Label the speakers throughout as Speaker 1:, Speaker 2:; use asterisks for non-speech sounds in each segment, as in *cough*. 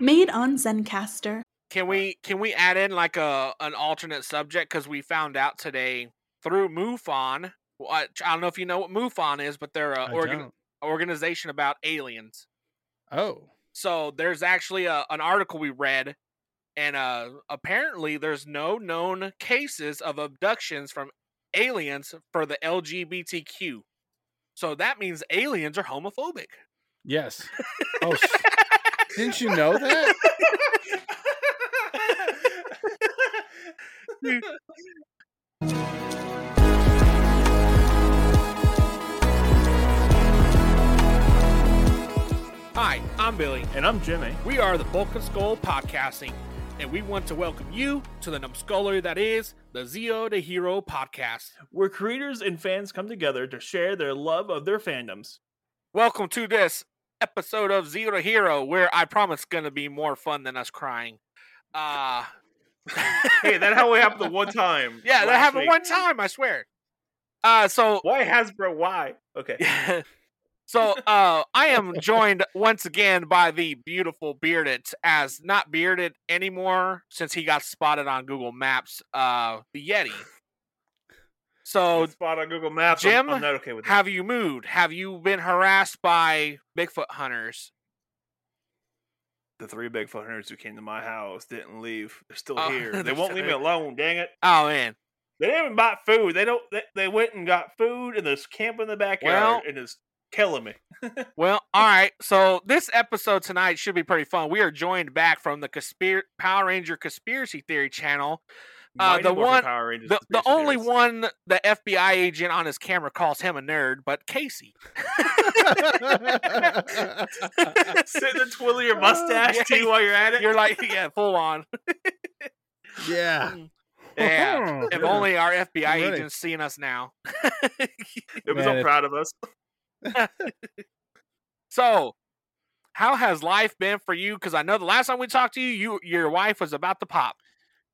Speaker 1: Made on Zencaster.
Speaker 2: Can we can we add in like a an alternate subject because we found out today through MUFON. well, I, I don't know if you know what MUFON is, but they're
Speaker 3: I
Speaker 2: a organ,
Speaker 3: don't.
Speaker 2: organization about aliens.
Speaker 3: Oh,
Speaker 2: So there's actually a, an article we read, and uh, apparently there's no known cases of abductions from aliens for the LGBTQ. So that means aliens are homophobic.
Speaker 3: yes.
Speaker 2: *laughs*
Speaker 3: Oh, s- didn't you know that? *laughs*
Speaker 2: Hi, I'm Billy.
Speaker 4: And I'm Jimmy.
Speaker 2: We are the Bulk and Skull Podcasting, and we want to welcome you to the numbskullery that is the Zio to Hero podcast.
Speaker 4: Where creators and fans come together to share their love of their fandoms.
Speaker 2: Welcome to this episode of Zio to Hero, where I promise it's going to be more fun than us crying. Uh, *laughs*
Speaker 5: hey, that only happened the one time.
Speaker 2: yeah, that
Speaker 5: last
Speaker 2: happened
Speaker 5: week.
Speaker 2: one time, I swear. Uh, so
Speaker 5: Why Hasbro? Why? Okay.
Speaker 2: *laughs* so uh I am joined once again by the beautiful bearded as not bearded anymore since he got spotted on Google Maps, uh the Yeti. So
Speaker 5: Spot on Google Maps. I'm-
Speaker 2: oh, Jim,
Speaker 5: I'm, not okay with that.
Speaker 2: have you moved? Have you been harassed by Bigfoot hunters?
Speaker 5: The three Bigfoot hunters who came to my house didn't leave. They're still
Speaker 2: Oh, *laughs*
Speaker 5: here. They
Speaker 2: they're
Speaker 5: won't
Speaker 2: still
Speaker 5: leave me
Speaker 2: here.
Speaker 5: alone. Dang it!
Speaker 2: Oh man.
Speaker 5: They didn't even buy food. They don't. They, they went and got food, and there's camp in the backyard,
Speaker 2: Well-
Speaker 5: and it's killing me.
Speaker 2: Well, all right. So this episode tonight should be pretty fun. We are joined back from the conspir- Power Ranger conspiracy theory channel Uh,
Speaker 5: Mighty
Speaker 2: the
Speaker 5: Morphin
Speaker 2: one-
Speaker 5: Power Rangers
Speaker 2: the, the
Speaker 5: conspiracy
Speaker 2: only
Speaker 5: theories. *laughs*
Speaker 2: one the FBI agent on his camera calls him a nerd, but Casey.
Speaker 5: Sit and
Speaker 2: *laughs*
Speaker 5: twiddle your mustache
Speaker 2: Yeah.
Speaker 5: too while you're at it.
Speaker 2: You're like, Oh, *laughs* yeah, full
Speaker 3: *laughs*
Speaker 2: on.
Speaker 3: yeah. Uh-huh.
Speaker 2: Yeah. Mm. If only our FBI
Speaker 3: I'm ready.
Speaker 2: agents seeing us now.
Speaker 5: It was
Speaker 3: Man,
Speaker 5: all
Speaker 3: if-
Speaker 5: proud of us.
Speaker 2: So, how has life been for you? Because I know the last time we talked to you, you your wife was about to pop.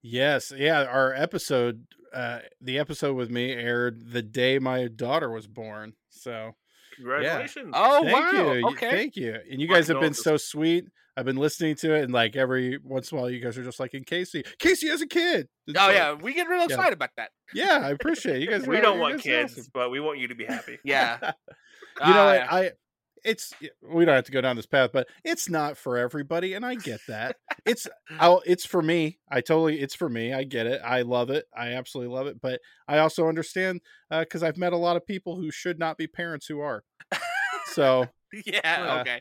Speaker 3: Yes, yeah. Our episode, uh, the episode with me aired the day my daughter was born. So
Speaker 5: Congratulations.
Speaker 2: Oh
Speaker 3: thank
Speaker 2: wow!
Speaker 3: you, y-
Speaker 2: okay.
Speaker 3: thank you. And you
Speaker 5: My
Speaker 3: guys have been
Speaker 5: condolences.
Speaker 3: so sweet. I've been listening to it, and like every once in a while, you guys are just like, "In Casey, Casey has a kid." It's
Speaker 2: oh
Speaker 3: like,
Speaker 2: yeah, we get real
Speaker 3: Yeah.
Speaker 2: excited about
Speaker 3: *laughs*
Speaker 2: that.
Speaker 3: yeah. I appreciate it. you guys.
Speaker 5: We
Speaker 3: are-
Speaker 5: don't
Speaker 3: you
Speaker 5: want
Speaker 3: guys are
Speaker 5: kids,
Speaker 3: awesome.
Speaker 5: but we want you to be happy.
Speaker 2: Yeah.
Speaker 3: you know,
Speaker 2: Ah,
Speaker 3: what?
Speaker 2: yeah.
Speaker 3: I it's we don't have to go down this path, but it's not for everybody, and I get that. it's I'll, it's for me. I totally it's for me. I get it. I love it. I absolutely love it. But I also understand because I've met a lot of people who should not be parents who are. So
Speaker 2: *laughs*
Speaker 3: *laughs*
Speaker 2: yeah.
Speaker 3: uh,
Speaker 2: Okay.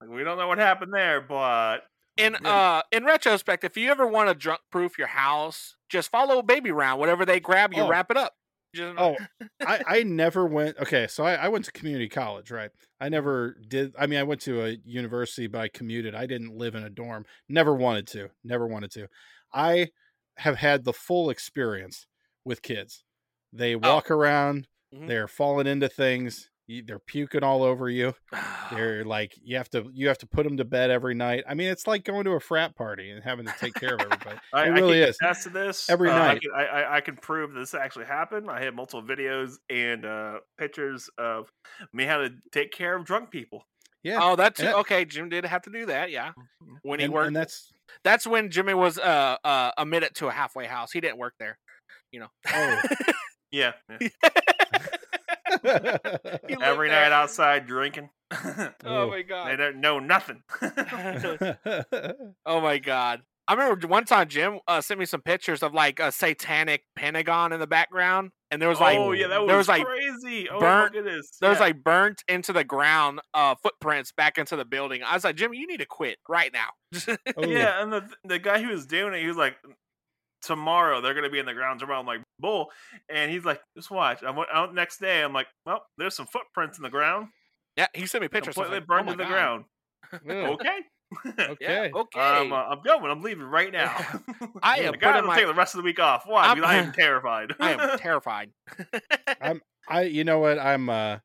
Speaker 5: Like, we don't know what happened there, but
Speaker 2: In
Speaker 3: yeah.
Speaker 2: uh, in retrospect, if you ever want to drunk proof your house, just follow baby round. Whatever they grab, you
Speaker 3: Oh.
Speaker 2: wrap it up. Just- *laughs* *sighs*
Speaker 3: oh I, I never went okay so I, I went to community college right i never did i mean i went to a university but i commuted i didn't live in a dorm never wanted to never wanted to i have had the full experience with kids they walk around
Speaker 2: Mhm.
Speaker 3: they're falling into things you- they're puking all over you
Speaker 2: Ah.
Speaker 3: they're like you have to you have to put them to bed every night i mean it's like going to a frat party and having to take care of everybody
Speaker 5: I,
Speaker 3: it
Speaker 5: I
Speaker 3: really
Speaker 5: can
Speaker 3: is
Speaker 5: attest to this
Speaker 3: Every
Speaker 5: Uh,
Speaker 3: night.
Speaker 5: I can, I, I, I can prove this actually happened. I have multiple videos and uh, pictures of me how to take care of drunk people.
Speaker 3: yeah
Speaker 2: Oh, that's
Speaker 3: Yeah. Mm-hmm.
Speaker 2: okay. Jim did have to do that. Yeah. When he
Speaker 3: and,
Speaker 2: worked,
Speaker 3: and
Speaker 2: that's...
Speaker 3: that's
Speaker 2: when Jimmy was uh, uh a minute to a halfway house. He didn't work there. You know.
Speaker 3: Oh. *laughs*
Speaker 5: Yeah, yeah.
Speaker 2: He lived
Speaker 5: every
Speaker 2: there.
Speaker 5: night outside drinking. *laughs* they
Speaker 2: Oh
Speaker 3: Ooh.
Speaker 2: my god.
Speaker 5: don't
Speaker 3: *laughs*
Speaker 5: know nothing. *laughs*
Speaker 2: Oh my god. I remember one time Jim uh, sent me some pictures of like a satanic pentagon in the background, and there was like
Speaker 5: oh yeah, that was,
Speaker 2: there was like
Speaker 5: crazy. Oh
Speaker 2: burnt-
Speaker 5: my goodness,
Speaker 2: there's
Speaker 5: yeah.
Speaker 2: like burnt into the ground uh, footprints back into the building. I was like, Jim, you need to quit right now.
Speaker 3: *laughs*
Speaker 5: *laughs*
Speaker 2: Oh,
Speaker 3: Ooh.
Speaker 5: Yeah, and the the guy who was doing it, he was like, "Tomorrow they're gonna be in the ground tomorrow." I'm like, "Bull," and he's like, "Just watch." I went out next day. I'm like, "Well, there's some footprints in the ground,
Speaker 2: yeah, he sent me pictures. I was
Speaker 5: completely
Speaker 2: like, oh
Speaker 5: burned
Speaker 2: my
Speaker 5: to the
Speaker 2: God. *laughs*
Speaker 5: ground."
Speaker 3: Ugh.
Speaker 5: *laughs* Okay,
Speaker 3: Okay.
Speaker 2: Yeah, Oh. okay.
Speaker 5: I'm, uh, I'm going. I'm
Speaker 2: *laughs*
Speaker 5: leaving right now. *laughs*
Speaker 2: I
Speaker 5: I'm
Speaker 2: am
Speaker 5: like,
Speaker 2: putting
Speaker 5: "God, I'm
Speaker 2: my-
Speaker 5: taking the rest of the week off. Why?
Speaker 2: I'm-
Speaker 5: Because I am terrified.
Speaker 2: *laughs* I
Speaker 5: *laughs*
Speaker 2: am terrified.
Speaker 3: I you know what I'm uh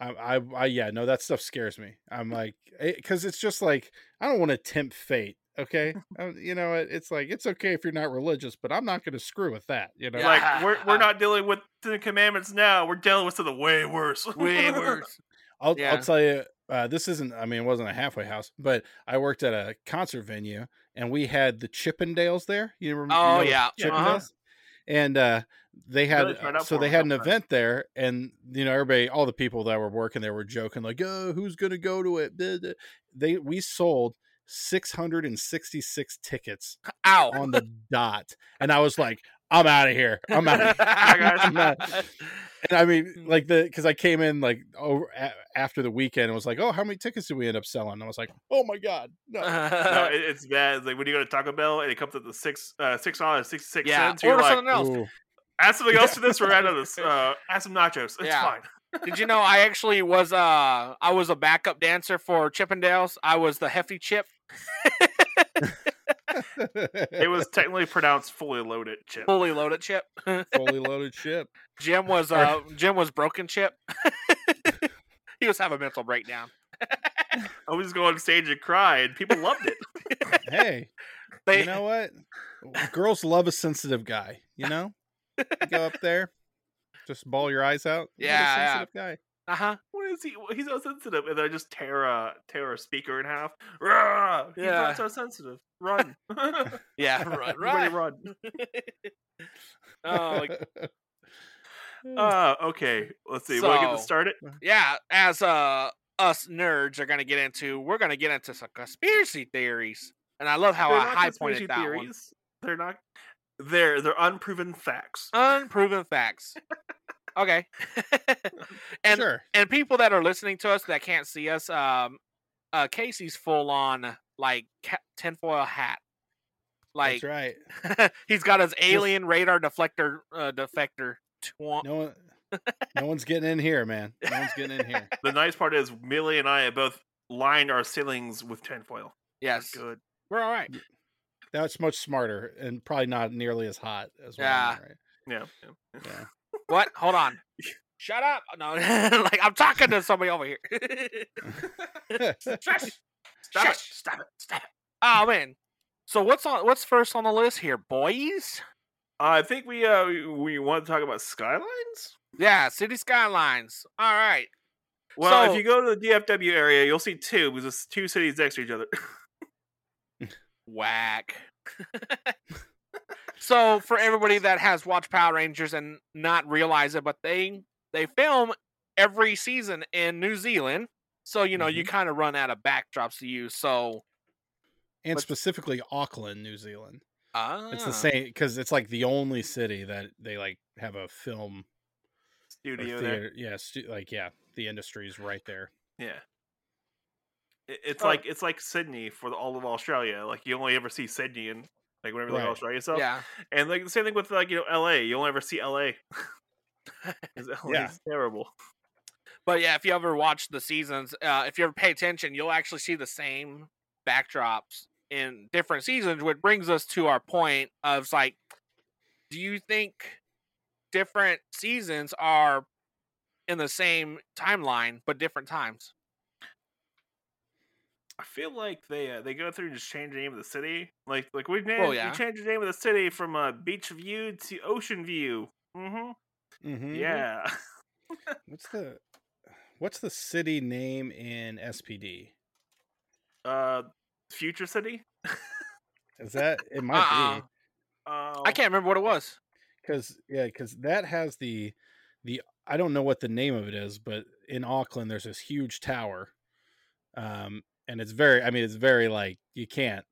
Speaker 3: I I, I yeah no that stuff scares me. I'm like because it's just like I don't want to tempt fate. Okay, Um, you know it, it's like it's okay if you're not religious, but I'm not going to screw with that. You know,
Speaker 2: Yeah.
Speaker 5: like we're we're not dealing with the commandments now. We're dealing with something way worse.
Speaker 2: Way worse.
Speaker 3: I'll
Speaker 2: Yeah.
Speaker 3: I'll tell you uh, this isn't i mean it wasn't a halfway house but i worked at a concert venue and we had the chippendales there you remember you
Speaker 2: Oh
Speaker 3: know the
Speaker 2: yeah,
Speaker 5: Yeah.
Speaker 2: uh-huh.
Speaker 3: Chippendales? and uh they had
Speaker 5: Village right up
Speaker 3: so
Speaker 5: for
Speaker 3: they
Speaker 5: it
Speaker 3: had an
Speaker 5: sometimes.
Speaker 3: event there and you know everybody all the people that were working there were joking like oh who's gonna go to it Blah, blah." they we sold 666 tickets
Speaker 2: ow.
Speaker 3: on the dot and i was like i'm out of here i'm
Speaker 2: *laughs*
Speaker 3: out
Speaker 5: *laughs*
Speaker 3: of
Speaker 2: Oh
Speaker 3: *laughs* I'm not- and I mean,
Speaker 2: Hmm.
Speaker 3: like the because I came in like over a, after the weekend and was like, oh, how many tickets did we end up selling? And I was like, oh my god, no.
Speaker 5: *laughs*
Speaker 2: Uh-huh. *laughs*
Speaker 5: No, it, it's bad. It's like when you go to Taco Bell and it comes up to six uh six dollars sixty six
Speaker 2: yeah,
Speaker 5: cents. You're
Speaker 2: order
Speaker 5: like,
Speaker 2: something else.
Speaker 3: Ooh.
Speaker 5: add something else to this. We're out
Speaker 2: *laughs*
Speaker 5: of this. Uh, add some nachos. It's
Speaker 2: Yeah.
Speaker 5: fine.
Speaker 2: Did you know I actually was uh I was a backup dancer for Chippendales. I was the hefty chip.
Speaker 5: It was technically pronounced fully loaded chip.
Speaker 2: fully loaded chip.
Speaker 3: *laughs*
Speaker 2: *laughs*
Speaker 3: fully loaded ship.
Speaker 2: Jim was
Speaker 3: Or-
Speaker 2: uh Jim was broken chip. *laughs* he was having a mental breakdown.
Speaker 5: I was going on stage and cry, and people
Speaker 2: *laughs*
Speaker 5: loved it.
Speaker 3: Hey,
Speaker 2: They
Speaker 3: you know what? Girls love a sensitive guy. You know, You go up there, just ball your eyes
Speaker 2: *laughs*
Speaker 3: out. What a
Speaker 2: Yeah, yeah.
Speaker 3: sensitive guy.
Speaker 2: uh-huh.
Speaker 5: what is he? He's so sensitive, and I just tear a tear a speaker in half. Rah! He's
Speaker 2: Yeah.
Speaker 5: not so sensitive. Run, *laughs* Everybody
Speaker 2: Yeah, *laughs* right. right.
Speaker 5: run.
Speaker 2: Oh, like, *laughs*
Speaker 5: Uh, okay, let's see. Want to get
Speaker 2: So-
Speaker 5: this started?
Speaker 2: *laughs* yeah, as uh us nerds are gonna get into, we're gonna get into some conspiracy theories. And I love how
Speaker 5: They're
Speaker 2: I
Speaker 5: not
Speaker 2: high
Speaker 5: conspiracy
Speaker 2: pointed that one.
Speaker 5: theories. They're not. They're they're unproven facts.
Speaker 2: Unproven facts. Okay. *laughs* and
Speaker 3: sure.
Speaker 2: and people that are listening to us that can't see us, um, uh, Casey's full on like ca- tinfoil hat. Like
Speaker 3: That's right.
Speaker 2: *laughs* he's got his alien radar deflector uh, defector. Twa-
Speaker 3: No one,
Speaker 2: *laughs*
Speaker 3: no one's getting in here, man. No one's getting in here.
Speaker 5: The nice part is Millie and I have both lined our ceilings with tinfoil.
Speaker 2: yes,
Speaker 5: Good.
Speaker 2: we're all right.
Speaker 3: That's much smarter and probably not nearly as hot as well.
Speaker 2: Yeah.
Speaker 3: Right?
Speaker 5: Yeah.
Speaker 3: Yeah.
Speaker 2: *laughs* What? Hold on. Shut up! No, *laughs* like I'm talking to somebody over here. *laughs* Shush.
Speaker 5: Stop it!
Speaker 2: Shush.
Speaker 5: Stop it! Stop it!
Speaker 2: Oh man. So what's on? What's first on the list here, boys?
Speaker 5: I think we uh we- we want to talk about skylines.
Speaker 2: Yeah, city skylines. All right.
Speaker 5: Well,
Speaker 2: So-
Speaker 5: if you go to the DFW area, you'll see two because it's two cities next to each other. *laughs*
Speaker 2: Whack. so for everybody that has watched Power Rangers and not realize it, but they they film every season in New Zealand. So you know you kind of run out of backdrops to use. So
Speaker 3: and
Speaker 2: But-
Speaker 3: specifically Auckland, New Zealand.
Speaker 2: uh,
Speaker 5: Ah.
Speaker 3: It's the same because it's like the only city that they like have a film or
Speaker 5: Studio there.
Speaker 3: theater. Yeah, stu- like yeah, the industry's right there.
Speaker 5: Yeah. It- It's
Speaker 2: Oh.
Speaker 5: like it's like Sydney for the, all of Australia. Like you only ever see Sydney and like whenever like
Speaker 3: Right.
Speaker 5: Australia stuff.
Speaker 2: Yeah,
Speaker 5: And like the same thing with like you know LA. You only ever see LA. *laughs* 'Cause LA
Speaker 3: Yeah.
Speaker 5: is terrible.
Speaker 2: but yeah, if you ever watch the seasons, uh, if you ever pay attention, you'll actually see the same backdrops in different seasons. Which brings us to our point of it's like, do you think different seasons are in the same timeline but different times?
Speaker 5: I feel like they uh, they go through and just change the name of the city. Like like we've named
Speaker 2: Well,
Speaker 5: we
Speaker 2: yeah.
Speaker 5: changed the name of the city from uh, Beach View to Ocean View. Mm-hmm.
Speaker 3: Mm-hmm.
Speaker 5: Yeah. *laughs*
Speaker 3: What's the What's the city name in SPD?
Speaker 5: Uh, Future City.
Speaker 3: Is that it? Might
Speaker 2: Uh-uh.
Speaker 3: be
Speaker 5: Uh,
Speaker 2: I can't remember what it was.
Speaker 3: because yeah, because that has the the I don't know what the name of it is, but in Auckland there's this huge tower, um, and it's very I mean it's very like you can't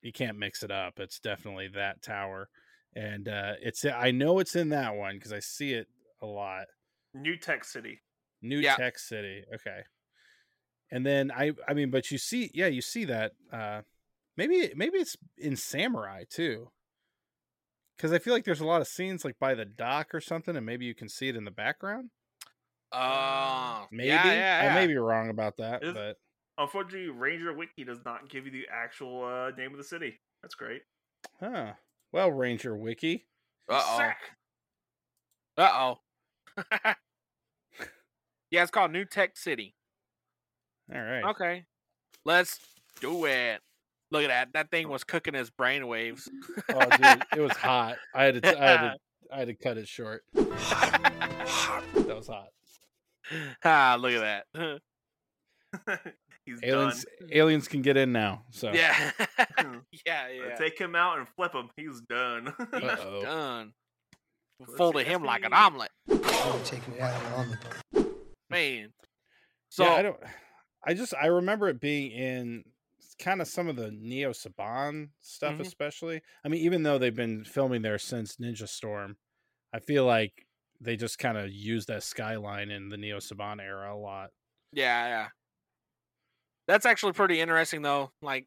Speaker 3: you can't mix it up. It's definitely that tower, and uh, it's I know it's in that one because I see it a lot.
Speaker 5: New Tech City.
Speaker 3: New
Speaker 2: Yeah.
Speaker 3: Tech City, okay, and then I I mean but you see yeah you see that uh, maybe maybe it's in Samurai too. Because I feel like there's a lot of scenes like by the dock or something, and maybe you can see it in the background.
Speaker 2: Uh,
Speaker 3: Maybe
Speaker 2: yeah, yeah, yeah.
Speaker 3: I may be wrong about that,
Speaker 5: Is-
Speaker 3: but
Speaker 5: Unfortunately, Ranger Wiki does not give you the actual uh, name of the city. That's great.
Speaker 3: huh. Well, Ranger Wiki.
Speaker 2: Uh
Speaker 5: Sack.
Speaker 2: oh. Uh oh. *laughs* yeah, it's called New Tech City.
Speaker 3: All right.
Speaker 2: Okay. Let's do it. Look at that. That thing was cooking his
Speaker 5: *laughs*
Speaker 2: brainwaves.
Speaker 3: Oh, dude,
Speaker 2: *laughs*
Speaker 3: it was hot. I had to. I had to. I had to cut it short. that was hot.
Speaker 2: *laughs* ah, look at that.
Speaker 5: *laughs* He's
Speaker 3: Aliens aliens can get in now. So
Speaker 2: Yeah. *laughs*
Speaker 3: *laughs*
Speaker 2: yeah,
Speaker 5: done. Hmm.
Speaker 2: yeah.
Speaker 5: Take him out and flip him. He's done. *laughs*
Speaker 2: He's
Speaker 3: Uh-oh.
Speaker 2: done.
Speaker 5: Let's
Speaker 2: Folded
Speaker 5: see,
Speaker 2: him
Speaker 5: let's
Speaker 2: like an
Speaker 5: see.
Speaker 2: omelet.
Speaker 6: taking it out on the
Speaker 2: Man. So
Speaker 3: Yeah, I don't *sighs* I just I remember it being in kind of some of the Neo Saban stuff
Speaker 2: Mhm.
Speaker 3: especially. I mean even though they've been filming there since Ninja Storm, I feel like they just kind of used that skyline in the Neo Saban era a lot.
Speaker 2: Yeah, yeah. That's actually pretty interesting though. Like,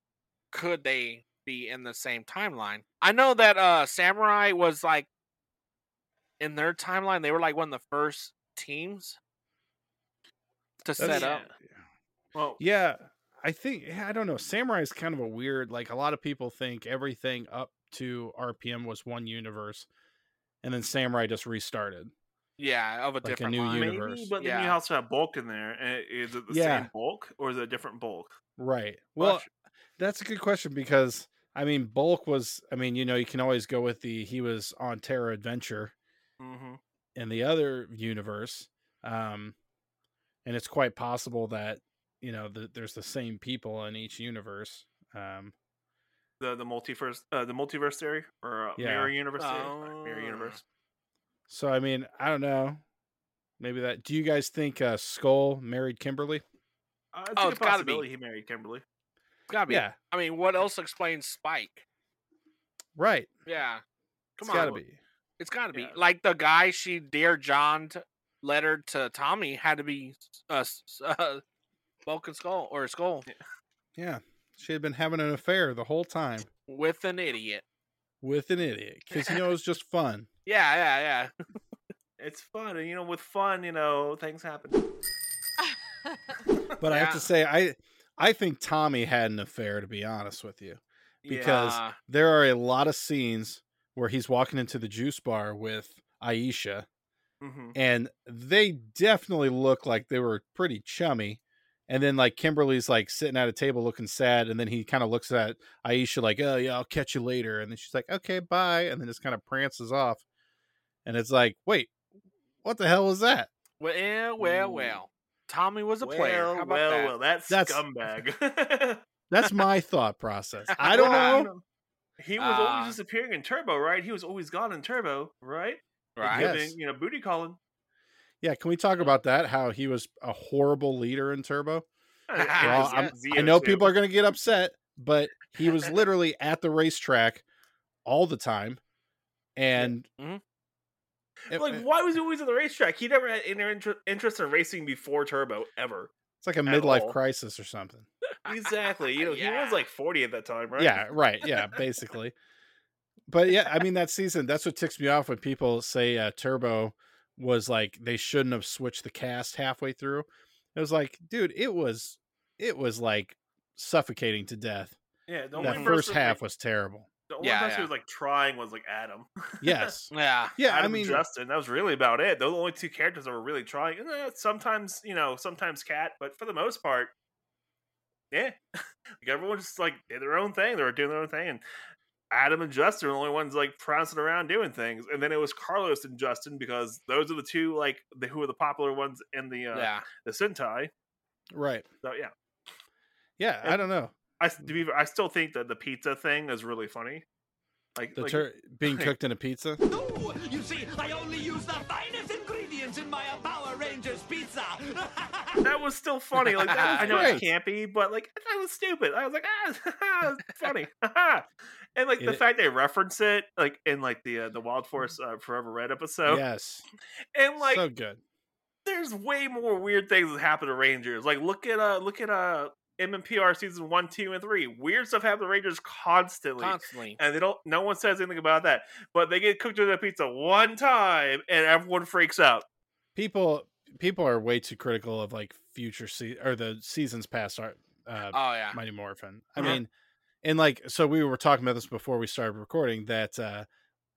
Speaker 2: could they be in the same timeline? I know that uh Samurai was like in their timeline, they were like one of the first teams to
Speaker 3: That's-
Speaker 2: set up.
Speaker 5: Well,
Speaker 3: Yeah, I think yeah, I don't know. Samurai is kind of a weird. Like a lot of people think everything up to RPM was one universe, and then Samurai just restarted.
Speaker 2: Yeah, of a
Speaker 3: a
Speaker 2: different
Speaker 3: new
Speaker 2: line.
Speaker 3: uni-
Speaker 5: maybe,
Speaker 3: universe.
Speaker 5: but then you
Speaker 2: Yeah.
Speaker 5: also have bulk in there. And is it the
Speaker 3: Yeah.
Speaker 5: same bulk or is it a different bulk?
Speaker 3: Right. Well,
Speaker 5: Watch-
Speaker 3: that's a good question because I mean, Bulk was. I mean, you know, you can always go with the he was on Terra Adventure Mm-hmm.
Speaker 5: Mhm.
Speaker 3: in the other universe, um, and it's quite possible that you know the, there's the same people in each universe. Um,
Speaker 5: The the multiverse uh, the multiverse theory or uh,
Speaker 3: Yeah.
Speaker 5: mirror universe theory? Not
Speaker 2: Uh,
Speaker 5: mirror universe.
Speaker 3: so I mean, I don't know. Maybe that. Do you guys think uh, Skull married Kimberly?
Speaker 5: Uh,
Speaker 2: Oh,
Speaker 5: oh,
Speaker 2: it's
Speaker 5: it's a good
Speaker 2: gotta be.
Speaker 5: possibility he married Kimberly.
Speaker 2: It's gotta be.
Speaker 3: Yeah.
Speaker 2: I mean, what else explains Spike?
Speaker 3: Right.
Speaker 2: Yeah. Come
Speaker 3: it's
Speaker 2: on.
Speaker 3: gotta be.
Speaker 2: It's got to be
Speaker 5: Yeah.
Speaker 2: like the guy she dare John to, letter to Tommy had to be uh, s- *laughs* uh Vulcan Skull or Skull
Speaker 3: Yeah. She had been having an affair the whole time
Speaker 2: with an idiot.
Speaker 3: with an idiot because you know it was just fun.
Speaker 2: Yeah, yeah, yeah.
Speaker 5: It's fun, and you know, with fun, you know, things happen.
Speaker 3: But I have
Speaker 2: Yeah.
Speaker 3: to say, I I think Tommy had an affair to be honest with you. Because-
Speaker 2: Uh,
Speaker 3: There are a lot of scenes where he's walking into the juice bar with Aisha,
Speaker 5: hmm
Speaker 3: and they definitely look like they were pretty chummy. And then like Kimberly's like sitting at a table looking sad, and then he kind of looks at Aisha like, "Oh yeah, I'll catch you later," and then she's like, "Okay, bye," and then just kind of prances off. And it's like, wait, what the hell was that?
Speaker 2: well, eh, well, well. Tommy was a
Speaker 5: well,
Speaker 2: player. How about
Speaker 5: well,
Speaker 2: that?
Speaker 5: well, that's,
Speaker 3: That's-
Speaker 5: scumbag. *laughs*
Speaker 3: That's my thought process. *laughs* I don't
Speaker 5: Well,
Speaker 3: know.
Speaker 5: He was
Speaker 2: Ah.
Speaker 5: always disappearing in Turbo, right? He was always gone in Turbo, right?
Speaker 2: right?
Speaker 3: yeah.
Speaker 5: Because
Speaker 3: Yes.
Speaker 5: then, you know, booty
Speaker 3: *laughs*
Speaker 5: calling.
Speaker 3: Yeah, can we talk about that? How he was a horrible leader in Turbo.
Speaker 5: Uh,
Speaker 2: Well,
Speaker 5: it
Speaker 2: I'm-
Speaker 5: was
Speaker 3: I know
Speaker 5: Zeo, too.
Speaker 3: people are going to get upset, but he
Speaker 5: *laughs*
Speaker 3: was literally at the racetrack all the time, and
Speaker 2: Mhm.
Speaker 3: it-
Speaker 5: Mm-hmm.
Speaker 3: eh,
Speaker 5: like,
Speaker 3: it-
Speaker 5: why was he always at the racetrack? He never had any inter- interest in racing before Turbo ever.
Speaker 3: it's like a
Speaker 5: at
Speaker 3: midlife
Speaker 5: all.
Speaker 3: crisis or something.
Speaker 5: Exactly. You know, he
Speaker 2: Yeah.
Speaker 5: was like forty at that time, right?
Speaker 3: Yeah, right. Yeah, basically. But yeah, I mean that season. That's what ticks me off when people say uh, Turbo was like they shouldn't have switched the cast halfway through. It was like, dude, it was it was like suffocating to death.
Speaker 5: yeah. The only
Speaker 3: That
Speaker 5: person,
Speaker 3: first
Speaker 5: like-
Speaker 3: half was terrible.
Speaker 5: the only
Speaker 2: Yeah,
Speaker 5: person
Speaker 2: yeah.
Speaker 5: who was like trying was like Adam. *laughs*
Speaker 3: Yes.
Speaker 2: Yeah.
Speaker 3: Yeah,
Speaker 5: Adam
Speaker 3: I mean,
Speaker 5: Justin. That was really about it. Those are the only two characters that were really trying. And, uh, sometimes, you know, sometimes Cat, but for the most part, yeah, *laughs* like everyone just like did their own thing. They were doing their own thing, and Adam and Justin were the only ones like prancing around doing things. And then it was Carlos and Justin because those are the two like the, who are the popular ones in the uh,
Speaker 2: yeah.
Speaker 5: the Sentai.
Speaker 3: right?
Speaker 5: So yeah,
Speaker 3: Yeah, I don't know.
Speaker 5: I s- to be, I still think that the pizza thing is really funny. Like,
Speaker 3: The
Speaker 5: like
Speaker 3: tur-
Speaker 5: *laughs*
Speaker 3: being cooked in a pizza.
Speaker 7: No! You see, I only use the finest ingredients in my Power Rangers pizza!
Speaker 5: that was still
Speaker 3: *laughs*
Speaker 5: funny. Like that was, I know
Speaker 3: Great.
Speaker 5: it's campy, but like that was stupid. I was like, ah, *laughs*
Speaker 3: *laughs*
Speaker 5: it's funny. and like the
Speaker 3: It-
Speaker 5: fact they reference it, like in like the uh, the Wild Force uh, Forever Red episode,
Speaker 3: yes,
Speaker 5: and like
Speaker 3: so good.
Speaker 5: there's way more weird things that happen to Rangers. Like look at uh look at uh MMPR season one, two, and three. Weird stuff happens to Rangers constantly.
Speaker 2: Constantly.
Speaker 5: and they don't. No one says anything about that, but they get cooked in a pizza one time, and everyone freaks out.
Speaker 3: People people are way too critical of like future se- or the seasons past are uh,
Speaker 2: Oh yeah.
Speaker 3: Mighty Morphin. I
Speaker 5: Yeah.
Speaker 3: mean, and like so we were talking about this before we started recording that uh,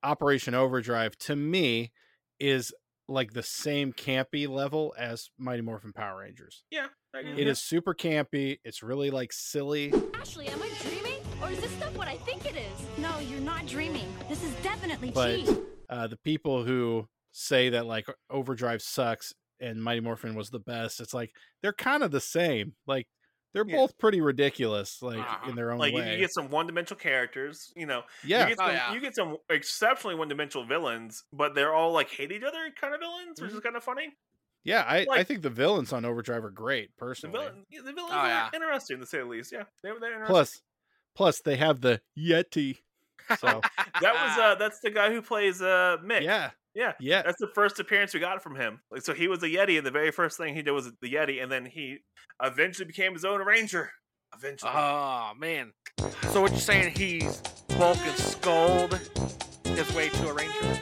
Speaker 3: Operation Overdrive to me is like the same campy level as Mighty Morphin Power Rangers.
Speaker 5: Yeah, I
Speaker 2: It
Speaker 5: guess.
Speaker 3: It is super campy. It's really like silly.
Speaker 8: Ashley, am I dreaming? Or is this stuff what I think it is? No, you're not dreaming. This is definitely
Speaker 3: But-
Speaker 8: cheese.
Speaker 3: Uh, the people who say that like Overdrive sucks and Mighty Morphin was the best. It's like they're kind of the same. Like they're
Speaker 5: Yeah.
Speaker 3: both pretty ridiculous, like
Speaker 2: Uh-huh.
Speaker 3: in their own
Speaker 5: Like you,
Speaker 3: way.
Speaker 5: you get some one-dimensional characters, you know.
Speaker 3: yeah,
Speaker 5: You get,
Speaker 2: Oh,
Speaker 5: some,
Speaker 2: yeah.
Speaker 5: you get some exceptionally one-dimensional villains, but they're all like hate each other kind of villains, which is
Speaker 2: Mm-hmm.
Speaker 5: kind of funny.
Speaker 3: yeah. I, I
Speaker 5: like-
Speaker 3: think the villains on Overdrive are great,
Speaker 5: The,
Speaker 3: personally.
Speaker 5: villain, yeah, the villains
Speaker 2: Oh,
Speaker 5: are
Speaker 2: yeah.
Speaker 5: interesting to say the least. Yeah, they were there.
Speaker 3: Plus, plus they have the Yeti.
Speaker 5: *laughs*
Speaker 3: So
Speaker 5: that was uh, that's the guy who plays uh Mick.
Speaker 3: yeah,
Speaker 5: yeah.
Speaker 3: yeah.
Speaker 5: That's the first appearance we got from him. Like, so he was a Yeti, and the very first thing he did was the Yeti, and then he eventually became his own ranger. Eventually,
Speaker 2: *laughs* Oh man. So what you're saying he's Vulcan scold his way to a ranger?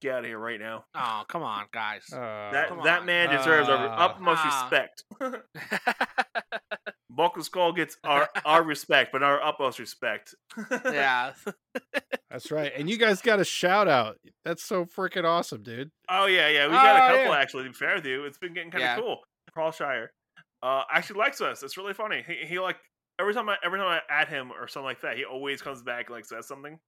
Speaker 5: get out of here right now.
Speaker 2: Oh, come on, guys.
Speaker 3: Uh,
Speaker 5: that
Speaker 2: Oh, come
Speaker 5: that
Speaker 2: on.
Speaker 5: man deserves our
Speaker 3: Ah.
Speaker 5: utmost
Speaker 2: Ah.
Speaker 5: respect. Bulk Skull gets our
Speaker 2: *laughs*
Speaker 5: our respect, but our utmost respect.
Speaker 2: *laughs* yeah.
Speaker 3: that's right. And you guys got a shout out. That's so freaking awesome, dude.
Speaker 5: Oh yeah, yeah. We got a
Speaker 2: Oh,
Speaker 5: couple
Speaker 2: yeah.
Speaker 5: actually. To be fair with you, it's been getting kind of
Speaker 2: Yeah.
Speaker 5: cool. Paul Shire uh, actually likes us. It's really funny. He, he like every time I every time I add him or something like that, he always comes back and like says something,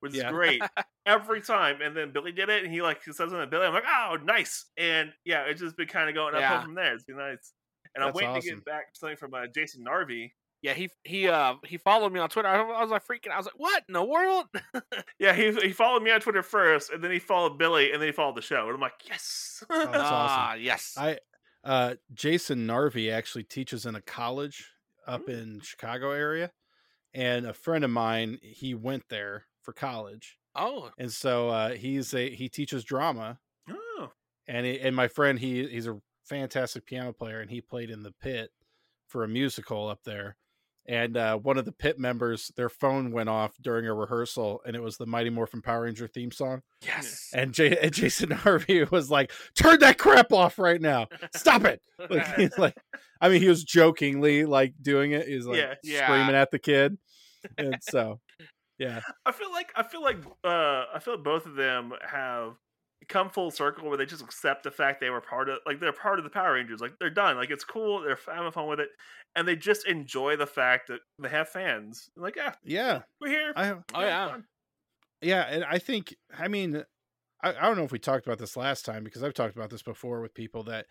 Speaker 5: which
Speaker 3: Yeah.
Speaker 5: is great every time. And then Billy did it, and he like says something to Billy. I'm like, oh, nice. And yeah, it's just been kind of going uphill
Speaker 2: Yeah.
Speaker 5: from there. It's been nice. And I'm
Speaker 3: That's
Speaker 5: waiting to
Speaker 3: awesome.
Speaker 5: get back something from uh, Jason Narvi.
Speaker 2: Yeah, he he uh he followed me on Twitter. I, was like freaking. I was like, "What in the world?"
Speaker 5: Yeah, he he followed me on Twitter first, and then he followed Billy, and then he followed the show. And I'm like, yes.
Speaker 3: Oh, that's awesome.
Speaker 2: Ah, yes.
Speaker 3: I- uh, Jason Narvi actually teaches in a college up in Chicago area, and a friend of mine he went there for college,
Speaker 2: oh,
Speaker 3: and so uh, he's a he teaches drama,
Speaker 5: *laughs* oh,
Speaker 3: and he, and my friend he he's a fantastic piano player, and he played in the pit for a musical up there, and uh, one of the pit members their phone went off during a rehearsal, and it was the Mighty Morphin Power Ranger theme song,
Speaker 2: yes.
Speaker 3: and, J- and *laughs* Jason Harvey was like, "Turn that crap off right now! Stop it!" Like, he's like, *laughs* I mean, he was jokingly like doing it. He was like
Speaker 5: Yeah.
Speaker 2: Yeah.
Speaker 3: screaming at the kid, and *laughs* so yeah,
Speaker 5: I feel like I feel like uh I feel like both of them have come full circle where they just accept the fact they were part of like they're part of the Power Rangers. Like they're done. Like it's cool. They're f- having fun with it, and they just enjoy the fact that they have fans. Like yeah,
Speaker 3: yeah,
Speaker 5: we're here.
Speaker 3: I
Speaker 2: Oh,
Speaker 5: We're having
Speaker 2: yeah.
Speaker 5: fun."
Speaker 3: yeah, and I think I mean, I, I don't know if we talked about this last time because I've talked about this before with people that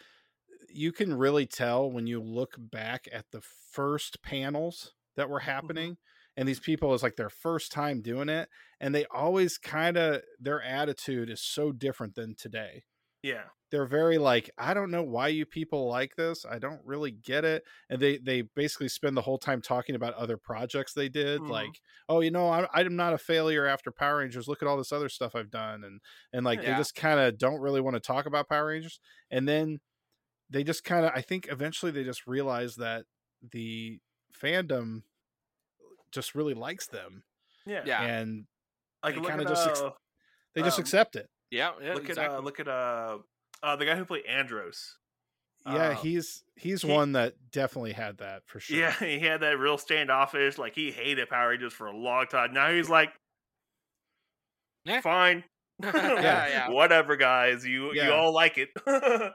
Speaker 3: you can really tell when you look back at the first panels that were happening. And these people is like their first time doing it, and they always kind of their attitude is so different than today.
Speaker 5: yeah.
Speaker 3: they're very like i don't know why you people like this i don't really get it and they they basically spend the whole time talking about other projects they did
Speaker 5: Mhm.
Speaker 3: like oh you know I'm, I'm not a failure after power rangers look at all this other stuff i've done and and like they
Speaker 2: Yeah.
Speaker 3: just kind of don't really want to talk about power rangers and then they just kind of i think eventually they just realize that the fandom just really likes them
Speaker 5: Yeah.
Speaker 2: *laughs* Yeah.
Speaker 5: *laughs*
Speaker 3: and
Speaker 5: Like
Speaker 3: They
Speaker 5: look
Speaker 3: kinda
Speaker 5: at
Speaker 3: just ex-
Speaker 5: uh,
Speaker 3: they just
Speaker 5: Um,
Speaker 3: accept it
Speaker 2: Yeah. yeah
Speaker 5: look
Speaker 2: exactly. *laughs*
Speaker 5: at uh, look at uh, uh the guy who played Andros.
Speaker 3: yeah
Speaker 5: uh,
Speaker 3: he's he's
Speaker 5: he-
Speaker 3: one that definitely had that for sure
Speaker 5: Yeah, *laughs* he had that real standoffish. Like he hated Power Rangers for a long time. Now he's like,
Speaker 2: Yeah.
Speaker 5: fine. *laughs*
Speaker 2: yeah, yeah.
Speaker 5: Whatever, guys. You
Speaker 3: Yeah.
Speaker 5: you all like it. *laughs* Mhm.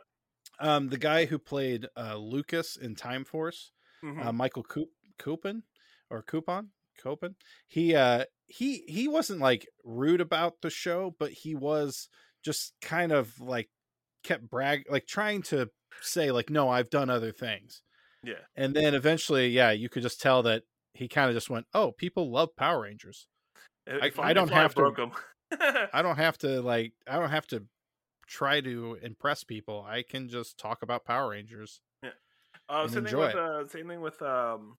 Speaker 3: um, the guy who played uh, Lucas in Time Force,
Speaker 5: Mm-hmm.
Speaker 3: uh, Michael Coop, Coupon or Coupon, Coupon. He uh, he he wasn't like rude about the show, but he was just kind of like kept brag like trying to say like no, I've done other things.
Speaker 5: yeah.
Speaker 3: And then eventually, yeah, you could just tell that he kind of just went, "Oh, people love Power Rangers.
Speaker 5: If
Speaker 3: I-
Speaker 5: if
Speaker 3: I don't
Speaker 5: if
Speaker 3: have to-
Speaker 5: broke *laughs* Uh, him.
Speaker 3: I don't have to like I don't have to try to impress people. I can just talk about Power Rangers."
Speaker 5: Uh,
Speaker 3: and
Speaker 5: same thing
Speaker 3: enjoy
Speaker 5: with
Speaker 3: it.
Speaker 5: uh, same thing with um,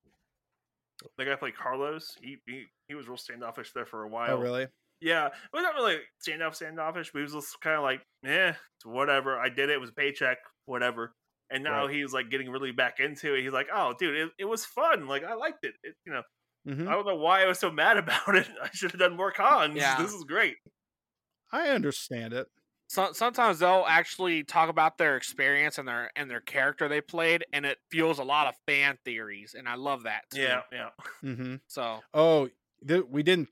Speaker 5: the guy who played Carlos. He, he he was real standoffish there for a while.
Speaker 3: Oh, really?
Speaker 5: Yeah, but not really standoff standoffish. But he was just kind of like, eh, it's whatever. I did it. It was a paycheck, whatever. And now
Speaker 3: Right.
Speaker 5: he's like getting really back into it. He's like, oh, dude, it, it was fun. Like I liked it. it you know,
Speaker 3: Mhm.
Speaker 5: I don't know why I was so mad *laughs* about it. I should have done more cons.
Speaker 2: Yeah.
Speaker 5: This is great.
Speaker 3: I understand it.
Speaker 2: So, sometimes they'll actually talk about their experience and their and their character they played, and it fuels a lot of fan theories, and I love that. too.
Speaker 5: Yeah, yeah.
Speaker 2: *clears throat*
Speaker 3: hmm
Speaker 2: So
Speaker 3: *laughs*
Speaker 2: *laughs*
Speaker 3: Oh, th- we didn't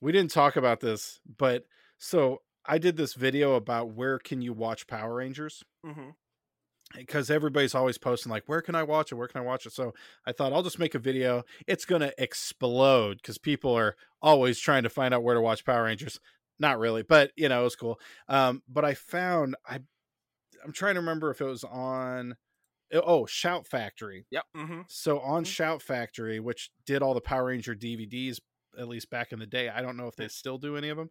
Speaker 3: we didn't talk about this, but so I did this video about where can you watch Power Rangers
Speaker 5: hmm
Speaker 3: because everybody's always posting like where can I watch it? Where can I watch it? So I thought I'll just make a video. It's going to explode cuz people are always trying to find out where to watch Power Rangers. Not really, but you know, it was cool. Um but I found I I'm trying to remember if it was on oh Shout Factory.
Speaker 5: Mm-hmm.
Speaker 3: So on Shout Factory, which did all the Power Ranger DVDs at least back in the day, I don't know if
Speaker 5: Mm.
Speaker 3: they still do any of them,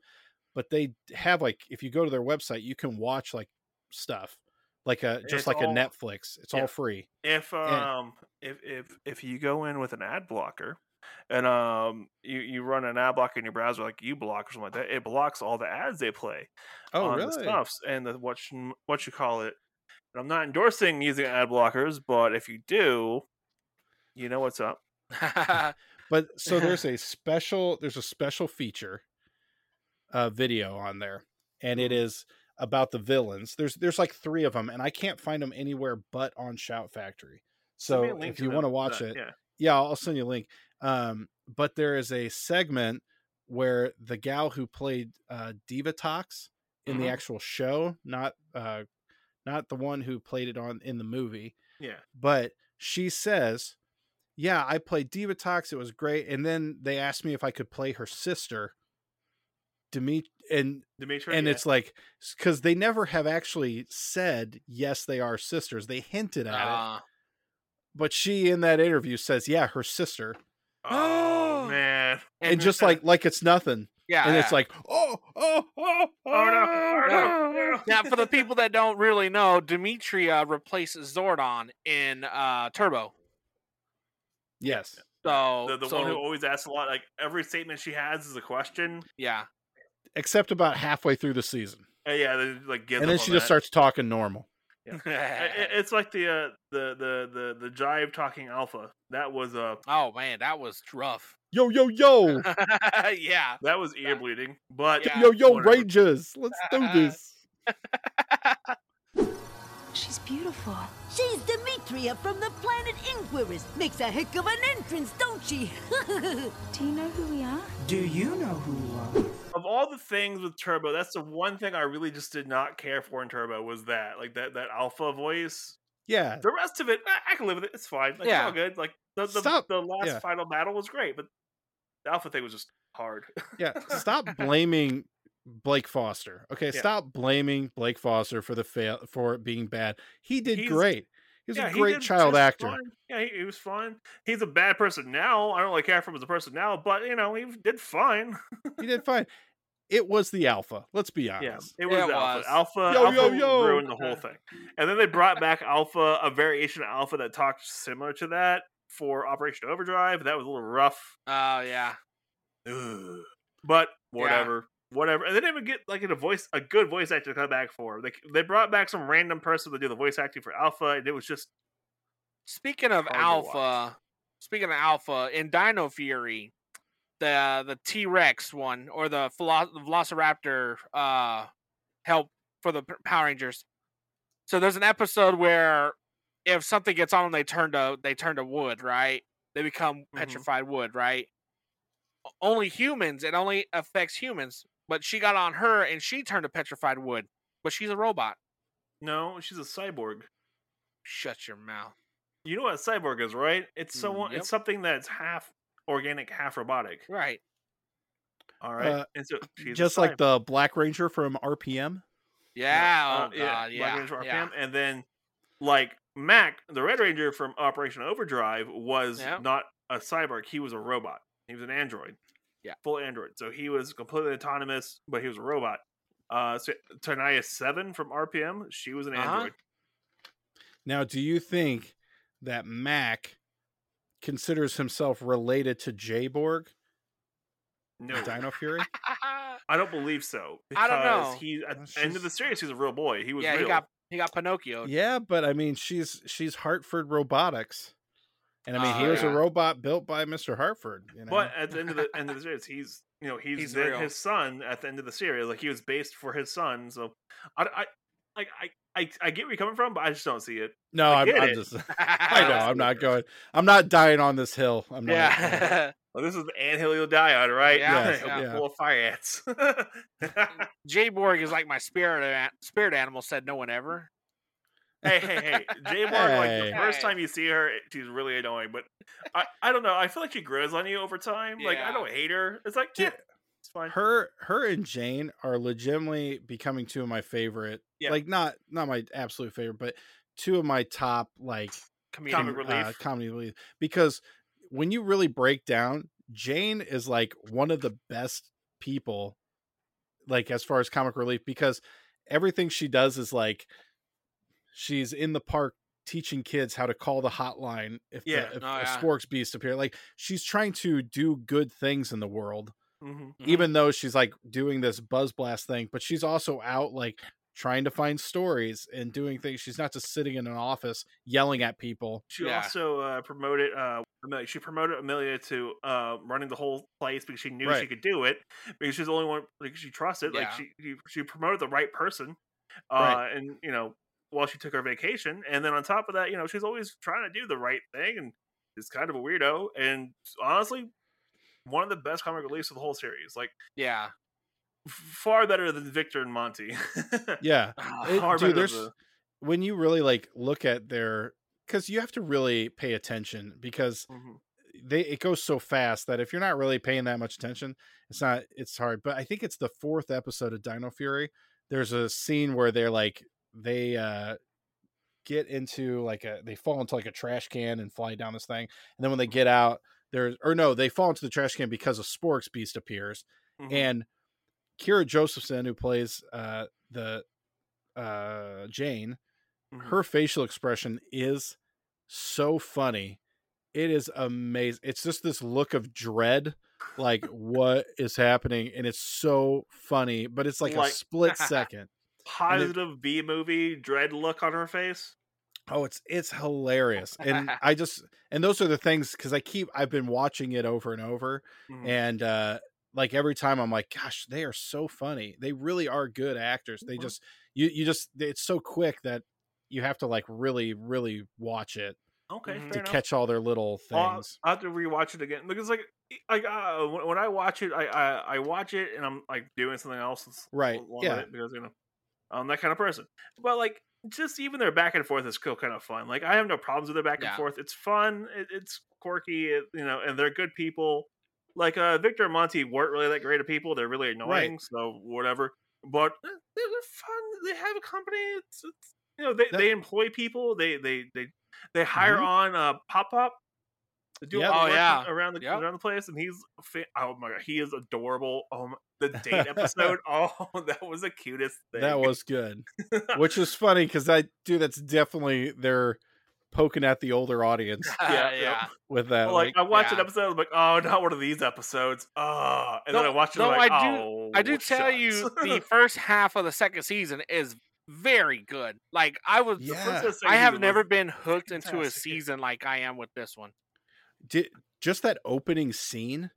Speaker 3: but they have like if you go to their website, you can watch like stuff like a just
Speaker 5: It's
Speaker 3: like
Speaker 5: all-
Speaker 3: a Netflix. It's
Speaker 5: yeah.
Speaker 3: all free.
Speaker 5: If um if if if you go in with an ad blocker and um you you run an ad blocker in your browser like you block or something like that, it blocks all the ads they play.
Speaker 3: Oh
Speaker 5: on
Speaker 3: really?
Speaker 5: the stuffs and the what you, what you call it. And I'm not endorsing using ad blockers, but if you do, you know what's up.
Speaker 3: But
Speaker 5: *laughs*
Speaker 3: so there's a special there's a special feature uh video on there and
Speaker 5: Mm-hmm.
Speaker 3: it is about the villains. There's there's like 3 of them and I can't find them anywhere but on Shout Factory.
Speaker 5: Send
Speaker 3: So
Speaker 5: me a link
Speaker 3: if you
Speaker 5: the-
Speaker 3: want to watch
Speaker 5: that,
Speaker 3: it,
Speaker 5: yeah.
Speaker 3: yeah, I'll I'll send you a link. Um but there is a segment where the gal who played uh Diva Talks in the
Speaker 5: Mhm.
Speaker 3: actual show, not uh not the one who played it on in the movie,
Speaker 5: yeah,
Speaker 3: but she says, "Yeah, I played Diva Talks. It was great." And then they asked me if I could play her sister, Demet, and
Speaker 5: Dimitri,
Speaker 3: and
Speaker 5: yeah.
Speaker 3: it's like because they never have actually said yes they are sisters. They hinted at it,
Speaker 2: Uh,
Speaker 3: but she in that interview says, "Yeah, her sister,"
Speaker 5: oh
Speaker 3: *laughs*
Speaker 5: man,
Speaker 3: and, just like like it's nothing,
Speaker 2: uh, yeah,
Speaker 3: and it's
Speaker 2: yeah.
Speaker 3: like, "Oh, oh, oh, oh,
Speaker 5: oh no, oh, no,
Speaker 3: no."
Speaker 5: no.
Speaker 2: now for the people that don't really know, Dimitri uh, replaced Zordon in uh, Turbo.
Speaker 3: Yes,
Speaker 2: So
Speaker 5: the, the
Speaker 2: so-
Speaker 5: one who always asks a lot. Like every statement she has is a question.
Speaker 2: yeah,
Speaker 3: except about halfway through the season,
Speaker 5: Uh, yeah, they, like gives
Speaker 3: and then
Speaker 5: up on
Speaker 3: she just
Speaker 5: that.
Speaker 3: starts talking normal.
Speaker 5: *laughs* I- I- It's like the uh, the the the the jive talking alpha. That was uh
Speaker 2: oh man, that was rough. *laughs*
Speaker 3: Yo, yo,
Speaker 5: *laughs*
Speaker 3: yo.
Speaker 2: yeah,
Speaker 5: that was ear bleeding, but
Speaker 2: Yeah.
Speaker 3: Yo, yo,
Speaker 5: whatever.
Speaker 3: Rangers, let's
Speaker 5: *laughs*
Speaker 3: do this.
Speaker 8: She's beautiful.
Speaker 9: She's Demetria from the planet Inquiris. Makes a heck of an entrance, don't she? *laughs*
Speaker 8: Do you know who we are?
Speaker 7: Do you know who you are?
Speaker 5: of all the things with Turbo, that's the one thing I really just did not care for in Turbo was that like that that alpha voice.
Speaker 3: Yeah.
Speaker 5: The rest of it, I, I can live with it. It's fine. Like, it's
Speaker 2: Yeah.
Speaker 5: all good. Like the the,
Speaker 3: Stop.
Speaker 5: the last
Speaker 3: Yeah.
Speaker 5: final battle was great, but the alpha thing was just hard. *laughs*
Speaker 3: Yeah. Stop blaming Blake Foster. Okay.
Speaker 5: Yeah.
Speaker 3: Stop blaming Blake Foster for the fail for it being bad. He did
Speaker 5: He's-
Speaker 3: great. He was
Speaker 5: Yeah,
Speaker 3: a
Speaker 5: he
Speaker 3: great
Speaker 5: did
Speaker 3: child
Speaker 5: just
Speaker 3: actor.
Speaker 5: fine. Yeah, he, he was fine. He's a bad person now. I don't really care for him as a person now, but you know he did fine.
Speaker 3: He did fine. It was the alpha. Let's be
Speaker 5: Yeah,
Speaker 3: honest.
Speaker 5: it was
Speaker 2: Yeah, it
Speaker 5: Alpha.
Speaker 2: was.
Speaker 5: Alpha,
Speaker 3: Yo,
Speaker 5: Alpha
Speaker 3: yo, yo.
Speaker 5: ruined the whole thing. And then they brought back Alpha, a variation of Alpha that talked similar to that for Operation Overdrive. That was a little rough,
Speaker 2: oh yeah,
Speaker 5: Ugh. but
Speaker 2: Yeah.
Speaker 5: whatever, whatever. And they didn't even get like a voice, a good voice actor to come back for. They they brought back some random person to do the voice acting for Alpha, and it was just
Speaker 2: Speaking of
Speaker 5: Hard to
Speaker 2: alpha,
Speaker 5: watch.
Speaker 2: speaking of alpha in Dino Fury, the the T Rex one or the, Velo- the Velociraptor uh, help for the P- Power Rangers. So there's an episode where if something gets on them, they turn to they turn to wood, right? They become petrified wood, right? O- Only humans. It only affects humans. But she got on her and she turned to petrified wood. But she's a robot.
Speaker 5: no. She's a cyborg.
Speaker 2: Shut your mouth.
Speaker 5: You know what a cyborg is, right? It's
Speaker 2: Mm,
Speaker 5: someone.
Speaker 2: yep.
Speaker 5: It's something that's half organic, half robotic.
Speaker 2: Right.
Speaker 5: All right,
Speaker 3: Uh,
Speaker 5: and so she's a
Speaker 3: Just like
Speaker 5: cyborg.
Speaker 3: the Black Ranger from RPM.
Speaker 2: Yeah.
Speaker 5: uh,
Speaker 2: Oh god.
Speaker 5: Black
Speaker 2: Yeah.
Speaker 5: Ranger from
Speaker 2: yeah.
Speaker 5: RPM, and then like Mac, the Red Ranger from Operation Overdrive, was
Speaker 2: Yeah.
Speaker 5: not a cyborg; he was a robot. He was an android,
Speaker 2: Yeah.
Speaker 5: full android. So he was completely autonomous, but he was a robot. Uh, so Tanaya Seven from RPM, she was an
Speaker 2: Uh-huh.
Speaker 5: android.
Speaker 3: Now, do you think that Mac considers himself related to Jayborg,
Speaker 5: No, *laughs*
Speaker 3: Dino Fury?
Speaker 5: I don't believe so.
Speaker 2: I don't
Speaker 5: because
Speaker 2: know.
Speaker 5: He at
Speaker 3: Well,
Speaker 5: the end of the
Speaker 3: she's-
Speaker 5: series, he's a real boy. He was
Speaker 2: yeah,
Speaker 5: real.
Speaker 2: he got he got Pinocchio.
Speaker 3: Yeah, but I mean, she's she's Hartford Robotics, and I mean, he
Speaker 2: Oh,
Speaker 3: was a
Speaker 2: yeah.
Speaker 3: robot built by Mister Hartford. You know?
Speaker 5: Ah, But uh, at the end of the end of the series, he's you know he's,
Speaker 2: He's
Speaker 5: the-
Speaker 2: real.
Speaker 5: his son at the end of the series. Like he was based for his son. So I I like I, I I get where you're coming from, but I just don't see it.
Speaker 3: no,
Speaker 5: I
Speaker 3: I'm,
Speaker 5: get
Speaker 3: I'm
Speaker 5: it.
Speaker 3: just. *laughs*
Speaker 2: *laughs*
Speaker 3: I know.
Speaker 5: Let's
Speaker 3: I'm
Speaker 5: go
Speaker 3: not
Speaker 5: first.
Speaker 3: going. I'm not dying on this hill. I'm not.
Speaker 5: *laughs*
Speaker 2: Yeah. *laughs*
Speaker 5: Well, this is the anthill you'll die on, right?
Speaker 2: Yeah,
Speaker 3: Yes, yeah.
Speaker 5: Full of fire ants. *laughs*
Speaker 2: Jay Borg is like my spirit a- spirit animal. Said no one ever.
Speaker 5: hey, hey, hey, Jay Moore, like the
Speaker 3: Hey.
Speaker 5: first time you see her, she's really annoying. But I, I don't know. I feel like she grows on you over time. Like I
Speaker 2: Yeah.
Speaker 5: don't hate her. It's like
Speaker 3: Do-
Speaker 5: yeah, It's fine.
Speaker 3: her her and jane are legitimately becoming two of my favorite
Speaker 5: Yeah.
Speaker 3: like not not my absolute favorite but two of my top like
Speaker 2: Comedic.
Speaker 5: Comic
Speaker 3: com-
Speaker 5: relief.
Speaker 3: uh, comedy relief because when you really break down jane is like one of the best people like as far as comic relief because everything she does is like she's in the park teaching kids how to call the hotline if, the-
Speaker 5: Yeah.
Speaker 3: if
Speaker 2: Oh,
Speaker 3: a
Speaker 2: yeah.
Speaker 3: sporks beast appear like she's trying to do good things in the world
Speaker 5: Mhm.
Speaker 2: Mhm.
Speaker 3: even though she's like doing this buzz blast thing, but she's also out like trying to find stories and doing things. She's not just sitting in an office yelling at people.
Speaker 5: She
Speaker 2: Yeah.
Speaker 5: also uh, promoted uh, Amelia. She promoted Amelia to uh, running the whole place because she knew she
Speaker 3: Right.
Speaker 5: could do it because she's the only one like she trusted. Like
Speaker 2: Yeah.
Speaker 5: she, she she promoted the right person, uh,
Speaker 3: Right.
Speaker 5: and you know while she took her vacation, and then on top of that, you know she's always trying to do the right thing and is kind of a weirdo and honestly one of the best comic reliefs of the whole series. Like
Speaker 2: Yeah.
Speaker 5: f- far better than Victor and Monty.
Speaker 3: *laughs*
Speaker 5: *laughs*
Speaker 3: Yeah. It-
Speaker 5: Far
Speaker 3: dude,
Speaker 5: better
Speaker 3: there's
Speaker 5: than-
Speaker 3: when you really like look at their because you have to really pay attention because
Speaker 5: Mhm.
Speaker 3: they it goes so fast that if you're not really paying that much attention, it's not it's hard. But I think it's the fourth episode of Dino Fury. There's a scene where they're like they uh get into like a they fall into like a trash can and fly down this thing. And then when they get out, there's or no, they fall into the trash can because a Sporks beast appears.
Speaker 5: Mhm.
Speaker 3: And Kira Josephson, who plays uh the uh Jane,
Speaker 5: Mhm.
Speaker 3: her facial expression is so funny. It is amazing. It's just this look of dread, like what is happening, and it's so funny. But it's like,
Speaker 5: Like-
Speaker 3: a
Speaker 5: *laughs*
Speaker 3: split second.
Speaker 5: positive B movie dread look on her face.
Speaker 3: Oh, it's it's hilarious,
Speaker 5: *laughs*
Speaker 3: and I just and those are the things because I keep I've been watching it over and over,
Speaker 5: Mhm.
Speaker 3: and uh like every time I'm like, gosh, they are so funny. They really are good actors. They
Speaker 5: Mhm.
Speaker 3: just you you just it's so quick that you have to like really really watch it
Speaker 5: Okay,
Speaker 2: Mhm.
Speaker 5: fair
Speaker 3: to
Speaker 5: enough.
Speaker 3: catch all their little
Speaker 5: Well, I'll-
Speaker 3: things.
Speaker 5: I'll have to rewatch it again because like e- like uh, when, when I watch it, I, I I watch it and I'm like doing something else, that's
Speaker 3: Right,
Speaker 5: along with
Speaker 3: yeah.
Speaker 5: it because you know I'm that kind of person. But like just even their back and forth is still kind of fun. Like I have no problems with their back
Speaker 2: Yeah.
Speaker 5: and forth. It's fun. It, it's quirky. It, you know, and they're good people. Like uh, Victor and Monty weren't really that great of people. They're really annoying. So whatever. But eh, they're fun. They have a company. It's, it's you know they,
Speaker 3: That-
Speaker 5: they employ people. They they they they hire
Speaker 3: Mhm.
Speaker 5: on uh, Pop Pop to do
Speaker 3: Yep.
Speaker 5: all
Speaker 2: Oh,
Speaker 5: the work
Speaker 2: yeah.
Speaker 5: around the
Speaker 2: Yep.
Speaker 5: around the place, and he's fa- oh my god, he is adorable. Um, the
Speaker 2: *laughs*
Speaker 5: date episode, oh, *laughs* that was the cutest thing.
Speaker 3: That was good, which
Speaker 5: *laughs*
Speaker 3: is funny because I dude, that's definitely they're poking at the older
Speaker 5: *laughs*
Speaker 3: audience
Speaker 5: Yeah,
Speaker 2: Yeah.
Speaker 5: yeah.
Speaker 2: yeah.
Speaker 3: with that.
Speaker 5: like, *laughs* I watched an
Speaker 2: yeah.
Speaker 5: episode, I'm like, oh, not one of these episodes. Oh, and then I
Speaker 2: No,
Speaker 5: watched it,
Speaker 2: no,
Speaker 5: I'm like,
Speaker 2: I do-
Speaker 5: oh,
Speaker 2: I do tell you,
Speaker 5: *laughs*
Speaker 3: *laughs*
Speaker 5: shucks.
Speaker 2: the first half of the second season is very good. Like I was,
Speaker 5: The
Speaker 3: Yeah.
Speaker 5: first episode
Speaker 2: I have
Speaker 5: was
Speaker 2: never been hooked into a
Speaker 5: fantastic.
Speaker 2: season like I am with this one.
Speaker 3: Did just that opening scene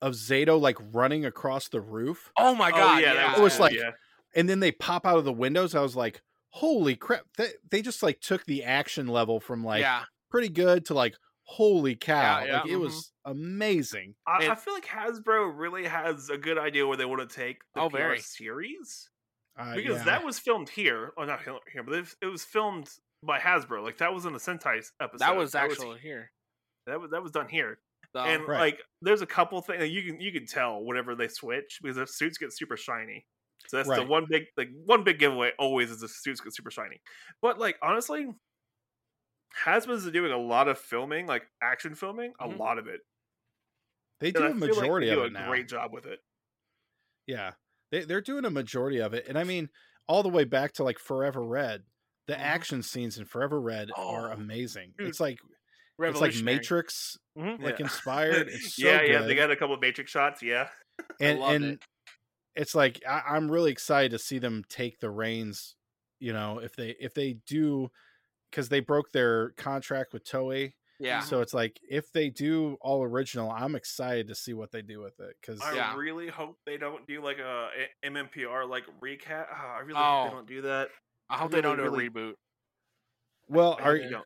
Speaker 3: of Zato like running across the roof,
Speaker 2: Oh my
Speaker 5: Oh,
Speaker 2: god!
Speaker 5: yeah, that
Speaker 3: It was
Speaker 5: cool,
Speaker 3: like-
Speaker 5: yeah.
Speaker 3: and then they pop out of the windows. I was like, holy crap! They, they just like took the action level from like
Speaker 2: yeah,
Speaker 3: pretty good to like holy cow!
Speaker 2: yeah,
Speaker 3: Like it
Speaker 5: mhm.
Speaker 3: was amazing.
Speaker 5: I, I
Speaker 2: it-
Speaker 5: feel like Hasbro really has a good idea where they want to take the
Speaker 2: Oh,
Speaker 5: PR
Speaker 2: very.
Speaker 5: series.
Speaker 3: Uh,
Speaker 5: because
Speaker 3: yeah.
Speaker 5: that was filmed here. Oh, not here- here, but it- it was filmed by Hasbro. Like that was in a Sentai episode.
Speaker 2: that was actually here.
Speaker 5: that was that was done here.
Speaker 2: So,
Speaker 5: and
Speaker 3: Oh, Right.
Speaker 5: like, there's a couple things you can you can tell whenever they switch because the suits get super shiny. So that's the
Speaker 3: Right.
Speaker 5: one big like one big giveaway always is the suits get super shiny. But like honestly, Hasbro's doing a lot of filming, like action filming,
Speaker 2: Mhm.
Speaker 5: a lot of it.
Speaker 3: Mm-hmm. they
Speaker 5: And
Speaker 3: do
Speaker 5: I
Speaker 3: a
Speaker 5: feel like they
Speaker 3: majority
Speaker 5: do
Speaker 3: of
Speaker 5: a
Speaker 3: it now.
Speaker 5: great job with it.
Speaker 3: Yeah. They they're doing a majority of it. And I mean, all the way back to like Forever Red. The
Speaker 5: Mm-hmm.
Speaker 3: action scenes in Forever Red are
Speaker 2: Oh,
Speaker 3: amazing.
Speaker 2: dude.
Speaker 3: It's like it's like
Speaker 2: Revolutionary.
Speaker 3: Matrix
Speaker 2: Mhm.
Speaker 3: like
Speaker 5: Yeah.
Speaker 3: inspired.
Speaker 5: *laughs*
Speaker 3: It's so
Speaker 5: yeah,
Speaker 3: good.
Speaker 5: yeah, they got a couple of Matrix shots. Yeah,
Speaker 3: and
Speaker 2: loved
Speaker 3: and
Speaker 2: it.
Speaker 3: it's like I, I'm really excited to see them take the reins, you know, if they if they do because they broke their contract with Toei.
Speaker 2: Yeah,
Speaker 3: So it's like if they do all original, I'm excited to see what they do with it. Cause
Speaker 5: I
Speaker 2: Yeah.
Speaker 5: really hope they don't do like a a- MMPR like recap. Ah, I really hope
Speaker 2: Oh.
Speaker 5: they don't do that.
Speaker 2: I hope
Speaker 5: really,
Speaker 2: they don't do a
Speaker 5: really-
Speaker 2: reboot.
Speaker 3: well,
Speaker 5: I hope
Speaker 3: are
Speaker 5: they
Speaker 3: you
Speaker 5: don't.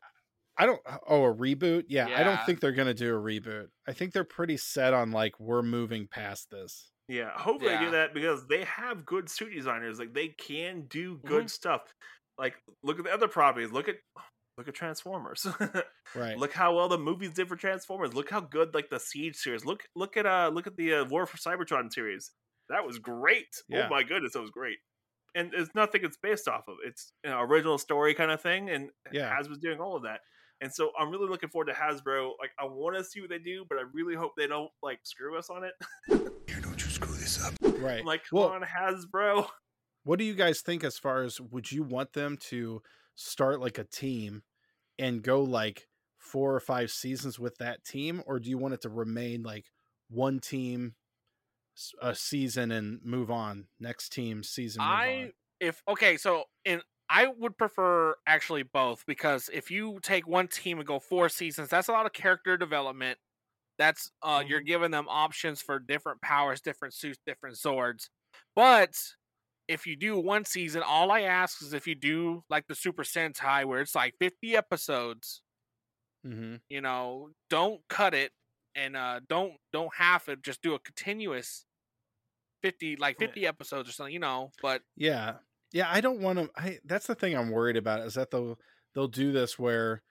Speaker 3: I don't. Oh, a reboot? Yeah, I don't
Speaker 2: Yeah.
Speaker 3: think they're gonna do a reboot. I think they're pretty set on like we're moving past this.
Speaker 5: Yeah, hopefully they
Speaker 2: Yeah.
Speaker 5: do that because they have good suit designers. Like they can do good stuff. Like look at the other properties. Look at Look at Transformers. *laughs*
Speaker 3: Right.
Speaker 5: Look how well the movies did for Transformers. Look how good like the Siege series. Look look at uh look at the uh, War for Cybertron series. That was great.
Speaker 3: Yeah.
Speaker 5: Oh my goodness, that was great. And it's nothing it's based off of. It's an original story kind of thing, and
Speaker 3: Yeah.
Speaker 5: Hasbro's doing all of that. And so I'm really looking forward to Hasbro. Like I want to see what they do, but I really hope they don't like screw us on it.
Speaker 6: Here, don't you screw this up.
Speaker 3: right.
Speaker 5: I'm like, come
Speaker 3: well,
Speaker 5: on, Hasbro. *laughs*
Speaker 3: what do you guys think as far as would you want them to start like a team and go like four or five seasons with that team or do you want it to remain like one team s- a season and move on next team season move
Speaker 2: I if okay, so and I would prefer actually both because if you take one team and go four seasons, that's a lot of character development. That's uh you're giving them options for different powers, different suits, different swords. But if you do one season, all I ask is if you do like the Super Sentai where it's like 50 episodes,
Speaker 3: on. Mhm.
Speaker 2: you know, don't cut it and uh don't don't half it, just do a continuous 50 like
Speaker 5: Yeah.
Speaker 2: 50 episodes or something, you know, but
Speaker 3: yeah yeah i don't want to i that's the thing i'm worried about is that they'll they'll do this where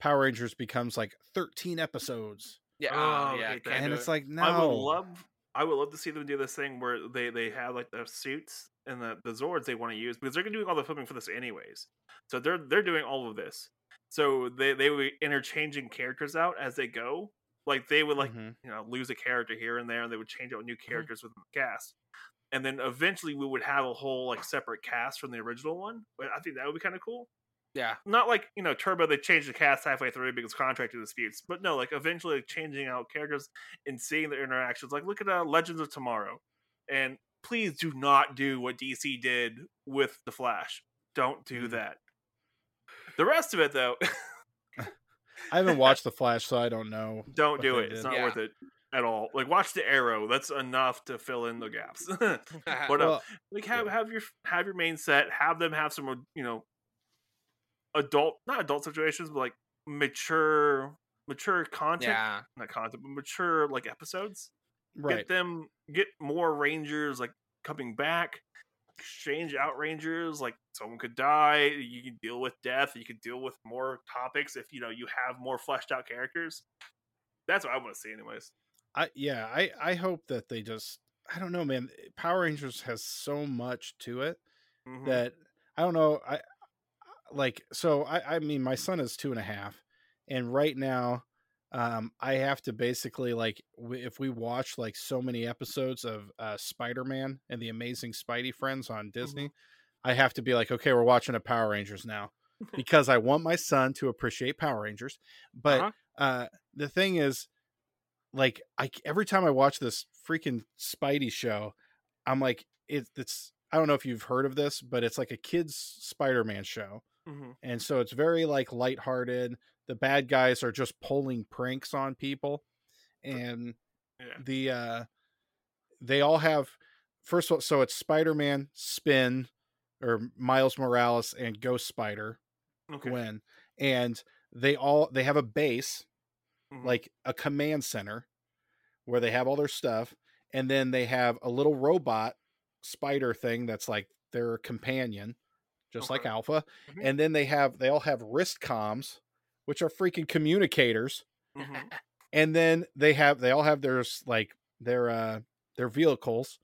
Speaker 3: power rangers becomes like 13 episodes
Speaker 2: Yeah, uh,
Speaker 5: Oh,
Speaker 2: yeah,
Speaker 5: okay,
Speaker 2: can't
Speaker 5: that-
Speaker 3: and
Speaker 2: do
Speaker 3: it's
Speaker 2: it.
Speaker 3: like no
Speaker 5: I would love I would love to see them do this thing where they they have like their suits and the, the Zords they want to use because they're gonna do all the filming for this anyways. So they're they're doing all of this. So they they were interchanging characters out as they go. Like they would like
Speaker 3: Mhm.
Speaker 5: you know lose a character here and there, and they would change out new characters within the cast. And then eventually we would have a whole like separate cast from the original one. But I think that would be kind of cool *laughs*
Speaker 2: yeah, *laughs*
Speaker 5: not like you know Turbo they changed the cast halfway through because contractor disputes, but no, like eventually changing out characters and seeing their interactions. Like look at uh, Legends of Tomorrow, and please do not do what DC did with the Flash. Don't do
Speaker 3: Mhm.
Speaker 5: that. The rest of it though, *laughs*
Speaker 3: i haven't watched the flash so i don't know
Speaker 5: don't
Speaker 3: What
Speaker 5: do
Speaker 3: they
Speaker 5: it. It's
Speaker 3: did.
Speaker 5: not
Speaker 2: Yeah.
Speaker 5: worth it at all. Like watch the Arrow. That's enough to fill in the gaps. *laughs* but uh,
Speaker 3: Well,
Speaker 5: like have have your have your main set have them have some uh, you know adult not adult situations but like mature mature content
Speaker 2: yeah.
Speaker 5: not content but mature like episodes
Speaker 3: right
Speaker 5: get them get more rangers like coming back exchange out rangers like someone could die you can deal with death you can deal with more topics if you know you have more fleshed out characters that's what i want to see anyways
Speaker 3: I yeah, I I hope that they just I don't know, man. eh, Power Rangers has so much to it
Speaker 5: Mhm.
Speaker 3: that I don't know. I like so I I mean my son is two and a half, and right now, um, I have to basically like w- if we watch like so many episodes of uh, Spider Man and the Amazing Spidey Friends on Disney, I have to be like, okay, we're watching a Power Rangers now because I want my son to appreciate Power Rangers, but
Speaker 2: Uh-huh.
Speaker 3: uh the thing is like i c- every time i watch this freaking spidey show i'm like it, it's i don't know if you've heard of this but it's like a kids spider-man show
Speaker 5: Mhm.
Speaker 3: and so it's very like lighthearted the bad guys are just pulling pranks on people and
Speaker 5: Yeah.
Speaker 3: the uh they all have first of all so it's spider-man spin or miles morales and ghost spider
Speaker 5: okay
Speaker 3: gwen and they all they have a base
Speaker 5: Mhm.
Speaker 3: like a command center where they have all their stuff and then they have a little robot spider thing that's like their companion just like
Speaker 5: Okay.
Speaker 3: alpha
Speaker 5: Mhm.
Speaker 3: and then they have they all have wrist comms which are freaking communicators
Speaker 5: Mhm.
Speaker 3: and then they have they all have their s- like their uh their vehicles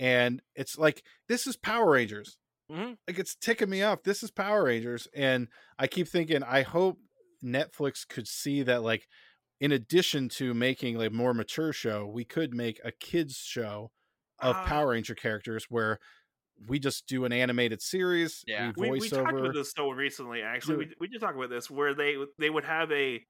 Speaker 3: and it's like this is power rangers
Speaker 5: Mm-hmm.
Speaker 2: Mhm.
Speaker 3: like it's ticking me off this is power rangers and i keep thinking i hope netflix could see that like in addition to making like more mature show we could make a kids show of
Speaker 5: Ah.
Speaker 3: power ranger characters where we just do an animated series
Speaker 2: Yeah.
Speaker 3: we voice
Speaker 5: we, we talked
Speaker 3: over
Speaker 5: about this so recently actually
Speaker 3: Do
Speaker 5: we, we did talk about this where they they would have a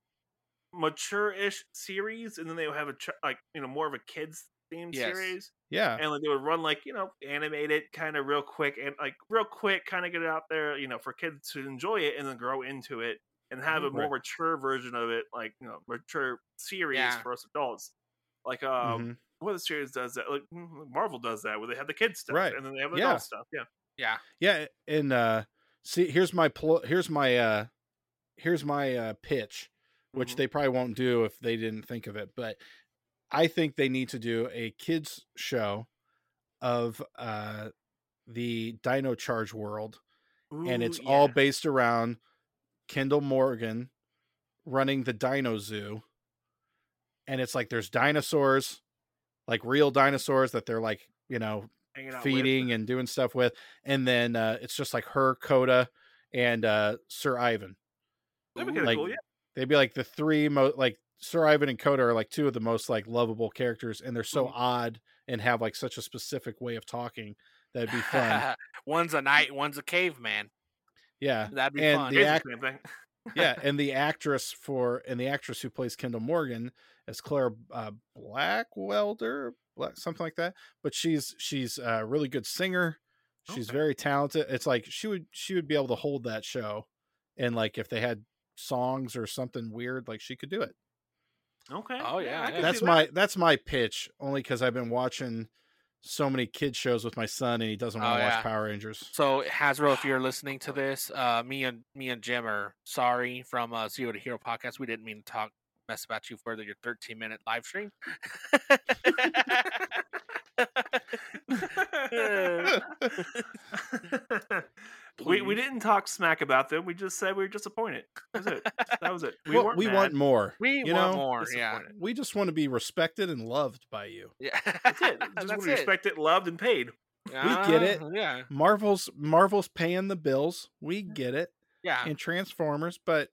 Speaker 5: mature-ish series and then they would have a ch- like you know more of a kids themed
Speaker 2: Yes.
Speaker 5: series
Speaker 3: yeah
Speaker 5: and like they would run like you know animate it kind of real quick and like real quick kind of get it out there you know for kids to enjoy it and then grow into it and have a more
Speaker 3: Mm-hmm. Right.
Speaker 5: mature version of it like you know mature series
Speaker 2: Yeah.
Speaker 5: for us adults like um
Speaker 3: mhm.
Speaker 5: what the series does that like mm, marvel does that where they have the kids stuff
Speaker 3: Right.
Speaker 5: and then they have the
Speaker 3: Yeah.
Speaker 5: adult stuff yeah
Speaker 3: yeah and uh see here's my pl- here's my uh here's my uh pitch which
Speaker 5: Mhm.
Speaker 3: they probably won't do if they didn't think of it but i think they need to do a kids show of uh the dino charge world and
Speaker 5: Ooh,
Speaker 3: it's
Speaker 5: yeah.
Speaker 3: all based around Kendall Morgan running the dino zoo. And it's like there's dinosaurs, like real dinosaurs that they're like, you know,
Speaker 5: Hanging out with-
Speaker 3: feeding and doing stuff with. And then uh, it's just like her, Coda, and uh, Sir Ivan.
Speaker 5: That'd be
Speaker 2: *laughs*
Speaker 5: kinda
Speaker 3: like,
Speaker 5: cool, yeah.
Speaker 3: They'd be like the three most, like Sir Ivan and Coda are like two of the most like lovable characters. And they're so
Speaker 5: Mm-hmm.
Speaker 3: odd and have like such a specific way of talking. That'd be
Speaker 5: *laughs*
Speaker 3: fun.
Speaker 2: one's a knight, one's a caveman.
Speaker 3: yeah.
Speaker 2: That'd be
Speaker 3: And
Speaker 2: fun.
Speaker 3: the
Speaker 5: It's
Speaker 3: act-
Speaker 5: same thing.
Speaker 3: yeah, and the actress for and the actress who plays Kendall Morgan is Claire uh, Blackwelder, Black, something like that. But she's she's a really good singer. She's very talented. It's like she would she would be able to hold that show, and like if they had songs or something weird, like she could do it.
Speaker 5: Okay.
Speaker 2: Oh, yeah,
Speaker 5: I
Speaker 2: yeah.
Speaker 5: can
Speaker 3: That's
Speaker 5: see that.
Speaker 3: my that's my pitch. Only because I've been watching so many kid shows with my son, and he doesn't want
Speaker 2: Oh,
Speaker 3: to
Speaker 2: yeah.
Speaker 3: watch Power Rangers.
Speaker 2: So Hasbro, if
Speaker 3: *sighs*
Speaker 2: you're listening to this, uh, me and me and Jim are sorry from uh, Zero to Hero podcast. We didn't mean to talk mess about you for your 13 minute live
Speaker 3: *laughs*
Speaker 2: stream. *laughs*
Speaker 5: *laughs* we we
Speaker 2: Please.
Speaker 5: didn't talk smack about them. We just said we were disappointed. That was it.
Speaker 3: *laughs*
Speaker 5: That was it. We
Speaker 3: Well,
Speaker 5: weren't
Speaker 3: we
Speaker 5: mad.
Speaker 3: want more.
Speaker 2: we
Speaker 3: You
Speaker 2: want
Speaker 3: know,
Speaker 2: more, yeah,
Speaker 5: disappointed.
Speaker 3: We just want to be respected and loved by you.
Speaker 2: yeah. *laughs*
Speaker 5: That's it. Just want
Speaker 2: That's
Speaker 5: to
Speaker 2: it.
Speaker 5: respect it, loved, and paid.
Speaker 3: We get it.
Speaker 2: Uh, Yeah,
Speaker 3: Marvel's Marvel's paying the bills. We get it.
Speaker 2: yeah. Ah.
Speaker 3: And Transformers, but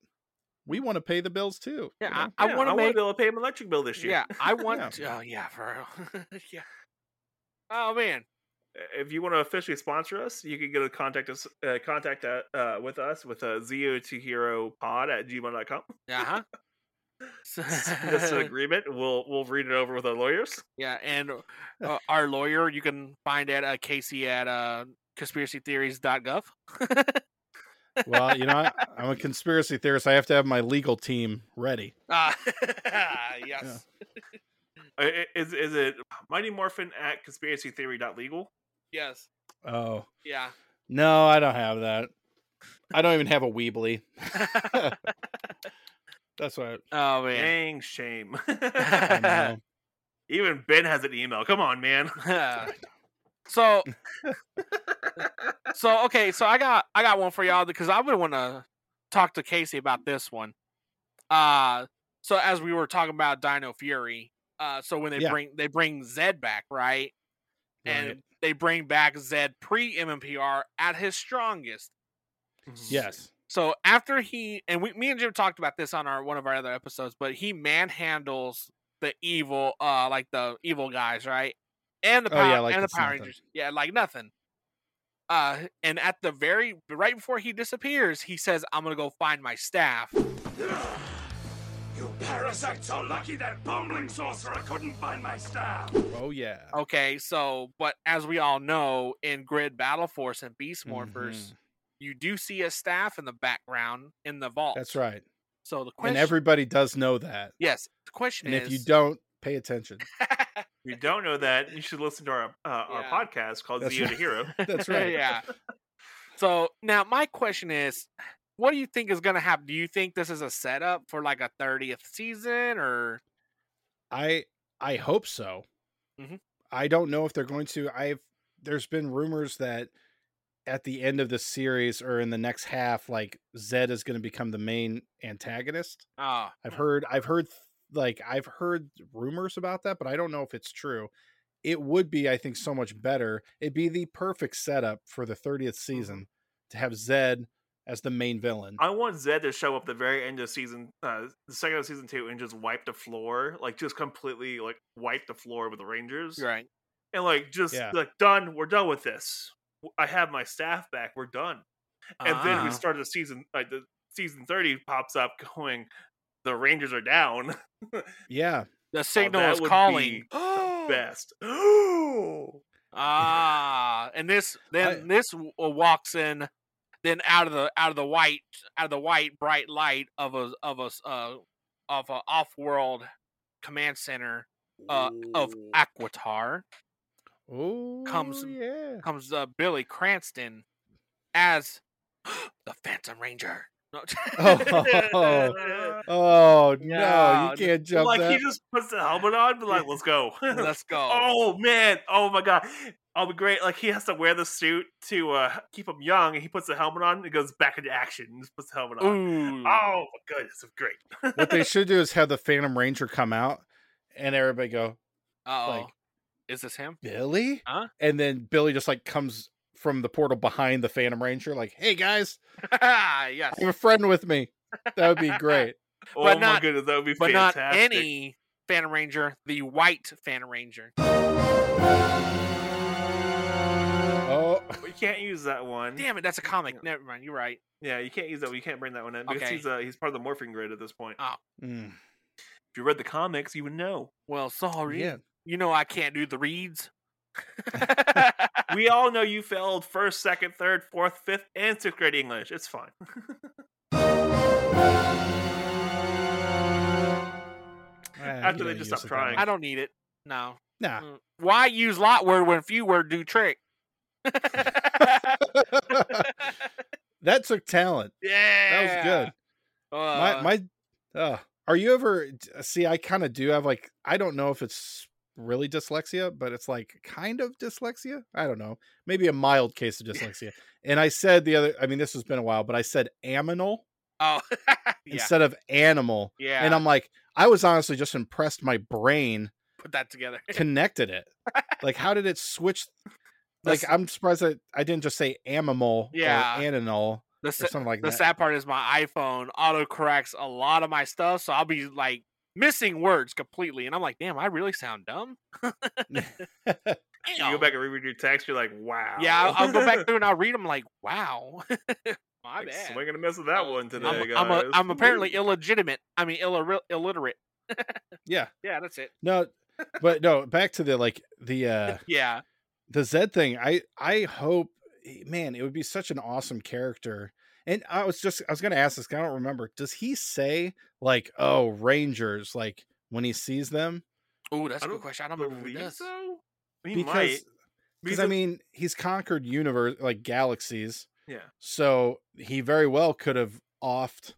Speaker 3: we want to pay the bills too.
Speaker 2: *laughs* yeah,
Speaker 3: you know?
Speaker 2: I,
Speaker 5: Yeah,
Speaker 2: want to
Speaker 5: wanna
Speaker 2: make.
Speaker 5: be able to pay my electric bill this year.
Speaker 2: Yeah, I want. Yeah. Oh yeah, for real. *laughs* yeah. Oh man,
Speaker 5: if you want to officially sponsor us, you can go to contact us, uh, contact uh, uh, with us with a uh, zo2hero pod at gmail.com.
Speaker 2: uh
Speaker 5: That's an
Speaker 2: *laughs* huh.
Speaker 5: agreement. We'll we'll read it over with our lawyers.
Speaker 2: Yeah, and uh, our lawyer you can find at uh, Casey at uh, conspiracytheories.gov.
Speaker 3: Well, you know, I, I'm a conspiracy theorist. I have to have my legal team ready.
Speaker 2: Ah, *laughs* yes.
Speaker 5: Uh, i- Is is it Mighty Morphin at conspiracytheory.legal?
Speaker 2: Yes.
Speaker 3: Oh
Speaker 2: Yeah.
Speaker 3: no, I don't have that. I don't even have
Speaker 2: *laughs*
Speaker 3: a Weebly. That's what
Speaker 2: Oh man. *laughs*
Speaker 5: Dang shame.
Speaker 3: I,
Speaker 5: *laughs*
Speaker 3: I know.
Speaker 5: Even Ben has an email. Come on, man.
Speaker 2: *laughs* so So okay, so I got I got one for y'all because I would want to talk to Casey about this one. Uh so as we were talking about Dino Fury, uh so when they
Speaker 3: Yeah.
Speaker 2: bring they bring Zed back, right? And
Speaker 3: Right.
Speaker 2: they bring back Zed pre MMPR at his strongest.
Speaker 3: Yes.
Speaker 2: So after he and we, me and Jim talked about this on our one of our other episodes, but he manhandles the evil, uh, like the evil guys, right? And the
Speaker 3: Oh,
Speaker 2: power,
Speaker 3: yeah, like
Speaker 2: and the
Speaker 3: it's
Speaker 2: Power
Speaker 3: nothing.
Speaker 2: Rangers, yeah, like nothing. Uh, and at the very right before he disappears, he says, "I'm gonna go find my staff."
Speaker 7: You parasites are lucky that bumbling sorcerer couldn't find my staff.
Speaker 3: Oh yeah.
Speaker 2: Okay, so but as we all know, in Grid Battle Force and Beast Morphers,
Speaker 3: Mhm.
Speaker 2: you do see a staff in the background in the vault.
Speaker 3: That's right.
Speaker 2: So the question,
Speaker 3: And everybody does know that.
Speaker 2: yes, the question
Speaker 3: And
Speaker 2: is,
Speaker 3: if you don't pay attention,
Speaker 2: *laughs*
Speaker 5: If you don't know that, you should listen to our uh, our
Speaker 2: Yeah.
Speaker 5: podcast called
Speaker 3: That's
Speaker 5: Zio to
Speaker 3: right.
Speaker 5: Hero.
Speaker 2: *laughs*
Speaker 3: that's right.
Speaker 2: yeah. So now my question is, what do you think is going to happen? Do you think this is a setup for like a 30th season or?
Speaker 3: I I hope so.
Speaker 2: Mhm.
Speaker 3: I don't know if they're going to. I've there's been rumors that at the end of the series or in the next half, like Zed is going to become the main antagonist.
Speaker 2: Oh,
Speaker 3: I've heard. I've heard like I've heard rumors about that, but I don't know if it's true. It would be, I think, so much better. It'd be the perfect setup for the 30th season to have Zed as the main villain.
Speaker 5: I want Zed to show up the very end of season, uh, the second of season two, and just wipe the floor, like just completely like wipe the floor with the Rangers,
Speaker 2: you're right.
Speaker 5: and like just
Speaker 3: Yeah.
Speaker 5: like done. We're done with this. W- I have my staff back. We're done. And then we
Speaker 2: Ah.
Speaker 5: start the season. Like the season thirty pops up, going, the Rangers are down.
Speaker 3: yeah,
Speaker 2: the signal
Speaker 5: that
Speaker 2: is
Speaker 5: would be
Speaker 2: calling. *gasps*
Speaker 5: Best. Ooh.
Speaker 2: ah, and this then this w- uh, walks in, then out of the out of the white out of the white bright light of a of a s- uh, of a off world command center uh, of Aquatar.
Speaker 3: oh,
Speaker 2: Comes-
Speaker 3: yeah.
Speaker 2: comes uh, Billy Cranston as *gasps* the Phantom Ranger. No. *laughs*
Speaker 3: Oh,
Speaker 5: *laughs*
Speaker 3: Oh no,
Speaker 2: Yeah,
Speaker 3: you can't jump
Speaker 5: like
Speaker 3: that. *laughs*
Speaker 5: *laughs* he just puts the helmet on, but like, let's go.
Speaker 2: Let's go.
Speaker 5: Oh man! Oh my god! I'll be great. Like he has to wear the suit to uh, keep him young, and he puts the helmet on and goes back into action. And just puts the helmet on.
Speaker 2: Ooh.
Speaker 5: Oh my goodness, it's *laughs* great.
Speaker 3: what they should do is have the Phantom Ranger come out and everybody go,
Speaker 2: Uh-oh.
Speaker 3: like-
Speaker 2: Is this him? *laughs*
Speaker 3: Billy?
Speaker 5: Uh-huh.
Speaker 2: Huh?
Speaker 3: And then Billy just like comes from the portal behind the Phantom Ranger, like, hey
Speaker 5: *laughs*
Speaker 3: guys,
Speaker 2: yes.
Speaker 3: I have a friend with me. That would be great.
Speaker 5: oh
Speaker 2: But
Speaker 5: my
Speaker 2: not-
Speaker 5: goodness, that would be
Speaker 2: But
Speaker 5: fantastic.
Speaker 2: not any Phantom Ranger, the white Phantom Ranger.
Speaker 3: Hmm. Oh,
Speaker 5: But You can't use that one.
Speaker 2: Damn it, that's a comic. Never mind, you're right.
Speaker 5: Yeah, you can't use that. one. You can't bring that one in because
Speaker 2: Okay.
Speaker 5: he's uh, he's part of the morphing grid at this point.
Speaker 2: Ah.
Speaker 3: mm,
Speaker 5: If you read the comics, you would know.
Speaker 2: *laughs* Well, sorry.
Speaker 5: *laughs*
Speaker 3: yeah.
Speaker 2: You know I can't do the
Speaker 3: *laughs*
Speaker 2: reads. *laughs*
Speaker 5: we all know you failed first, second, third, fourth, fifth, and sixth grade English. It's fine.
Speaker 3: Ah,
Speaker 5: After they just stop trying.
Speaker 2: I don't need it. No.
Speaker 3: Nah.
Speaker 2: Mm. Why use lot word when few word do
Speaker 3: *laughs*
Speaker 2: trick? *laughs*
Speaker 3: that took talent.
Speaker 2: yeah.
Speaker 3: That was good.
Speaker 2: Uh,
Speaker 3: my my uh are you ever d- uh, see i kind of do have like i don't know if it's really dyslexia but it's like kind of dyslexia i don't know maybe a mild
Speaker 2: *laughs*
Speaker 3: case of dyslexia and i said the other i mean this has been a while but i said aminal
Speaker 2: Oh. *laughs* yeah.
Speaker 3: instead of animal
Speaker 2: Yeah.
Speaker 3: and i'm like i was honestly just impressed my
Speaker 2: *laughs*
Speaker 3: brain
Speaker 2: put that
Speaker 5: *laughs*
Speaker 2: together.
Speaker 3: connected it like how did it switch like
Speaker 2: That's-
Speaker 3: i'm surprised that i didn't just say animal
Speaker 2: Yeah.
Speaker 3: or aninal
Speaker 2: The,
Speaker 3: or
Speaker 2: sa-
Speaker 3: something like
Speaker 2: the
Speaker 3: that
Speaker 2: sad part is my iPhone auto corrects a lot of my stuff, so I'll be like missing words completely, and I'm like, damn, I really sound dumb.
Speaker 5: *laughs*
Speaker 2: *laughs*
Speaker 5: You go
Speaker 2: Damn.
Speaker 5: back and reread your text. You're like, wow.
Speaker 2: Yeah, I'll, I'll go
Speaker 5: *laughs*
Speaker 2: back through and I'll read them like, wow. *laughs* my
Speaker 5: like,
Speaker 2: bad.
Speaker 5: swinging a miss with that one today,
Speaker 2: I'm,
Speaker 5: guys.
Speaker 2: I'm, a, I'm apparently
Speaker 5: Woo.
Speaker 2: illegitimate. I mean, illiter- illiterate. *laughs*
Speaker 3: yeah
Speaker 2: Yeah, that's it.
Speaker 3: no but no back to the like the uh
Speaker 2: Yeah.
Speaker 3: the Zed thing, I I hope eh, man, it would be such an awesome character. And I was just I was gonna ask this, 'cause I don't remember. Does he say like, oh, Rangers, like when he sees them?
Speaker 2: Oh, that's
Speaker 5: I
Speaker 2: a good
Speaker 5: don't
Speaker 2: question. I don't remember who
Speaker 5: Believe
Speaker 2: does.
Speaker 5: so? He might.
Speaker 3: Because because I
Speaker 5: Because-
Speaker 3: mean he's conquered universe like galaxies.
Speaker 5: Yeah.
Speaker 3: So he very well could have offed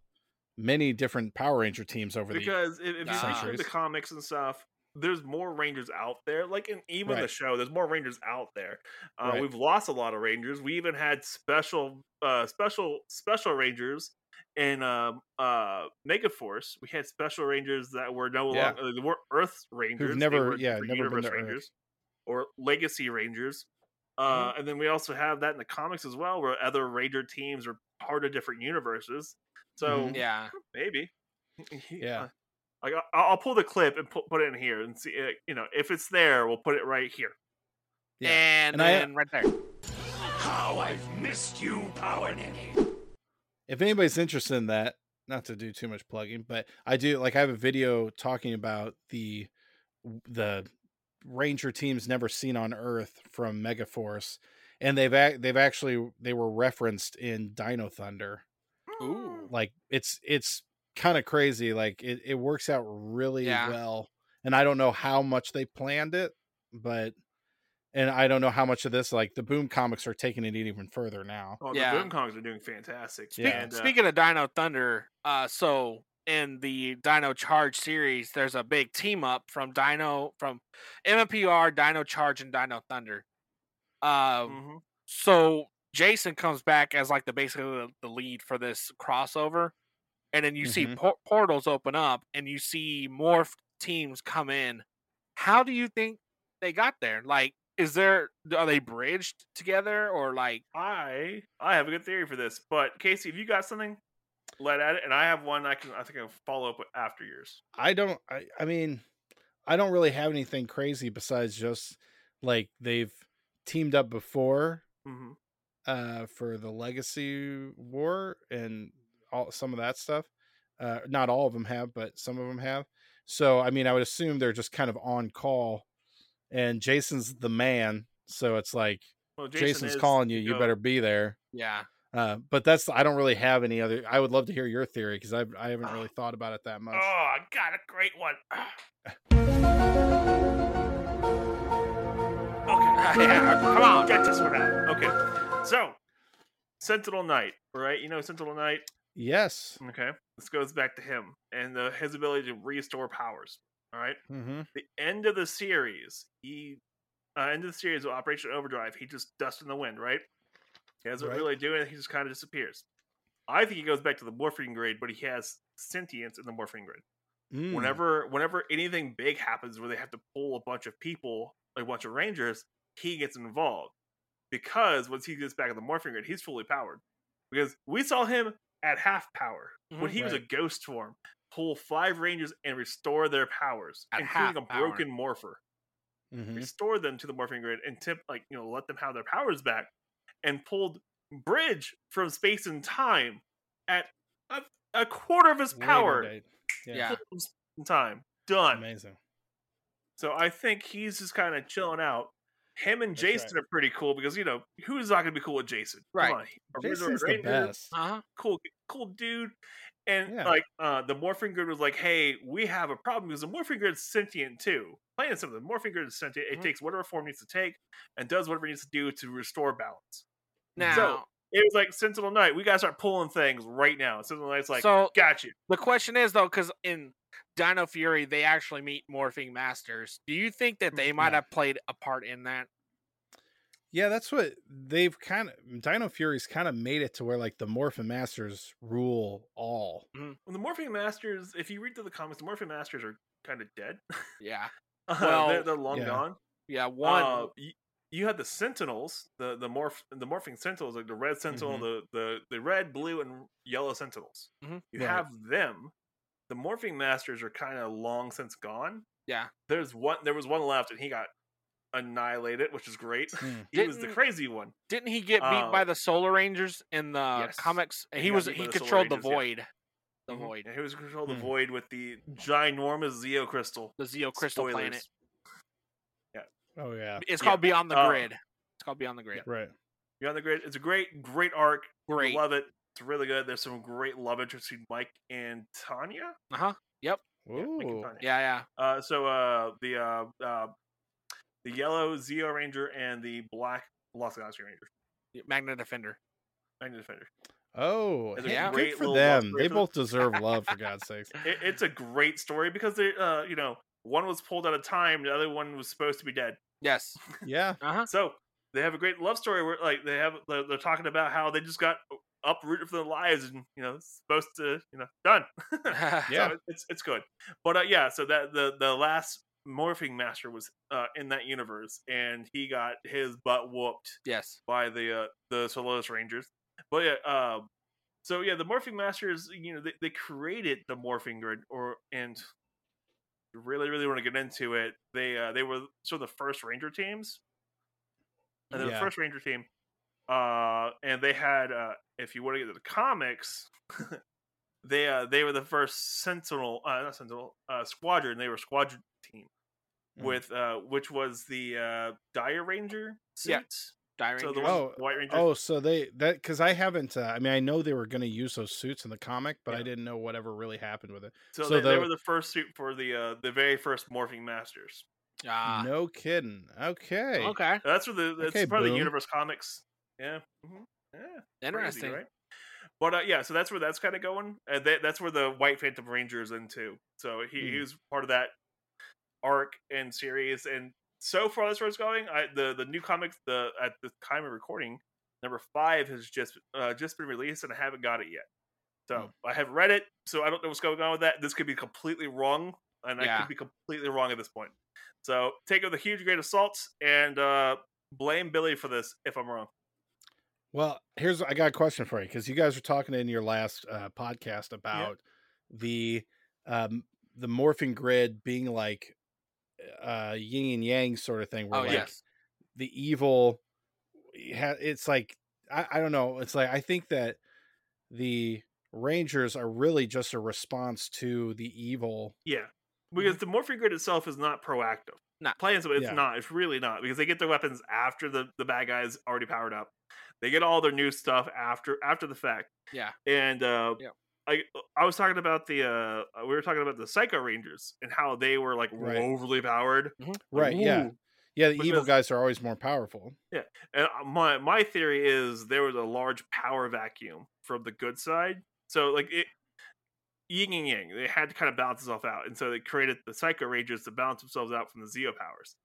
Speaker 3: many different Power Ranger teams over the
Speaker 5: because if, if you read through the
Speaker 3: centuries.
Speaker 5: comics and stuff there's more rangers out there like in even the
Speaker 3: Right.
Speaker 5: show there's more rangers out there uh,
Speaker 3: Right.
Speaker 5: we've lost a lot of rangers we even had special uh special special rangers in um uh mega force we had special rangers that were no
Speaker 3: Yeah.
Speaker 5: longer they weren't earth rangers they
Speaker 3: never-
Speaker 5: were
Speaker 3: yeah,
Speaker 5: different
Speaker 3: never been
Speaker 5: universe
Speaker 3: to Earth. Mm-hmm.
Speaker 5: rangers or legacy rangers uh, and then we also have that in the comics as well where other ranger teams are part of different universes so
Speaker 3: Mhm.
Speaker 2: Yeah.
Speaker 5: maybe He-
Speaker 3: Yeah.
Speaker 5: uh, like I- I'll, I'll pull the clip and put, put it in here and see uh, you know if it's there we'll put it right here
Speaker 3: Yeah.
Speaker 2: And,
Speaker 3: And I-
Speaker 2: then right there.
Speaker 7: How I've missed you, Power Nanny.
Speaker 3: if anybody's interested in that, not to do too much plugging, but I do like I have a video talking about the the Ranger teams never seen on Earth from Megaforce, and they've ac- they've actually they were referenced in Dino Thunder.
Speaker 2: Ooh.
Speaker 3: Like it's it's kind of crazy. Like it it works out really
Speaker 2: Yeah.
Speaker 3: well, and I don't know how much they planned it, but. And I don't know how much of this, like the Boom comics, are taking it even further now.
Speaker 5: oh
Speaker 2: Yeah.
Speaker 5: the boomkongs are doing fantastic
Speaker 3: Speak-
Speaker 5: and, uh,
Speaker 2: Speaking of Dino Thunder, uh, so in the Dino Charge series, there's a big team up from Dino from MPR, Dino Charge, and Dino Thunder. Um,
Speaker 5: mhm.
Speaker 2: so Jason comes back as like the basically the, the lead for this crossover, and then you see
Speaker 5: Mm-hmm.
Speaker 3: Mhm.
Speaker 2: por- portals open up and you see morphed teams come in. How do you think they got there? Like, is there are they bridged together or like?
Speaker 5: i i have a good theory for this but casey if you got something let at it and i have one i can i think i'll follow up with after yours
Speaker 3: I don't I, I mean I don't really have anything crazy besides just like they've teamed up before
Speaker 5: hmm
Speaker 3: uh for the legacy war and all some of that stuff. Uh not all of them have, but some of them have. So I mean I would assume they're just kind of on call and Jason's the man, so it's like
Speaker 5: well
Speaker 3: Jason's
Speaker 5: is
Speaker 3: calling you,
Speaker 5: to
Speaker 3: you
Speaker 5: go.
Speaker 3: better be there.
Speaker 2: Yeah,
Speaker 3: Uh but that's I don't really have any other I would love to hear your theory cuz I I haven't
Speaker 5: *sighs*
Speaker 3: really thought about it that
Speaker 5: oh
Speaker 3: much.
Speaker 5: i got a great one *sighs* okay
Speaker 2: come on.
Speaker 5: get this one out okay so sentinel knight right you know sentinel knight
Speaker 3: Yes.
Speaker 5: Okay. This goes back to him and the, his
Speaker 3: mm-hmm.
Speaker 5: ability to restore powers. All right.
Speaker 3: Mhm.
Speaker 5: The end of the series, he uh, end of the series with Operation Overdrive, he just dust in the wind, right? He doesn't
Speaker 3: Right.
Speaker 5: really do anything. He just kind of disappears. I think he goes back to the morphine grade, but he has sentience in the morphine grade.
Speaker 2: Hmm.
Speaker 3: Mm.
Speaker 5: Whenever, whenever anything big happens where they have to pull a bunch of people, like a bunch of rangers, he gets involved because once he gets back in the morphine grid, he's fully powered. Because we saw him at half power when
Speaker 2: Mhm.
Speaker 5: he was a
Speaker 3: Right.
Speaker 5: ghost form, pull five rangers and restore their powers,
Speaker 2: At half
Speaker 5: including a
Speaker 2: power. Mm-hmm.
Speaker 5: broken morpher
Speaker 3: Mhm.
Speaker 5: restore them to the morphing grid and tip like you know let them have their powers back and pulled bridge from space and time at a, a quarter of his
Speaker 3: Later
Speaker 5: power
Speaker 3: date. Yeah.
Speaker 2: Yeah.
Speaker 5: From space and time done
Speaker 3: Amazing.
Speaker 5: so i think he's just kind of chilling out him and
Speaker 3: That's right.
Speaker 5: jason are pretty cool because you know who's not gonna be cool with jason
Speaker 2: Right.
Speaker 5: Come on, a Red
Speaker 3: Jason's the
Speaker 5: Ranger,
Speaker 3: best.
Speaker 2: Uh-huh.
Speaker 5: cool cool dude and
Speaker 3: Yeah.
Speaker 5: like uh the morphing grid was like hey we have a problem because the morphing grid is sentient too plain and simple the morphing grid is sentient it
Speaker 3: Mm-hmm.
Speaker 2: Mhm.
Speaker 5: takes whatever form it needs to take and does whatever it needs to do to restore balance
Speaker 2: Now,
Speaker 5: it was like sentinel knight we gotta start pulling things right now sentinel knight's like
Speaker 2: so
Speaker 5: got you
Speaker 2: the question is though, because in Dino Fury they actually meet Morphing Masters. Do you think
Speaker 5: Mm,
Speaker 2: that they might
Speaker 3: Yeah.
Speaker 2: have played a part in that?
Speaker 3: Yeah, that's what they've kind of Dino Fury's kind of made it to where like the Morphin Masters rule all.
Speaker 5: Well, the morphing masters if you read through the comics the morphing masters are kind of dead *laughs*
Speaker 2: Yeah,
Speaker 5: Uh,
Speaker 2: Well,
Speaker 5: they're, they're long
Speaker 3: yeah.
Speaker 5: gone
Speaker 2: yeah. One,
Speaker 5: Uh, you, you had the Sentinels, the the morph the morphing Sentinels, like the red Sentinel,
Speaker 2: Mm-hmm.
Speaker 3: Mhm.
Speaker 5: the, the the red, blue, and yellow Sentinels.
Speaker 2: Mhm.
Speaker 5: You
Speaker 3: Right.
Speaker 5: have them. The morphing masters are kind of long since gone.
Speaker 2: yeah.
Speaker 5: There's one. There was one left, and he got annihilated, which is great.
Speaker 3: Mm.
Speaker 5: *laughs* he was the
Speaker 2: Didn't-
Speaker 5: crazy one.
Speaker 2: Didn't he get beat by
Speaker 5: Uh,
Speaker 2: the Solar Rangers in the
Speaker 5: yes.
Speaker 2: comics?
Speaker 5: He
Speaker 2: he
Speaker 5: got
Speaker 2: was
Speaker 5: beat by
Speaker 2: he
Speaker 5: the Solar
Speaker 2: controlled the
Speaker 5: Rangers, yeah.
Speaker 2: void, the
Speaker 5: Mhm.
Speaker 2: void, Hmm.
Speaker 5: And he was controlled
Speaker 3: Mm.
Speaker 5: the void with the ginormous Zeo crystal.
Speaker 2: the Zeo Crystal
Speaker 5: Spoilers.
Speaker 2: Planet.
Speaker 3: Oh yeah.
Speaker 2: It's
Speaker 5: Yeah.
Speaker 2: called Beyond the
Speaker 5: Uh,
Speaker 2: Grid. It's called Beyond the Grid.
Speaker 3: Right.
Speaker 5: You're on the grid. It's a great, great arc. We
Speaker 2: Great.
Speaker 5: Love it. It's really good. There's some great love interest between Mike and Tanya.
Speaker 2: Uh huh.
Speaker 5: Yeah, Mike and
Speaker 3: Ooh.
Speaker 5: Tanya.
Speaker 2: Yeah, yeah.
Speaker 5: Uh, so uh, the uh, uh, the yellow Zeo Ranger and the black Lost Galaxy Ranger,
Speaker 2: Y- Magna Defender.
Speaker 5: Magnet Defender.
Speaker 3: Oh,
Speaker 5: It's a
Speaker 3: hey,
Speaker 5: great
Speaker 3: good for
Speaker 5: little
Speaker 3: them. They
Speaker 5: illustration.
Speaker 3: both deserve love for God's
Speaker 5: *laughs*
Speaker 3: sakes.
Speaker 5: It, it's a great story because they, uh, you know, one was pulled out of time, the other one was supposed to be dead. *laughs*
Speaker 2: Yes. *laughs*
Speaker 3: Yeah.
Speaker 2: Uh huh.
Speaker 5: So they have a great love story where, like, they have they're, they're talking about how they just got uprooted from their lives and you know supposed to you know done. *laughs*
Speaker 3: Yeah.
Speaker 5: So it- it's it's good. But uh, yeah, so that the the last morphing master was uh, in that universe and he got his butt whooped
Speaker 2: yes.
Speaker 5: by the uh, the Solaris Rangers. But yeah, uh, so yeah, the Morphing Masters, you know, they, they created the Morphing Grid, or and really, really want to get into it. They uh, they were sort of the first Ranger teams, and they're
Speaker 3: Yeah.
Speaker 5: the first Ranger team. Uh, and they had, uh, if you want to get to the comics, *laughs* they uh, they were the first Sentinel, uh, not Sentinel, uh, Squadron. They were Squadron team
Speaker 3: Mm.
Speaker 5: with uh, which was the uh, Dire Ranger suits.
Speaker 2: Yeah. Dire
Speaker 5: So the
Speaker 2: Rangers.
Speaker 5: ones
Speaker 3: Oh,
Speaker 5: with the White Ranger.
Speaker 3: Oh, so they that because I haven't. Uh, I mean, I know they were going to use those suits in the comic, but I
Speaker 5: Yeah.
Speaker 3: didn't know whatever really happened with it.
Speaker 5: so,
Speaker 3: so
Speaker 5: they, they
Speaker 3: the-
Speaker 5: were the first suit for the uh, the very first Morphing Masters.
Speaker 2: Ah,
Speaker 3: no kidding. Okay.
Speaker 2: Okay.
Speaker 5: That's where the that's
Speaker 3: Okay,
Speaker 5: part of the
Speaker 3: Boom.
Speaker 5: Universe Comics. Yeah, hmm yeah,
Speaker 2: Interesting.
Speaker 5: crazy, right? But uh, yeah, so that's where that's kind of going, and that, that's where the White Phantom Ranger is into. So he,
Speaker 3: Mhm.
Speaker 2: Mm.
Speaker 5: he was part of that arc and series, and so far that's where it's going. I, the the new comics, the at the time of recording, number five has just uh, just been released, and I haven't got it yet. So
Speaker 2: Hmm.
Speaker 5: I have read it, so I don't know what's going on with that. This could be completely wrong, and I
Speaker 2: Yeah.
Speaker 5: could be completely wrong at this point. So take it with a huge grain of salt, and uh, blame Billy for this if I'm wrong.
Speaker 3: Well, here's I got a question for you because you guys were talking in your last uh, podcast about the um, the morphing grid being like uh, yin and yang sort of thing. Where
Speaker 2: Oh
Speaker 3: like,
Speaker 2: yes.
Speaker 3: the evil ha- it's like I, I don't know it's like i think that the rangers are really just a response to the evil
Speaker 5: Yeah. Because the Morphing Grid itself is not proactive.
Speaker 2: No.
Speaker 5: Playing it's
Speaker 3: Yeah.
Speaker 5: not. It's really not. Because they get their weapons after the, the bad guys already powered up. They get all their new stuff after after the fact.
Speaker 2: Yeah.
Speaker 5: And uh
Speaker 2: Yep.
Speaker 5: I I was talking about the uh we were talking about the Psycho Rangers and how they were like
Speaker 3: Right.
Speaker 5: overly powered.
Speaker 3: right yeah
Speaker 5: Ooh.
Speaker 3: yeah the evil
Speaker 5: Because-
Speaker 3: guys are always more powerful
Speaker 5: And uh, my my theory is there was a large power vacuum from the good side. So like it yin and yang. They had to kind of balance itself out. And so they created the Psycho Rangers to balance themselves out from the Zeo powers.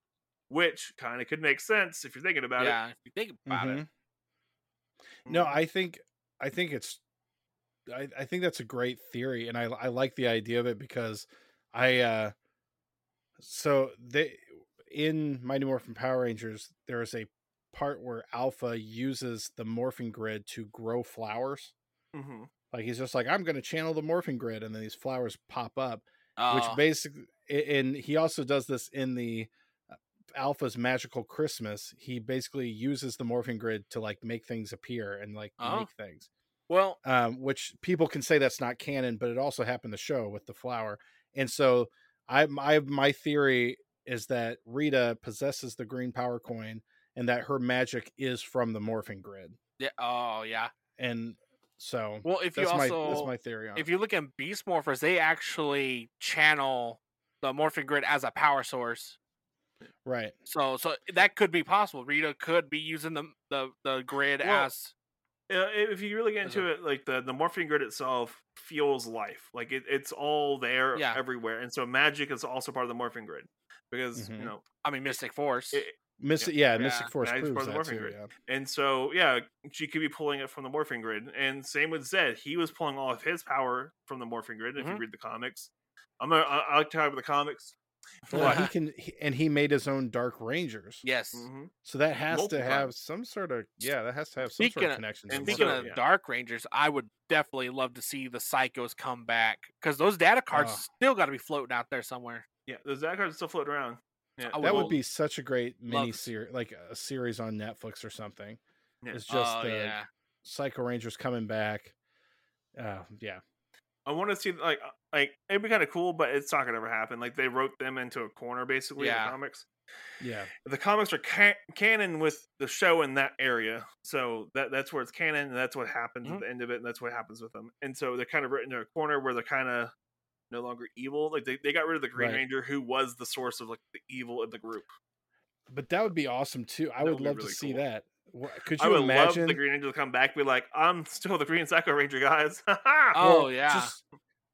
Speaker 5: which kind of could make sense if you're thinking about it.
Speaker 2: yeah, if you think about it.
Speaker 3: Mhm. No, I think I think it's I, I think that's a great theory, and I I like the idea of it because I uh so they in Mighty Morphin Power Rangers there is a part where Alpha uses the morphing grid to grow flowers.
Speaker 5: hmm
Speaker 3: Like he's just like I'm going to channel the morphing grid, and then these flowers pop up,
Speaker 2: Uh,
Speaker 3: Mm-hmm. which basically and he also does this in the uh, alpha's magical christmas he basically uses the morphing grid to like make things appear and like
Speaker 2: Oh.
Speaker 3: make things
Speaker 2: well,
Speaker 3: um, which people can say that's not canon, but it also happened to show with the flower. And so, I my my theory is that Rita possesses the green power coin, and that her magic is from the morphing grid.
Speaker 2: yeah, oh yeah.
Speaker 3: And so,
Speaker 2: Well, if you
Speaker 3: that's my
Speaker 2: also
Speaker 3: that's my theory on
Speaker 2: if
Speaker 3: it.
Speaker 2: you look at Beast Morphers, they actually channel the morphing grid as a power source.
Speaker 3: right.
Speaker 2: So, so that could be possible. Rita could be using the the, the grid
Speaker 5: Well,
Speaker 2: as
Speaker 5: Uh, if you really get
Speaker 2: Is it-
Speaker 5: into it, like the the morphine grid itself fuels life. Like it, it's all there,
Speaker 2: Yeah.
Speaker 5: everywhere, and so magic is also part of the morphine grid because
Speaker 3: Mhm.
Speaker 5: you know.
Speaker 2: I mean Mystic Force.
Speaker 5: It,
Speaker 3: Mystic, yeah,
Speaker 2: yeah,
Speaker 3: Mystic Force
Speaker 5: yeah, it's
Speaker 3: proves
Speaker 5: part of the
Speaker 3: that
Speaker 5: morphing
Speaker 3: too.
Speaker 5: grid.
Speaker 3: Yeah.
Speaker 5: And so, yeah, she could be pulling it from the morphing grid. And same with Zed, he was pulling all of his power from the morphing grid. If you
Speaker 2: Mhm.
Speaker 5: read the comics, I'm gonna, I, I like to talk about the comics.
Speaker 3: Well,
Speaker 5: *laughs*
Speaker 3: he can, he, and he made his own Dark Rangers,
Speaker 2: yes.
Speaker 5: hmm
Speaker 3: so that has
Speaker 5: Multiple
Speaker 3: to have
Speaker 5: times.
Speaker 3: some sort of yeah, that has to have some
Speaker 2: Speaking
Speaker 3: sort
Speaker 2: of-
Speaker 3: of connection.
Speaker 5: and
Speaker 3: somewhere.
Speaker 2: Speaking
Speaker 5: so,
Speaker 2: of
Speaker 5: yeah.
Speaker 2: Dark Rangers, I would definitely love to see the Psychos come back because those data cards
Speaker 3: Ugh.
Speaker 2: still got to be floating out there somewhere.
Speaker 5: Yeah, those Zed cards still float around. Yeah,
Speaker 2: I
Speaker 3: that
Speaker 2: will-
Speaker 3: would be such a great
Speaker 2: love
Speaker 3: mini
Speaker 2: to-
Speaker 3: series, like a series on Netflix or something.
Speaker 5: Yeah.
Speaker 3: It's just
Speaker 2: oh
Speaker 3: the
Speaker 2: yeah,
Speaker 3: Psycho Rangers coming back. Uh, yeah,
Speaker 5: I want to see like uh, like it'd be kind of cool, but it's not gonna ever happen. Like they wrote them into a corner basically in
Speaker 2: Yeah.
Speaker 5: the comics. *sighs*
Speaker 3: yeah,
Speaker 5: The comics are ca- canon with the show in that area, so that that's where it's canon, and that's what happens
Speaker 2: Mhm.
Speaker 3: Mm-hmm.
Speaker 5: at the end of it, and that's what happens with them. And so they're kind of written in a corner where they're kind of no longer evil. Like they, they got rid of the Green
Speaker 3: Right.
Speaker 5: Ranger, who was the source of like the evil of the group.
Speaker 3: but that would be awesome too. I
Speaker 5: That
Speaker 3: would,
Speaker 5: would be
Speaker 3: love
Speaker 5: really
Speaker 3: to see
Speaker 5: cool.
Speaker 3: that. Wh- Could
Speaker 5: I
Speaker 3: you
Speaker 5: would
Speaker 3: imagine?
Speaker 5: love the Green Ranger to come back, and be like, I'm still the Green Psycho Ranger, guys. *laughs*
Speaker 3: Uh,
Speaker 2: Oh, yeah.
Speaker 3: just,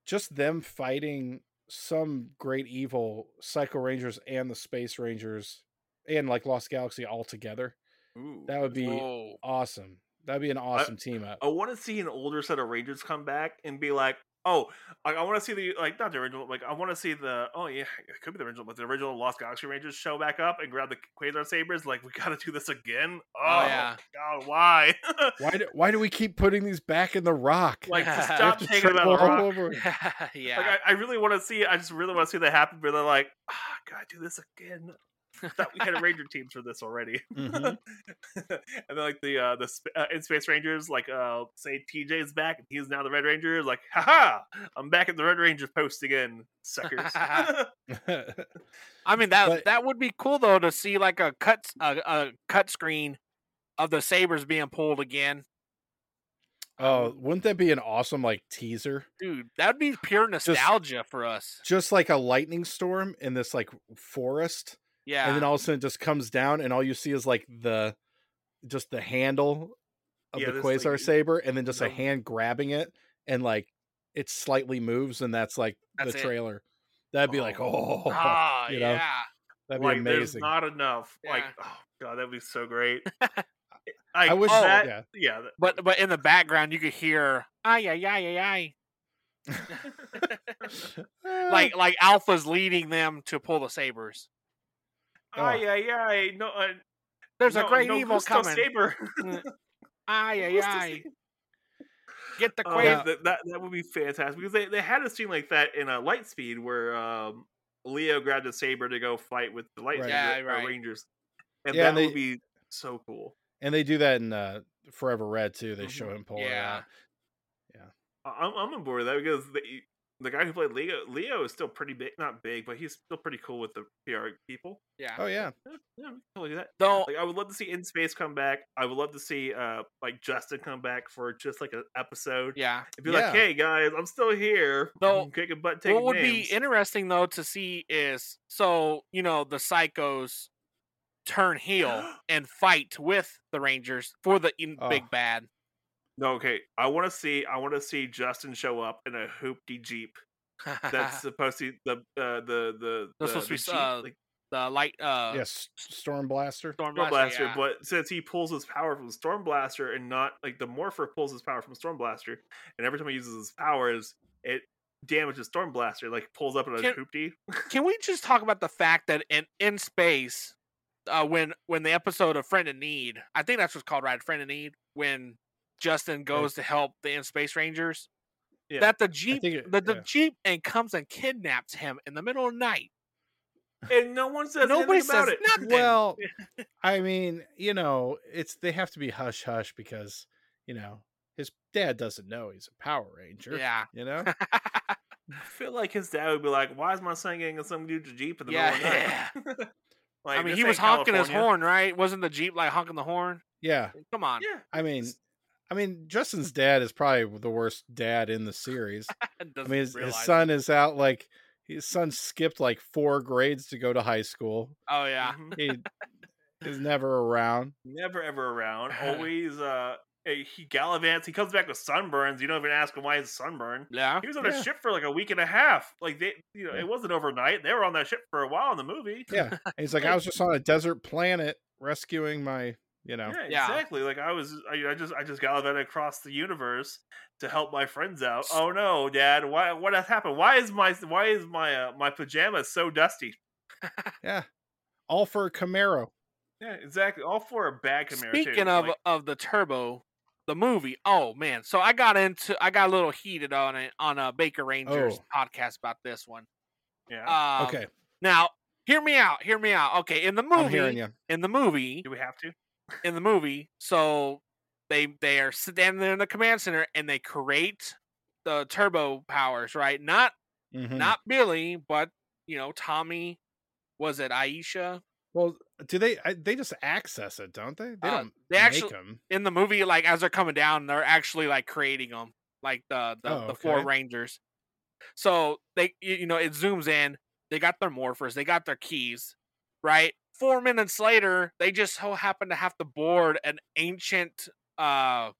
Speaker 3: just them fighting some great evil Psycho Rangers and the Space Rangers and like Lost Galaxy all together.
Speaker 5: Ooh. Oh.
Speaker 3: That would be
Speaker 2: Whoa. Oh,
Speaker 3: awesome. That'd be an awesome team up.
Speaker 5: I want to see an older set of Rangers come back and be like, oh, I, I want to see the like not the original, like I want to see the oh yeah, it could be the original, but the original Lost Galaxy Rangers show back up and grab the Quasar sabers. Like we got to do this again. Oh,
Speaker 2: yeah. *laughs*
Speaker 5: God, why? *laughs*
Speaker 3: Why do, why do we keep putting these back in the rock? *laughs*
Speaker 5: like
Speaker 2: *laughs*
Speaker 5: just
Speaker 2: I have
Speaker 5: stop
Speaker 3: to
Speaker 5: taking it out
Speaker 3: triple
Speaker 5: of the
Speaker 3: all
Speaker 5: rock. *laughs*
Speaker 3: over.
Speaker 2: yeah.
Speaker 5: Like I, I really want to see. I just really want to see that happen. But they're like, ah, gotta do this again. Thought we had Ranger teams for this already.
Speaker 3: *laughs* Mhm.
Speaker 5: *laughs* and then like the uh the sp- uh, in space rangers like uh say tj's back and he's now the red ranger like haha i'm back at the red ranger post again
Speaker 2: *laughs*
Speaker 5: suckers *laughs* Um,
Speaker 2: I mean that
Speaker 3: But-
Speaker 2: that would be cool though to see like a cut s- a, a cut screen of the sabers being pulled again,
Speaker 3: oh, wouldn't that be an awesome like teaser?
Speaker 2: dude. That would be pure nostalgia for us.
Speaker 3: just like a lightning storm in this like forest
Speaker 2: Yeah,
Speaker 3: and then all of a sudden it just comes down and all you see is like the just the handle of
Speaker 5: Yeah,
Speaker 3: the
Speaker 5: this, like,
Speaker 3: quasar saber and then just a
Speaker 5: no-
Speaker 3: hand grabbing it and like it slightly moves and that's like
Speaker 2: That's
Speaker 3: the
Speaker 2: it.
Speaker 3: trailer that'd be like oh
Speaker 2: Ah,
Speaker 3: you know,
Speaker 2: yeah.
Speaker 3: *laughs* that'd be
Speaker 5: like there's
Speaker 3: amazing
Speaker 5: not enough like
Speaker 2: Yeah.
Speaker 5: oh god that'd be
Speaker 2: *laughs*
Speaker 5: so great
Speaker 3: i wish
Speaker 2: oh, *laughs*
Speaker 5: that,
Speaker 3: yeah.
Speaker 5: yeah, that-
Speaker 2: But but in the background you could hear ay ay ay ay
Speaker 3: Ah.
Speaker 2: ay, like like Alpha's leading them to pull the sabers.
Speaker 3: Oh.
Speaker 5: ay ay ay no uh,
Speaker 2: There's a
Speaker 5: no,
Speaker 2: great
Speaker 5: no
Speaker 2: evil
Speaker 5: Gusto
Speaker 2: coming.
Speaker 5: saber
Speaker 2: Ay ay
Speaker 5: Gusto
Speaker 2: ay.
Speaker 5: Saber.
Speaker 2: Get
Speaker 5: *laughs*
Speaker 2: the
Speaker 5: Oh,
Speaker 2: quail.
Speaker 5: that, that that would be fantastic because they, they had a scene like that in a uh, Lightspeed where um, Leo grabbed a saber to go fight with the Light
Speaker 3: Right.
Speaker 2: Yeah,
Speaker 5: Ranger- uh,
Speaker 2: right.
Speaker 5: Rangers, and
Speaker 3: Yeah,
Speaker 5: that
Speaker 3: and
Speaker 5: would
Speaker 3: they-
Speaker 5: be so cool.
Speaker 3: and they do that in uh forever red too they show him pulling
Speaker 2: Mm-hmm. Yeah.
Speaker 3: it out
Speaker 5: I- I'm I'm on board with that because the e, the guy who played Leo Leo is still pretty big, not big, but he's still pretty cool with the PR people.
Speaker 2: yeah.
Speaker 3: oh yeah
Speaker 5: Yeah, yeah, we can totally do that.
Speaker 2: Though
Speaker 5: Like I would love to see In Space come back. I would love to see uh like Justin come back for just like an episode.
Speaker 2: yeah.
Speaker 5: It'd be
Speaker 3: Yeah.
Speaker 5: like, hey guys, I'm still here.
Speaker 2: Though,
Speaker 5: kicking butt, taking
Speaker 2: what would
Speaker 5: names.
Speaker 2: be interesting though to see is so you know the psychos turn heel
Speaker 5: *gasps*
Speaker 2: and fight with the Rangers for the in-
Speaker 3: Oh.
Speaker 2: big bad. *laughs*
Speaker 5: No, okay. I want to see. I want to see Justin show up
Speaker 2: *laughs*
Speaker 5: in a hoopty jeep. That's supposed to be the uh, the the, the
Speaker 2: That's supposed to
Speaker 5: the
Speaker 2: be, uh,
Speaker 5: like,
Speaker 2: the light uh
Speaker 3: yes, Storm Blaster.
Speaker 2: storm
Speaker 5: Storm
Speaker 2: blaster,
Speaker 5: Blaster,
Speaker 2: yeah.
Speaker 5: but since he pulls his power from Storm Blaster and not like the Morpher pulls his power from Storm Blaster, and every time he uses his powers, it damages Storm Blaster, like pulls up
Speaker 2: Can-
Speaker 5: another hoopty.
Speaker 2: Can we just talk about the fact that in in space, uh, when when the episode of Friend in Need, I think that's what's called, right? Friend in Need, when Justin goes to help the in space rangers,
Speaker 5: Yeah.
Speaker 2: that the jeep
Speaker 3: think it-
Speaker 2: that the
Speaker 3: yeah.
Speaker 2: jeep and comes and kidnaps him in the middle of the night.
Speaker 5: And no one says
Speaker 2: Nobody
Speaker 5: anything about
Speaker 2: says
Speaker 5: it.
Speaker 2: nothing.
Speaker 3: Well, I mean, you know, it's they have to be hush hush because you know his dad doesn't know he's a Power Ranger.
Speaker 2: Yeah, *laughs*
Speaker 3: You know,
Speaker 5: *laughs* I feel like his dad would be like, "Why is my son getting in some dude's jeep in the
Speaker 2: Yeah.
Speaker 5: middle of the night?"
Speaker 2: I
Speaker 5: *laughs* Like,
Speaker 2: mean
Speaker 5: this
Speaker 2: he was
Speaker 5: ain't
Speaker 2: honking his
Speaker 5: California.
Speaker 2: horn, right? Wasn't the jeep like honking the horn?
Speaker 3: yeah.
Speaker 2: Come on,
Speaker 5: Yeah,
Speaker 3: I mean, I mean, Justin's dad is probably the worst dad in
Speaker 2: *laughs*
Speaker 3: the series. I
Speaker 2: doesn't
Speaker 3: mean, his, his
Speaker 2: realize it.
Speaker 3: son is out like his son skipped like four grades to go to high school.
Speaker 2: Oh yeah,
Speaker 5: Mhm.
Speaker 3: He is never
Speaker 2: *laughs*
Speaker 3: around.
Speaker 5: never ever around. Always, uh, eh, he gallivants. He comes back with sunburns. You don't even ask him why he's sunburned.
Speaker 2: yeah.
Speaker 5: He was on
Speaker 3: Yeah.
Speaker 5: a ship for like a week and a half. Like they, you know,
Speaker 3: Yeah.
Speaker 5: it wasn't overnight. They were on that ship for a while in the movie.
Speaker 3: Yeah, and he's like, I was just on a desert planet rescuing my, you know,
Speaker 5: Yeah,
Speaker 2: Yeah.
Speaker 5: exactly. Like I was, I, I just, I just gallivanted across the universe to help my friends out. Oh no, Dad! Why? What has happened? Why is my, why is my, uh, my pajamas so dusty?
Speaker 3: yeah, all for a Camaro.
Speaker 5: Yeah, exactly. All for a bag Camaro. too.
Speaker 2: Speaking of uh,
Speaker 5: Like,
Speaker 2: of the turbo, the movie. Oh man, so I got into I got a little heated on it on a Baker Rangers
Speaker 3: Oh. Uh,
Speaker 2: podcast about this one.
Speaker 5: yeah.
Speaker 2: Um,
Speaker 3: Okay,
Speaker 2: Now, hear me out. Hear me out. Okay, in the
Speaker 3: I'm
Speaker 2: movie,
Speaker 3: hearing you.
Speaker 2: in the movie,
Speaker 5: Do we
Speaker 2: *laughs*
Speaker 5: have to?
Speaker 2: in the movie, so they they are standing there in the command center and they create the turbo powers, right? Not
Speaker 3: Mhm.
Speaker 2: not Billy, but you know Tommy. Was it Aisha?
Speaker 3: well. Do they? I, they just access it, don't they? They
Speaker 2: Uh,
Speaker 3: don't
Speaker 2: they
Speaker 3: make
Speaker 2: actu-
Speaker 3: them.
Speaker 2: in the movie, like as they're coming down, they're actually like creating them, like the the,
Speaker 3: Oh,
Speaker 2: the four
Speaker 3: okay.
Speaker 2: rangers. So they, you you know, it zooms in. They got their morphers. They got their keys, right? Four minutes later, they just so happen to have to board an ancient, uh,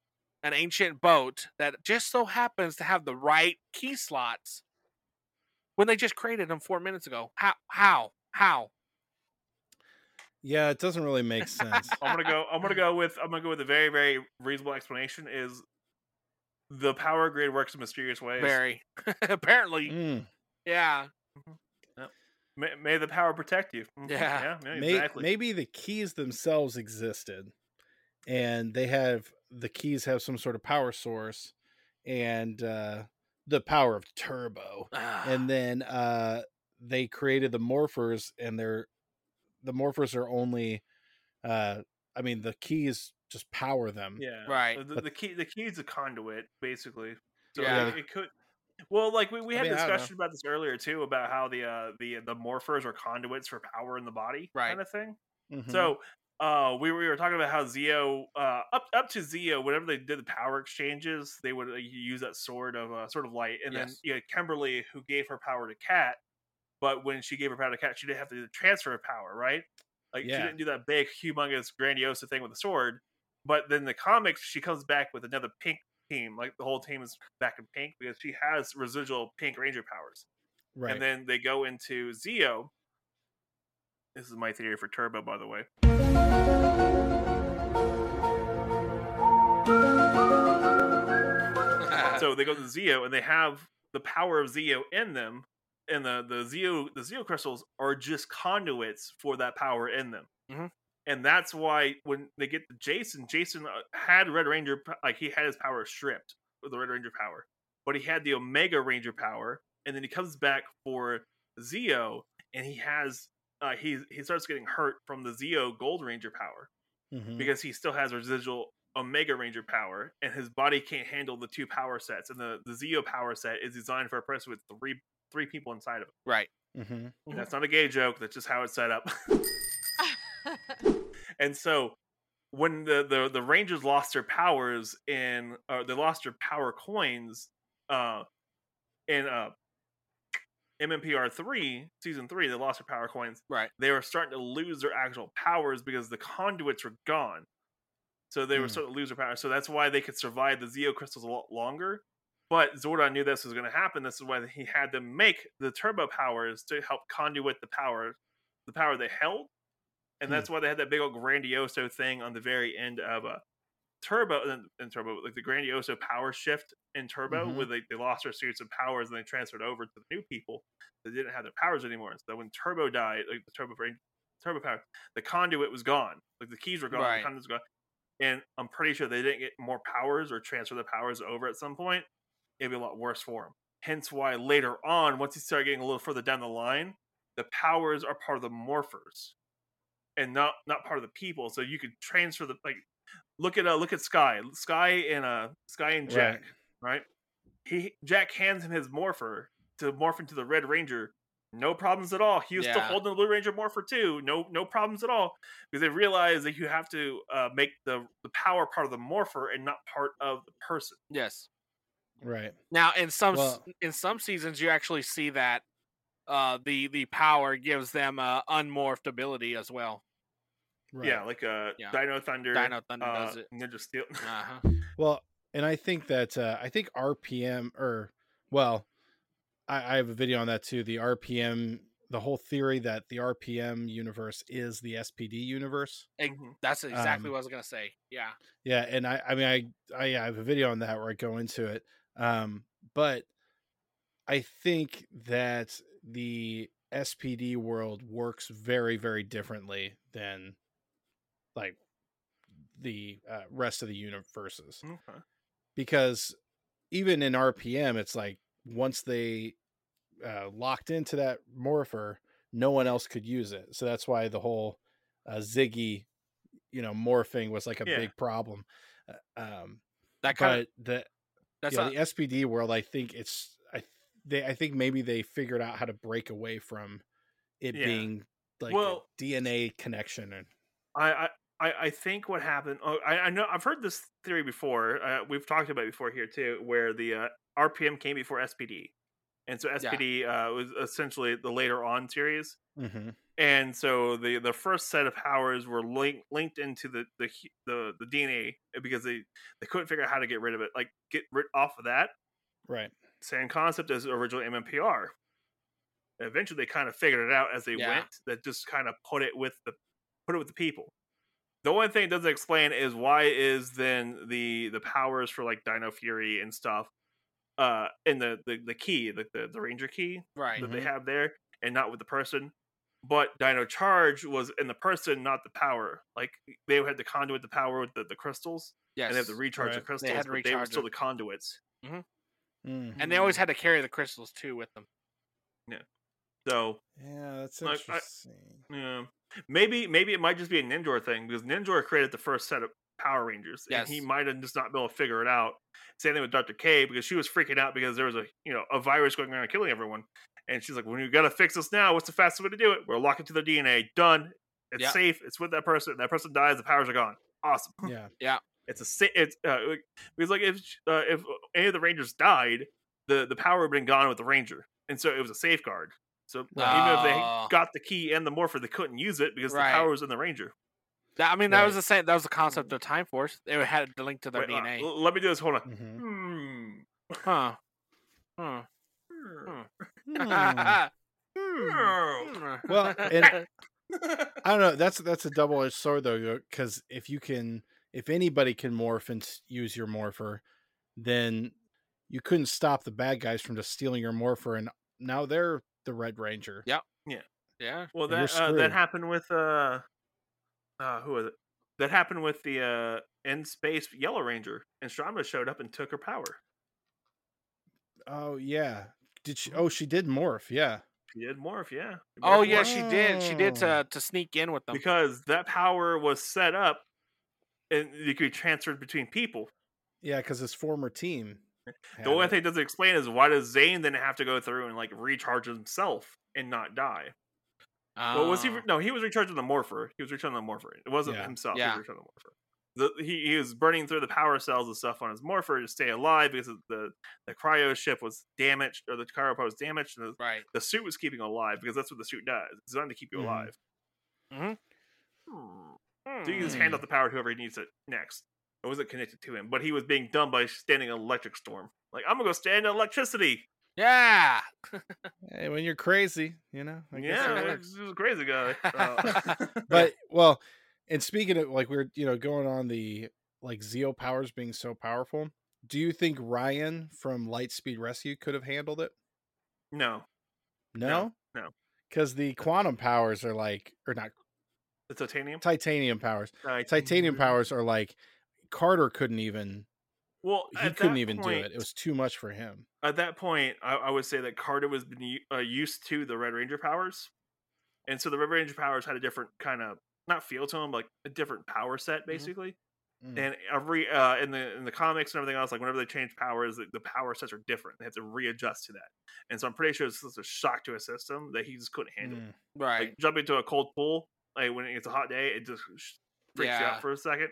Speaker 2: an ancient boat that just so happens to have the right key slots. When they just created them four minutes ago, how how how?
Speaker 3: Yeah, it doesn't really make
Speaker 5: *laughs*
Speaker 3: sense.
Speaker 5: I'm gonna go. I'm gonna go with. I'm gonna go with a very, very reasonable explanation. Is the power grid works in mysterious ways.
Speaker 2: Very *laughs* apparently,
Speaker 3: Mm.
Speaker 2: yeah. *sighs*
Speaker 5: May, may the power protect you. Mhm.
Speaker 2: Yeah.
Speaker 5: yeah,
Speaker 3: May-
Speaker 5: exactly.
Speaker 3: maybe the keys themselves existed, and they have the keys have some sort of power source, and uh, the power of turbo.
Speaker 5: *sighs*
Speaker 3: and then uh they created the morphers and they're the morphers are only uh i mean the keys just power them
Speaker 5: yeah,
Speaker 2: Right.
Speaker 3: *laughs*
Speaker 5: Uh, The, the key. The key is a conduit, basically. So
Speaker 2: Yeah.
Speaker 5: yeah. it, could. Well, like we, we
Speaker 3: I
Speaker 5: had
Speaker 3: mean, I don't know.
Speaker 5: discussion about this earlier too, about how the uh, the the morphers are conduits for power in the body,
Speaker 2: Right.
Speaker 5: kind of thing.
Speaker 3: Mhm.
Speaker 5: So uh, we, we were talking about how Zio uh, up up to Zio, whenever they did the power exchanges, they would uh, use that sword of uh, sort of light, and then
Speaker 2: Yes.
Speaker 5: you had Kimberly who gave her power to Cat, but when she gave her power to Cat, she didn't have to do the transfer of power, right? Like she
Speaker 3: Yeah.
Speaker 5: didn't do that big, humongous, grandiose thing with the sword. But then the comics, she comes back with another pink team, like the whole team is back in pink because she has residual pink ranger powers
Speaker 3: right
Speaker 5: and then they go into Zeo. This is my theory for Turbo, by the way. *laughs* So they go to Zeo, and they have the power of Zeo in them, and the the Zeo the Zeo crystals are just conduits for that power in them.
Speaker 2: Mhm.
Speaker 5: And that's why when they get to Jason, Jason uh, had Red Ranger p- like he had his power stripped with the Red Ranger power, but he had the Omega Ranger power, and then he comes back for Zeo, and he has uh, he he starts getting hurt from the Zeo Gold Ranger power
Speaker 3: Mhm.
Speaker 5: because he still has residual Omega Ranger power, and his body can't handle the two power sets. And the the Zeo power set is designed for a person with three three people inside of it.
Speaker 2: *laughs* right.
Speaker 3: Mhm.
Speaker 5: And that's not a gay joke. That's just how it's set up. *laughs* and so when the, the the Rangers lost their powers in or they lost their power coins uh in uh MMPR three, season three, they lost their power coins.
Speaker 2: Right.
Speaker 5: They were starting to lose their actual powers because the conduits were gone. So they were
Speaker 3: Hmm.
Speaker 5: starting to lose their power. So that's why they could survive the Zeo crystals a lot longer. But Zordon knew this was going to happen. This is why he had them make the turbo powers to help conduit the power the power they held, and
Speaker 3: Hmm.
Speaker 5: that's why they had that big old grandioso thing on the very end of uh, Turbo and, and Turbo, like the grandioso power shift in Turbo,
Speaker 3: Mhm.
Speaker 5: where they, they lost their suits of powers and they transferred over to the new people that didn't have their powers anymore. And so when Turbo died, like the Turbo brain, Turbo power, the conduit was gone, like the keys were gone,
Speaker 2: Right.
Speaker 5: the conduit was gone. And I'm pretty sure they didn't get more powers or transfer the powers over at some point. It'd be a lot worse for him. Hence why later on, once you start getting a little further down the line, the powers are part of the morphers and not not part of the people. So you could transfer the like look at uh look at Sky. Sky and uh Sky and Jack, right? He Jack hands him his morpher to morph into the Red Ranger. No problems at all. He was still
Speaker 2: Yeah.
Speaker 5: holding the Blue Ranger morpher too. No no problems at all. Because they realize that you have to uh, make the, the power part of the morpher and not part of the person.
Speaker 2: Yes.
Speaker 3: Right.
Speaker 2: Now, in some s-
Speaker 3: Well-
Speaker 2: in some seasons, you actually see that uh, the the power gives them uh, unmorphed ability as well.
Speaker 3: Right.
Speaker 5: Yeah, like uh
Speaker 2: Yeah.
Speaker 5: Dino Thunder.
Speaker 2: Dino Thunder
Speaker 5: uh,
Speaker 2: does it.
Speaker 5: Ninja Steel. *laughs*
Speaker 2: Uh-huh.
Speaker 3: Well, and I think that uh, I think RPM or well, I, I have a video on that too. The RPM, the whole theory that the RPM universe is the SPD universe.
Speaker 5: Mhm.
Speaker 2: That's exactly
Speaker 3: Um,
Speaker 2: what I was gonna say. Yeah.
Speaker 3: Yeah, and I I mean I I, yeah, I have a video on that where I go into it. Um, but I think that the SPD world works very very differently than like the uh, rest of the universes.
Speaker 5: Okay.
Speaker 3: because even in RPM, it's like once they uh, locked into that morpher, no one else could use it. So that's why the whole uh, Ziggy, you know, morphing was like a
Speaker 5: Yeah.
Speaker 3: big problem. Uh, Um,
Speaker 2: That kind of
Speaker 3: but the
Speaker 2: that's
Speaker 3: you know,
Speaker 2: a-
Speaker 3: the SPD world, I think it's I th- they I think maybe they figured out how to break away from it
Speaker 5: Yeah.
Speaker 3: being like
Speaker 5: Well-
Speaker 3: a DNA connection and
Speaker 5: I, I I I think what happened. Oh, I, I know I've heard this theory before. Uh, we've talked about it before here too, where the uh, RPM came before SPD, and so SPD uh, was essentially the later on series.
Speaker 3: mm-hmm,
Speaker 5: and so the the first set of powers were linked linked into the the hu- the, the DNA because they they couldn't figure out how to get rid of it, like get rid off of that
Speaker 3: right.
Speaker 5: same concept as the original MMPR. Eventually, they kind of figured it out as they
Speaker 2: Yeah.
Speaker 5: went. That just kind of put it with the put it with the people. The one thing it doesn't explain is why is then the the powers for like Dino Fury and stuff, uh, and the the, the key, like the the Ranger key,
Speaker 2: right.
Speaker 5: that they have there and not with the person. But Dino Charge was in the person, not the power. Like they had the conduit, the power with the, the crystals,
Speaker 2: Yes.
Speaker 5: and they have to recharge the
Speaker 3: Right. They
Speaker 5: crystals,
Speaker 2: had to
Speaker 5: but they were
Speaker 2: recharge
Speaker 5: still
Speaker 2: it.
Speaker 5: the conduits.
Speaker 3: Mm.
Speaker 2: and they always had to carry the crystals too with them.
Speaker 5: So
Speaker 3: Yeah, that's
Speaker 5: Like, I-
Speaker 3: interesting.
Speaker 5: *laughs* yeah, maybe maybe it might just be a Ninjor thing because Ninjor created the first set of Power Rangers, and he
Speaker 2: Yes.
Speaker 5: might have just not been able to figure it out. Same thing with Doctor K because she was freaking out because there was a you know a virus going around killing everyone, and she's like, "When you got to fix this now, what's the fastest way to do it? We're locking to their DNA. Done. It's
Speaker 2: Yeah.
Speaker 5: safe. It's with that person. That person dies. The powers are gone. Awesome.
Speaker 3: yeah.
Speaker 5: It's a sa- it's uh, like- because like if uh, if any of the Rangers died, the the power would have been gone with the Ranger, and so it was a safeguard. So even if
Speaker 2: Ah.
Speaker 5: they got the key and the morpher, they couldn't use it because
Speaker 2: Right.
Speaker 5: the power was in the Ranger.
Speaker 2: That, I mean, that was
Speaker 3: Right.
Speaker 2: the same. That was the concept of Time Force. They had to link to their
Speaker 5: Mm-hmm. Wait, uh,
Speaker 2: DNA.
Speaker 5: l- let me do this. Hold on. *laughs*
Speaker 3: Mhm.
Speaker 5: Hmm.
Speaker 2: huh. Huh. Hmm. *laughs*
Speaker 3: Hmm.
Speaker 5: Hmm.
Speaker 2: Hmm.
Speaker 3: Well, and- I don't know. That's that's a double edged sword though, because if you can, if anybody can morph and s- use your morpher, then you couldn't stop the bad guys from just stealing your morpher, and now they're the Red Ranger.
Speaker 2: Yeah. *laughs* yeah.
Speaker 3: You're
Speaker 5: Well, that uh, that
Speaker 3: screwed.
Speaker 5: happened with uh, uh, who was it? That happened with the uh, in space Yellow Ranger, and Strama showed up and took her power.
Speaker 3: Oh yeah. Did
Speaker 5: Mm-hmm.
Speaker 3: she? Oh, she did morph. Yeah.
Speaker 5: She did morph, yeah. She
Speaker 2: Oh
Speaker 5: morphed
Speaker 2: yeah,
Speaker 5: once.
Speaker 2: she did. She did
Speaker 3: Oh.
Speaker 2: to to sneak in with them.
Speaker 5: because that power was set up and it could be transferred between people.
Speaker 3: Yeah, because his former team. had
Speaker 5: the only
Speaker 3: it.
Speaker 5: thing it doesn't explain is why does Zane then have to go through and like recharge himself and not die? well, was he? Re-
Speaker 2: Oh.
Speaker 5: no, he was recharging the morpher. He was recharging the morpher. It wasn't
Speaker 3: Yeah.
Speaker 5: himself.
Speaker 2: Yeah.
Speaker 5: He was recharging the morpher. The, he, he was burning through the power cells and stuff on his morpher to stay alive because of the the cryo ship was damaged or the cryo pod was damaged and the,
Speaker 2: right?
Speaker 5: the suit was keeping him alive because that's what the suit does. It's designed to keep you
Speaker 3: Mhm.
Speaker 5: alive.
Speaker 2: Mhm.
Speaker 5: Hmm. So you can just hand
Speaker 3: Hmm.
Speaker 5: out the power to whoever needs it next. It wasn't connected to him, but he was being done by standing an electric storm. Like, I'm gonna go stand in electricity.
Speaker 2: Yeah. *laughs*
Speaker 3: Hey, when you're crazy, you know. I guess it
Speaker 5: yeah,
Speaker 2: it
Speaker 5: this is a crazy guy.
Speaker 3: *laughs*
Speaker 5: Uh,
Speaker 3: but well and speaking of like we're you know going on the like zeo powers being so powerful do you think ryan from lightspeed rescue could have handled it
Speaker 5: no,
Speaker 3: no
Speaker 5: no.
Speaker 3: because the quantum powers are like or not
Speaker 5: the titanium.
Speaker 3: titanium powers
Speaker 5: Titan-
Speaker 3: titanium powers are like carter couldn't even
Speaker 5: Well,
Speaker 3: he
Speaker 5: at
Speaker 3: couldn't
Speaker 5: that
Speaker 3: even do
Speaker 5: point-
Speaker 3: it it was too much for him
Speaker 5: at that point, I, I would say that Carter was been, u- uh, used to the Red Ranger powers, and so the Red Ranger powers had a different kind of not feel to them, like a different power
Speaker 3: Mm-hmm.
Speaker 5: set, basically.
Speaker 3: Mm.
Speaker 5: And every uh, in the in the comics and everything else, like whenever they change powers, the, the power sets are different. They have to readjust to that, and so I'm pretty sure it's just a shock to his system that he just couldn't handle. it.
Speaker 3: Mm.
Speaker 2: Right.
Speaker 5: Like jumping into a cold pool, like when it's a hot day, it just sh- freaks you
Speaker 2: Yeah.
Speaker 5: out for a second.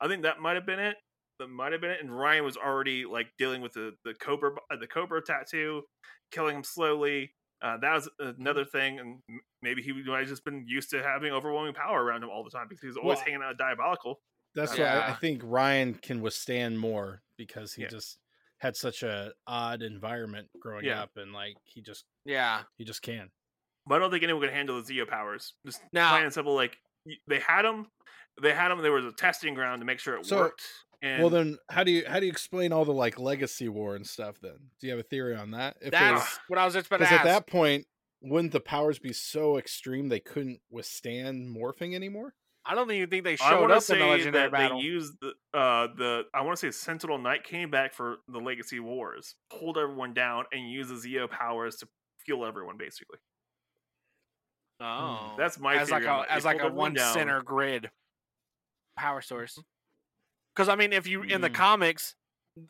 Speaker 5: I think that might have been it. That might have been it. And Ryan was already like dealing with the the cobra uh, the cobra tattoo, killing him slowly. Uh, that was
Speaker 3: Mm-hmm.
Speaker 5: another thing, and m- maybe he might have just been used to having overwhelming power around him all the time because he was always
Speaker 3: Well,
Speaker 5: hanging out diabolical.
Speaker 3: that's why I, I
Speaker 2: Yeah.
Speaker 3: think ryan can withstand more because he
Speaker 5: Yeah.
Speaker 3: just had such a odd environment growing
Speaker 5: Yeah.
Speaker 3: up and like he just
Speaker 2: Yeah.
Speaker 3: he just can
Speaker 5: But I don't think anyone could handle the Zeo powers. Just
Speaker 2: Now-
Speaker 5: plain and simple, like y- they had him, they had him. There was a testing ground to make sure it
Speaker 3: So-
Speaker 5: worked. And
Speaker 3: well then how do you how do you explain all the like legacy war and stuff then do you have a theory on that if there's-
Speaker 5: *sighs*
Speaker 2: That's what I was just about to
Speaker 3: because
Speaker 2: ask.
Speaker 3: at that point wouldn't the powers be so extreme they couldn't withstand morphing anymore
Speaker 2: I don't even think they
Speaker 5: I
Speaker 2: showed
Speaker 5: want to
Speaker 2: up in the
Speaker 5: say
Speaker 2: legendary
Speaker 5: that
Speaker 2: battle.
Speaker 5: they used the uh, the I want to say Sentinel Knight came back for the Legacy Wars, pulled everyone down, and used the Zeo powers to fuel everyone. Basically,
Speaker 2: oh,
Speaker 5: that's my
Speaker 2: as like
Speaker 5: theory on
Speaker 2: a
Speaker 5: it. They
Speaker 2: as like
Speaker 5: pulled
Speaker 2: a
Speaker 5: everyone
Speaker 2: one
Speaker 5: down.
Speaker 2: center grid power source.
Speaker 5: Mm-hmm.
Speaker 2: Because I mean, if you in the
Speaker 3: Mm.
Speaker 2: comics,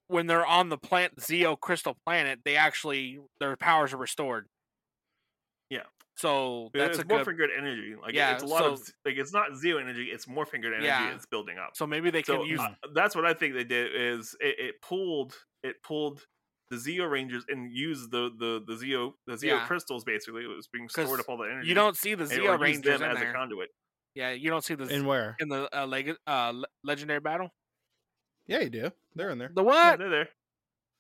Speaker 2: when they're on the plant Zeo Crystal Planet, they actually their powers are restored.
Speaker 5: Yeah.
Speaker 2: So that's
Speaker 5: it's
Speaker 2: a good.
Speaker 5: morphin grid energy. Like
Speaker 2: Yeah,
Speaker 5: it's a lot of
Speaker 2: so-
Speaker 5: like it's not Zeo energy; it's morphin grid energy.
Speaker 2: Yeah.
Speaker 5: It's building up.
Speaker 2: So maybe they
Speaker 5: So
Speaker 2: can use.
Speaker 5: uh, that's what I think they did is it, it pulled it pulled the Zeo Rangers and used the the the Zeo the Zeo
Speaker 2: Yeah.
Speaker 5: crystals. Basically, it was being
Speaker 2: 'Cause
Speaker 5: stored up all the energy.
Speaker 2: you don't see the
Speaker 5: and- or
Speaker 2: Zeo
Speaker 5: used
Speaker 2: Rangers in
Speaker 5: them as a
Speaker 2: there.
Speaker 5: conduit.
Speaker 2: Yeah, you don't see the Z-
Speaker 3: and where
Speaker 2: in the uh, leg- uh, le- legendary battle.
Speaker 3: yeah you do they're in there
Speaker 2: The
Speaker 5: Yeah,
Speaker 2: what?
Speaker 5: they're there.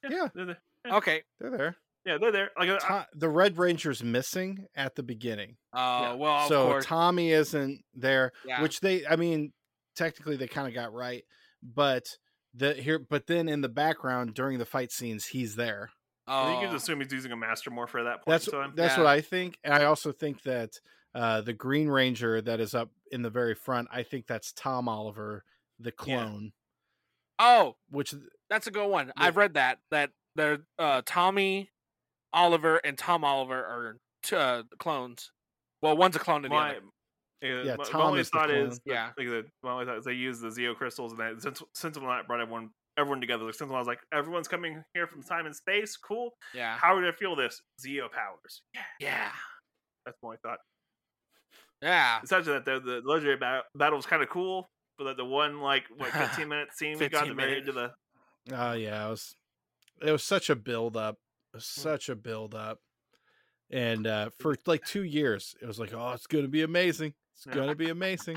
Speaker 3: Yeah.
Speaker 5: they're there. yeah.
Speaker 2: Okay.
Speaker 3: they're there
Speaker 5: Yeah, they're there. Like, I-
Speaker 3: To- the red ranger's missing at the beginning
Speaker 2: Uh, well, of
Speaker 3: so
Speaker 2: course.
Speaker 3: tommy isn't there
Speaker 2: yeah.
Speaker 3: which they i mean technically they kind of got right but the here but then in the background during the fight scenes he's there
Speaker 5: I think you
Speaker 2: Oh.
Speaker 5: can just assume he's using a master morph at that point.
Speaker 3: That's
Speaker 5: in time.
Speaker 3: that's
Speaker 2: Yeah.
Speaker 3: what I think, and I also think that uh, the Green Ranger that is up in the very front, I think that's Tom Oliver, the clone.
Speaker 2: oh,
Speaker 3: Which th-
Speaker 2: That's a good one.
Speaker 3: Yeah.
Speaker 2: I've read that that they're uh, Tommy Oliver and Tom Oliver are t- uh, clones. Well, one's a clone of the
Speaker 5: my,
Speaker 2: other.
Speaker 5: yeah,
Speaker 3: Yeah,
Speaker 5: my, my
Speaker 3: Tom
Speaker 5: only
Speaker 3: is the
Speaker 5: thought
Speaker 3: clone.
Speaker 5: is that-
Speaker 2: Yeah.
Speaker 5: like the, my only thought is they use the Zeo crystals and that since Sentinel Knight brought everyone everyone together. Like Sentinel was like, everyone's coming here from time and space. Cool.
Speaker 2: Yeah,
Speaker 5: How would I feel this Zeo powers?
Speaker 2: yeah,
Speaker 5: That's my thought.
Speaker 2: yeah.
Speaker 5: Essentially, that the, the legendary battle, battle was kind of cool, but that the one like
Speaker 2: *laughs*
Speaker 5: what 15 minute scene we got
Speaker 2: 15
Speaker 5: that married to
Speaker 2: minute.
Speaker 5: the
Speaker 3: oh yeah, it was it was such a build up, it was such a build up, and uh, for like two years, it was like, oh, it's gonna be amazing, it's
Speaker 5: Yeah.
Speaker 3: gonna be amazing,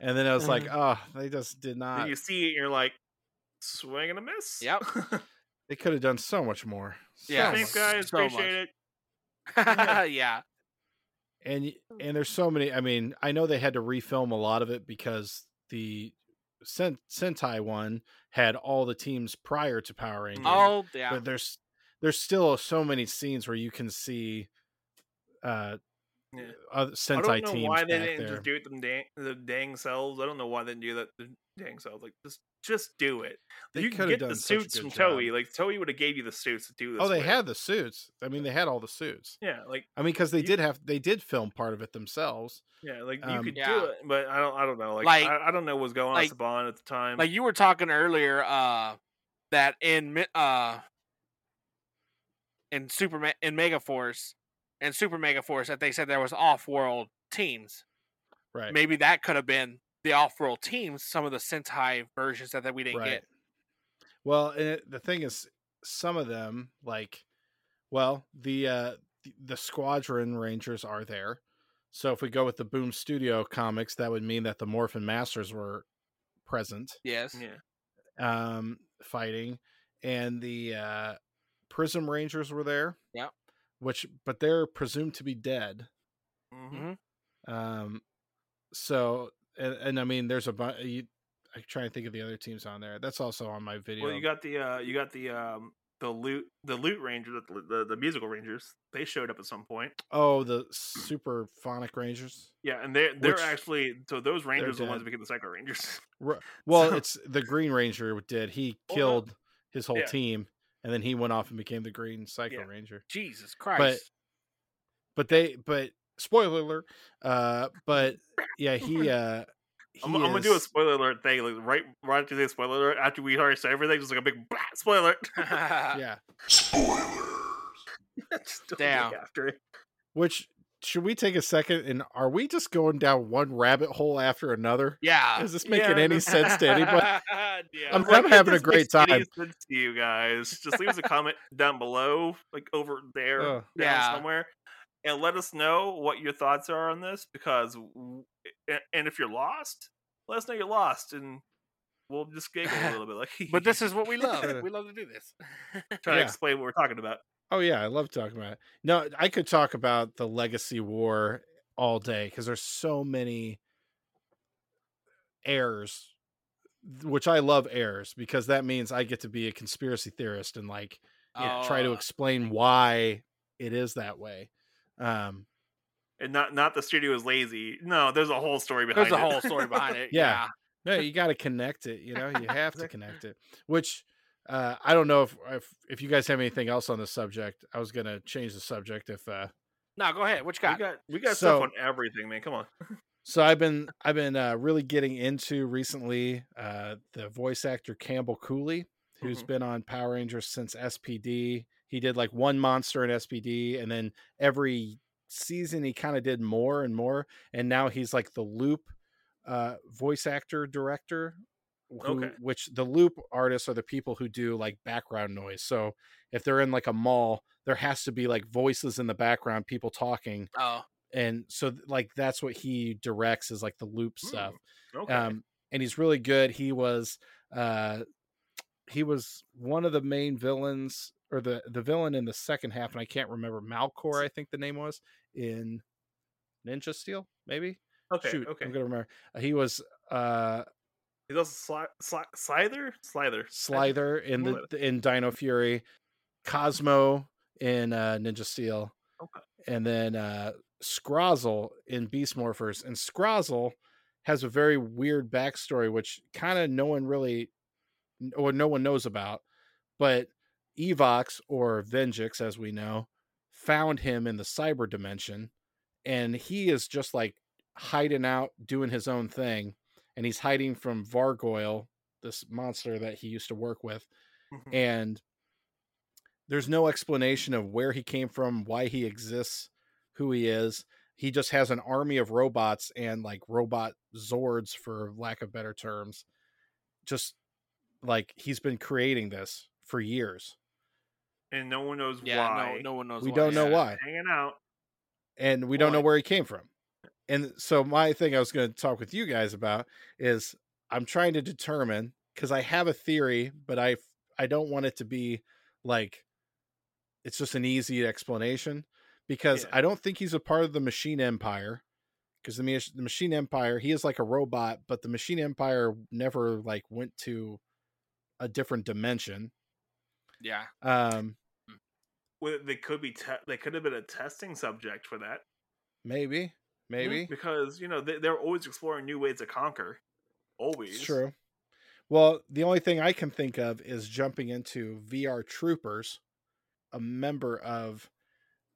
Speaker 3: and then I was like, oh, they just did
Speaker 5: that
Speaker 3: not.
Speaker 5: you see it, and you're like swing and a miss. *laughs*
Speaker 2: Yep.
Speaker 3: They could have done so much more. So
Speaker 2: Yeah.
Speaker 5: Thanks,
Speaker 3: much
Speaker 2: So
Speaker 5: guys.
Speaker 2: much.
Speaker 5: Appreciate it.
Speaker 2: *laughs*
Speaker 5: *laughs*
Speaker 2: yeah,
Speaker 3: and y- and there's so many i mean i know they had to refilm a lot of it because the Sen- sentai one had all the teams prior to power rangers
Speaker 2: oh yeah,
Speaker 3: but there's there's still so many scenes where you can see uh
Speaker 5: Yeah.
Speaker 3: other
Speaker 5: I
Speaker 3: sentai
Speaker 5: don't know
Speaker 3: teams
Speaker 5: why they
Speaker 3: back
Speaker 5: didn't
Speaker 3: there.
Speaker 5: just do it them dang, the dang selves. I don't know why they didn't do that the dang selves. Like just just do it.
Speaker 3: They
Speaker 5: you can
Speaker 3: coulda
Speaker 5: get
Speaker 3: done
Speaker 5: the
Speaker 3: such a
Speaker 5: suits
Speaker 3: good
Speaker 5: from
Speaker 3: job.
Speaker 5: Toei. Like Toei would have gave you the suits to do this.
Speaker 3: oh they
Speaker 5: with.
Speaker 3: had the suits i mean they had all the suits
Speaker 5: Yeah, like
Speaker 3: i mean because they
Speaker 5: You-
Speaker 3: did have they did film part of it themselves
Speaker 5: yeah, like you
Speaker 3: Um,
Speaker 5: could do
Speaker 2: Yeah.
Speaker 5: it, but I don't. I don't know. Like,
Speaker 2: Like-
Speaker 5: I, I don't know what was going on
Speaker 2: like-
Speaker 5: with Saban at the time.
Speaker 2: like you were talking earlier uh, that in Mi- uh, in Superman in Megaforce and Super Megaforce that they said there was off-world teams.
Speaker 3: right
Speaker 2: Maybe that could have been the off-world teams. Some of the Sentai versions that, that we didn't get.
Speaker 3: Well, and it, the thing is, some of them, like, well, the uh, th- the Squadron Rangers are there. So if we go with the Boom Studio comics, that would mean that the Morphin Masters were present,
Speaker 2: Yes.
Speaker 5: yeah,
Speaker 3: um, fighting, and the uh, Prism Rangers were there.
Speaker 2: Yep.
Speaker 3: Which, but they're presumed to be dead.
Speaker 5: Mhm.
Speaker 3: Um, so and, and I mean, there's a bunch. I try and think of the other teams on there. That's also on my video.
Speaker 5: Well, you got the uh, you got the um, the loot the loot ranger the, the the musical rangers. They showed up at some point.
Speaker 3: oh, the Super Phonic Rangers.
Speaker 5: Yeah, and they're they're
Speaker 3: Which-
Speaker 5: actually so those rangers are the
Speaker 3: dead.
Speaker 5: ones that became the psycho rangers. *laughs*
Speaker 3: Ru- Well,
Speaker 5: So-
Speaker 3: it's the Green Ranger who did. He
Speaker 5: Well, no.
Speaker 3: killed his whole
Speaker 5: Yeah.
Speaker 3: team, and then he went off and became the Green Psycho
Speaker 5: Yeah.
Speaker 3: Ranger.
Speaker 2: Jesus Christ.
Speaker 3: But they, but spoiler alert. Uh, but yeah, he.
Speaker 5: *laughs*
Speaker 3: Uh, he
Speaker 5: I'm, I'm gonna do a
Speaker 3: is-
Speaker 5: spoiler alert thing, like right right after the spoiler alert. After we already said everything, just like a big *laughs* blah, spoiler. alert.
Speaker 3: *laughs* Yeah,
Speaker 5: *laughs* Just don't
Speaker 2: Damn.
Speaker 5: look After it.
Speaker 3: which should we take a second and are we just going down one rabbit hole after another?
Speaker 2: Uh, yeah.
Speaker 3: Is this making
Speaker 5: Yeah,
Speaker 3: any
Speaker 5: this-
Speaker 3: sense
Speaker 2: *laughs*
Speaker 3: to anybody?
Speaker 2: yeah.
Speaker 3: I'm,
Speaker 5: Like,
Speaker 3: I'm
Speaker 5: if
Speaker 3: having a
Speaker 5: this
Speaker 3: great
Speaker 5: makes any
Speaker 3: time.
Speaker 5: sense to you guys. Just leave us a comment down below, like over there,
Speaker 3: Oh.
Speaker 5: down
Speaker 2: Yeah.
Speaker 5: somewhere, and let us know what your thoughts are on this. Because, w- a- and if you're lost, let us know you're lost, and we'll just giggle a little bit. Like, *laughs*
Speaker 2: but this is what we
Speaker 3: *laughs*
Speaker 2: love. we love to do this. *laughs*
Speaker 5: trying
Speaker 3: yeah.
Speaker 5: to explain what we're talking about.
Speaker 3: Oh yeah, I love talking about it. No, I could talk about the legacy war all day because there's so many errors, th- which I love errors because that means I get to be a conspiracy theorist and like yeah, try to
Speaker 2: Oh,
Speaker 3: explain why it is that way. Um,
Speaker 5: And not not the studio is lazy. No, there's a whole story behind.
Speaker 2: There's a
Speaker 5: it.
Speaker 2: whole story behind it.
Speaker 3: *laughs* Yeah. no, you got to connect it. You know, you have to connect it. Which uh, I don't know if, if if you guys have anything else on the subject. I was gonna change the subject if uh,
Speaker 2: No, go ahead. What you
Speaker 5: *laughs* we
Speaker 2: got?
Speaker 5: got we got stuff
Speaker 3: So-
Speaker 5: on everything, man. Come on.
Speaker 3: So I've been I've been uh, really getting into recently uh, the voice actor Campbell Cooley, who's
Speaker 5: Mhm.
Speaker 3: been on Power Rangers since SPD. He did like one monster in SPD, and then every season he kind of did more and more, and now he's like the Loop uh, voice actor director. Who,
Speaker 5: Okay.
Speaker 3: Which the loop artists are the people who do like background noise. So if they're in like a mall, there has to be like voices in the background, people talking,
Speaker 2: Oh,
Speaker 3: and so th- like that's what he directs is like the loop stuff
Speaker 5: Mm, Okay.
Speaker 3: um and he's really good he was uh he was one of the main villains or the the villain in the second half and i can't remember malcor i think the name was in ninja steel maybe
Speaker 5: okay.
Speaker 3: shoot
Speaker 5: okay.
Speaker 3: i'm gonna remember Uh, he was uh
Speaker 5: He's also Sli- Sli- Slither. Slither.
Speaker 3: slither in the
Speaker 5: Slither.
Speaker 3: in dino fury cosmo in uh ninja steel
Speaker 5: Okay.
Speaker 3: and then uh Scrozzle in Beast Morphers. And Scrozzle has a very weird backstory, which kind of no one really n- or no one knows about. But Evox or Vengix, as we know, found him in the cyber dimension, and he is just like hiding out, doing his own thing, and he's hiding from Vargoyle, this monster that he used to work with
Speaker 2: Mm-hmm.
Speaker 5: Mhm.
Speaker 3: and there's no explanation of where he came from, why he exists, who he is. He just has an army of robots and like robot zords for lack of better terms. Just like he's been creating this for years.
Speaker 5: and no one knows
Speaker 2: yeah.
Speaker 5: why.
Speaker 2: No, no one knows.
Speaker 3: We
Speaker 2: why.
Speaker 3: don't know
Speaker 2: Yeah.
Speaker 3: why.
Speaker 5: hanging out.
Speaker 3: and we don't know
Speaker 5: Right.
Speaker 3: where he came from. And so my thing I was going to talk with you guys about is I'm trying to determine cuz I have a theory but I I don't want it to be like it's just an easy explanation because
Speaker 5: Yeah.
Speaker 3: I don't think he's a part of the machine empire cuz the, mach- the machine empire he is like a robot but the machine empire never like went to a different dimension.
Speaker 2: Yeah.
Speaker 3: Um
Speaker 5: Well, they could be. Te- they could have been a testing subject for that. Mm-hmm.
Speaker 3: maybe maybe
Speaker 5: because you know they, they're always exploring new ways to conquer. Always
Speaker 3: It's true. Well, the only thing I can think of is jumping into VR Troopers, a member of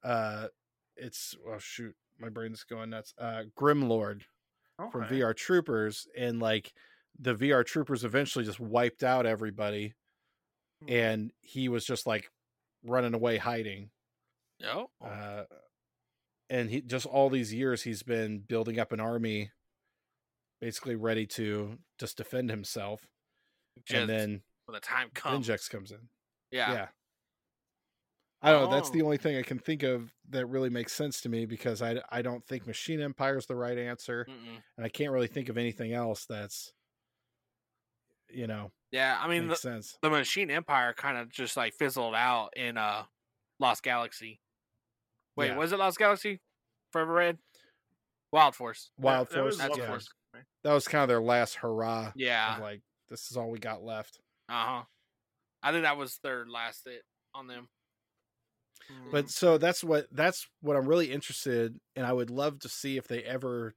Speaker 3: uh it's oh shoot, my brain's going nuts. Uh Grimlord from
Speaker 5: Okay.
Speaker 3: VR Troopers and like the VR Troopers eventually just wiped out everybody
Speaker 5: Hmm.
Speaker 3: and he was just like running away hiding.
Speaker 2: No.
Speaker 5: Oh.
Speaker 3: Uh and he just all these years he's been building up an army basically ready to just defend himself
Speaker 2: Just
Speaker 3: and then
Speaker 2: when the time comes.
Speaker 3: Injex comes in. Yeah.
Speaker 2: yeah.
Speaker 3: I don't know. That's the
Speaker 2: Oh.
Speaker 3: only thing I can think of that really makes sense to me because I, I don't think Machine Empire is the right
Speaker 2: Mm.
Speaker 3: answer.
Speaker 2: Mm-mm.
Speaker 3: And I can't really think of anything else that's, you know,
Speaker 2: Yeah, I mean the,
Speaker 3: Makes sense.
Speaker 2: the Machine Empire kind of just like fizzled out in uh Lost Galaxy. Wait,
Speaker 3: Yeah.
Speaker 2: was it Lost Galaxy? Forever Red? Wild Force.
Speaker 3: Wild
Speaker 5: That- that
Speaker 3: Force.
Speaker 5: was
Speaker 2: That's
Speaker 5: Wild
Speaker 3: yeah.
Speaker 5: Force.
Speaker 3: That was kind of their last hurrah.
Speaker 2: Yeah.
Speaker 3: Of like this is all we got left.
Speaker 2: Uh huh. I think that was their last hit on them.
Speaker 5: Hmm. Mm-hmm.
Speaker 3: But so that's what that's what I'm really interested, and I would love to see if they ever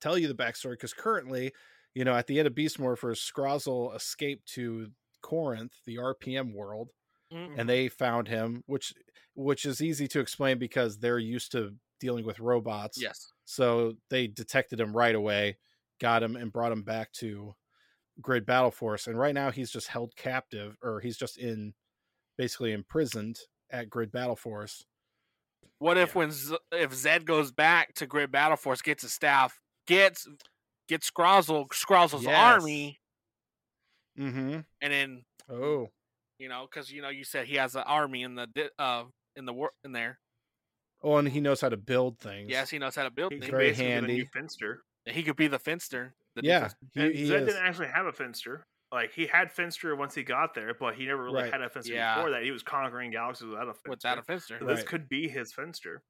Speaker 3: tell you the backstory. Because currently, you know, at the end of Beast Morphers, Scrozzle escaped to Corinth, the RPM world,
Speaker 2: Mm.
Speaker 3: and they found him, which which is easy to explain because they're used to dealing with robots.
Speaker 2: yes.
Speaker 3: So they detected him right away, got him, and brought him back to Grid Battle Force. And right now he's just held captive, or he's just in basically imprisoned at Grid Battle Force.
Speaker 2: What if when Z- if Zed goes back to Grid Battle Force, gets his staff, gets gets Scrozzle, Scrozzle's
Speaker 3: Yes.
Speaker 2: army,
Speaker 3: Mm-hmm.
Speaker 2: and then
Speaker 3: Oh.
Speaker 2: you know, because you know, you said he has an army in the di- uh in the war in there.
Speaker 3: Oh, and he knows how to build things.
Speaker 2: Yes, he knows how to build
Speaker 5: He
Speaker 2: things.
Speaker 5: could
Speaker 3: Very
Speaker 5: basically be the new
Speaker 3: handy.
Speaker 5: Finster.
Speaker 2: He could be the finster. The new
Speaker 3: Yeah.
Speaker 2: finster.
Speaker 3: He,
Speaker 5: and
Speaker 3: he
Speaker 5: Zed
Speaker 3: is.
Speaker 5: didn't actually have a Finster. Like he had Finster once he got there, but he never really
Speaker 3: Right.
Speaker 5: had a Finster
Speaker 2: Yeah.
Speaker 5: before that. He was conquering galaxies without a Finster.
Speaker 2: without a finster.
Speaker 5: So this
Speaker 3: Right.
Speaker 5: could be his Finster.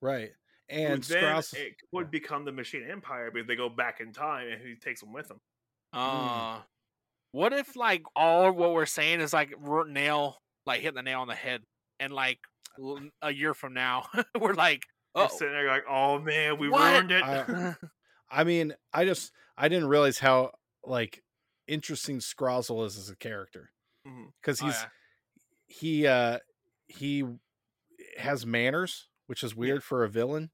Speaker 3: Right.
Speaker 5: who
Speaker 3: And
Speaker 5: then
Speaker 3: Scrouse.
Speaker 5: it would become the Machine Empire, but if they go back in time and he takes them with him.
Speaker 3: mm.
Speaker 2: Uh, what if like all what we're saying is like r- nail, like hitting the nail on the head, and like l- a year from now *laughs* we're like,
Speaker 5: We're
Speaker 2: oh, *laughs*
Speaker 5: sitting there like, oh man, we
Speaker 2: What?
Speaker 5: ruined it. *laughs*
Speaker 3: I- *laughs* I mean, I just I didn't realize how like interesting Scrozzle is as a character.
Speaker 5: Mhm.
Speaker 3: Because
Speaker 2: oh,
Speaker 3: he's
Speaker 2: yeah.
Speaker 3: he uh he has manners which is weird for a villain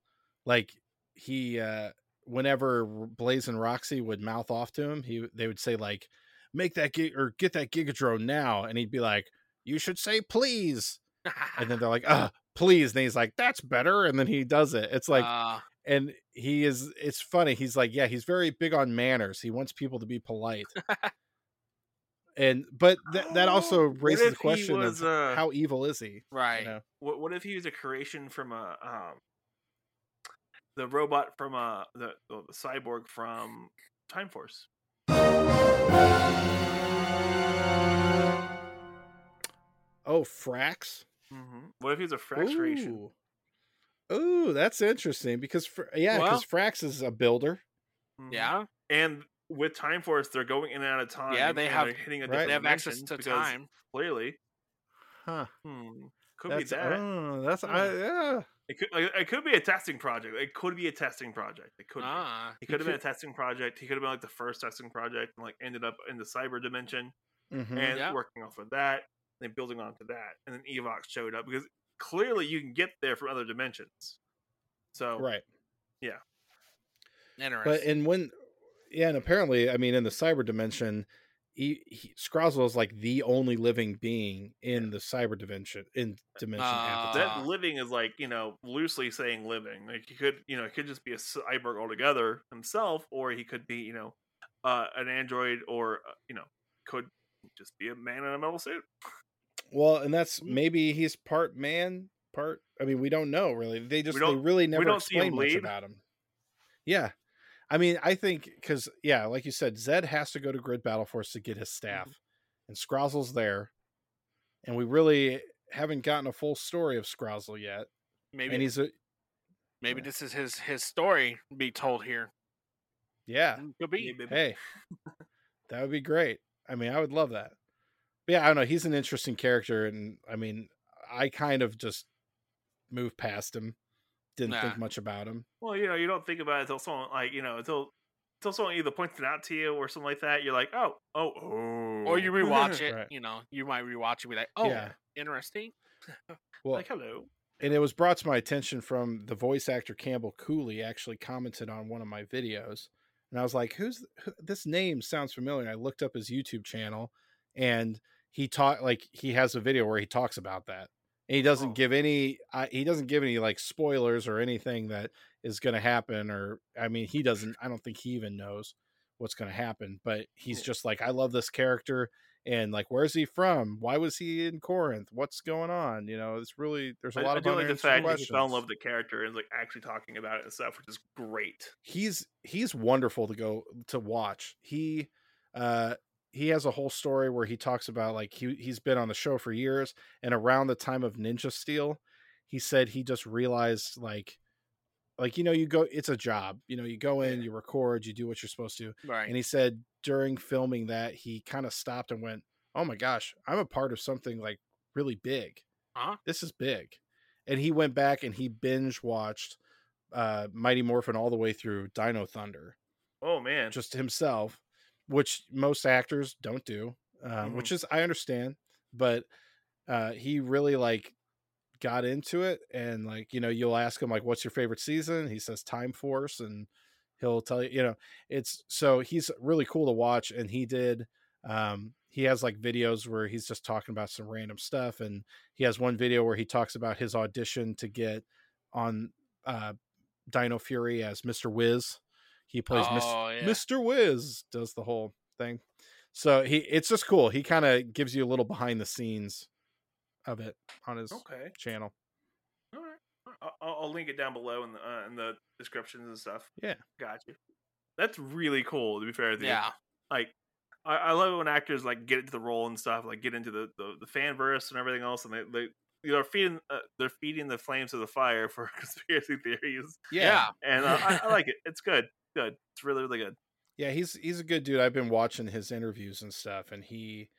Speaker 3: like he uh whenever R- blaze and roxy would mouth off to him he they would say like make that gig or get that gigadrone now and he'd be like you should say please
Speaker 2: *laughs*
Speaker 3: and then they're like uh please and he's like that's better and then he does it it's
Speaker 5: Uh-huh.
Speaker 3: like
Speaker 2: Uh,
Speaker 3: and he is it's funny he's like yeah he's very big on manners he wants people to be
Speaker 5: *laughs*
Speaker 3: polite and but that that also
Speaker 5: Oh, what
Speaker 3: raises
Speaker 5: if
Speaker 3: the
Speaker 5: he
Speaker 3: question
Speaker 5: was,
Speaker 3: of
Speaker 5: uh,
Speaker 3: how evil is he
Speaker 2: right.
Speaker 3: you know?
Speaker 5: What, what if he was a creation from a um, the robot from uh the, the cyborg from Time Force?
Speaker 3: oh frax
Speaker 2: Mm-hmm.
Speaker 5: hmm What if he was a Frax creation?
Speaker 3: Ooh. Ooh, that's interesting because Fr- yeah
Speaker 2: Well-
Speaker 3: because frax is a builder mm-hmm.
Speaker 5: Mhm.
Speaker 2: Yeah,
Speaker 5: And with Time Force, they're going in and out of time.
Speaker 2: Yeah, they
Speaker 5: and
Speaker 2: have-
Speaker 5: they're hitting a
Speaker 3: Right.
Speaker 5: different
Speaker 2: they have access
Speaker 5: dimension
Speaker 2: to
Speaker 5: because
Speaker 2: time.
Speaker 5: Clearly,
Speaker 3: huh
Speaker 5: hmm, could
Speaker 3: that's
Speaker 5: be that. Hmm.
Speaker 3: oh, that's I, yeah
Speaker 5: It could, like, it could be a testing project. It could be a testing project. It could. be.
Speaker 2: Ah,
Speaker 5: He could have been a
Speaker 3: could-
Speaker 5: testing project. He could have been like the first testing project, and like ended up in the cyber dimension
Speaker 3: Mhm.
Speaker 5: and
Speaker 2: Mm-hmm, Yeah.
Speaker 5: working off of that, and then building onto that, and then Evox showed up because clearly you can get there from other dimensions. So
Speaker 3: right
Speaker 2: interesting.
Speaker 3: but and when yeah and apparently i mean in the cyber dimension he, he Scrozzle is like the only living being in the cyber dimension in dimension at the
Speaker 2: Uh,
Speaker 3: time.
Speaker 5: that
Speaker 2: Ah.
Speaker 5: living is like you know loosely saying living. Like he could you know it could just be a cyborg altogether himself, or he could be you know uh, an android, or uh, you know could just be a man in a metal suit.
Speaker 3: well and that's maybe he's part man part i mean we don't know really they just they
Speaker 5: don't-
Speaker 3: really never
Speaker 5: don't see him
Speaker 3: explain much
Speaker 5: bleed.
Speaker 3: about him yeah i mean i think because yeah like you said zed has to go to grid battle force to get his
Speaker 5: Mm-hmm.
Speaker 3: staff and Scrozzle's there and we really haven't gotten a full story of Scrozzle yet
Speaker 2: maybe
Speaker 3: and he's a
Speaker 2: maybe this is his his story be told here.
Speaker 3: yeah
Speaker 2: Could be.
Speaker 5: Maybe-
Speaker 3: hey that would be great i mean i would love that but yeah i don't know he's an interesting character and i mean i kind of just moved past him didn't
Speaker 2: Nah.
Speaker 3: think much about him
Speaker 5: Well, you know, you don't think about it until someone like you know until until someone either points it out to you or something like that. You're like, oh, oh, oh.
Speaker 2: Or you
Speaker 3: *laughs*
Speaker 2: rewatch it.
Speaker 3: Right.
Speaker 2: You know, you might rewatch it. and Be like, oh,
Speaker 3: Yeah.
Speaker 2: interesting.
Speaker 3: well
Speaker 5: *laughs* like, hello.
Speaker 3: and it was brought to my attention from the voice actor campbell cooley actually commented on one of my videos and i was like who's th- who, this name sounds familiar and i looked up his youtube channel and he taught like he has a video where he talks about that and he doesn't
Speaker 5: Oh.
Speaker 3: give any I he doesn't give any like spoilers or anything that is going to happen or i mean he doesn't i don't think he even knows what's going to happen but he's just like i love this character and like where's he from why was he in corinth what's going on you know it's really there's a
Speaker 5: I,
Speaker 3: lot
Speaker 5: I
Speaker 3: of
Speaker 5: do like the
Speaker 3: unanswered
Speaker 5: fact that he fell in
Speaker 3: questions.
Speaker 5: love with the character and like actually talking about it and stuff, which is great.
Speaker 3: he's he's wonderful to go to watch he uh he has a whole story where he talks about like he he's been on the show for years and around the time of Ninja Steel, he said he just realized like like you know you go it's a job. You know, you go in, you record, you do what you're supposed to.
Speaker 2: Right.
Speaker 3: And he said during filming that he kind of stopped and went, "Oh my gosh, I'm a part of something like really big.
Speaker 2: Huh?
Speaker 3: This is big." And he went back and he binge watched uh, Mighty Morphin all the way through Dino Thunder
Speaker 5: Oh man,
Speaker 3: just himself, which most actors don't do, um, which is I understand, but uh, he really like got into it and like you know you'll ask him like what's your favorite season he says time force and he'll tell you you know it's so he's really cool to watch and he did um he has like videos where he's just talking about some random stuff and he has one video where he talks about his audition to get on uh dino fury as mr wiz he plays Mis-
Speaker 2: Oh, yeah.
Speaker 3: mr wiz does the whole thing so he it's just cool he kind of gives you a little behind the scenes of it on his
Speaker 5: okay.
Speaker 3: channel
Speaker 5: All right. I- I'll, I'll link it down below in the uh, in the descriptions and stuff.
Speaker 3: Yeah.
Speaker 5: got you. That's really cool. To be fair, dude.
Speaker 2: Yeah.
Speaker 5: like I, I love it when actors like get into the role and stuff, like get into the the, the fan verse and everything else, and they they they're feeding uh, they're feeding the flames of the fire *laughs* for conspiracy theories,
Speaker 2: Yeah.
Speaker 5: and uh, I, I like it. It's good, good. It's really really good.
Speaker 3: Yeah, he's he's a good dude. I've been watching his interviews and stuff, and he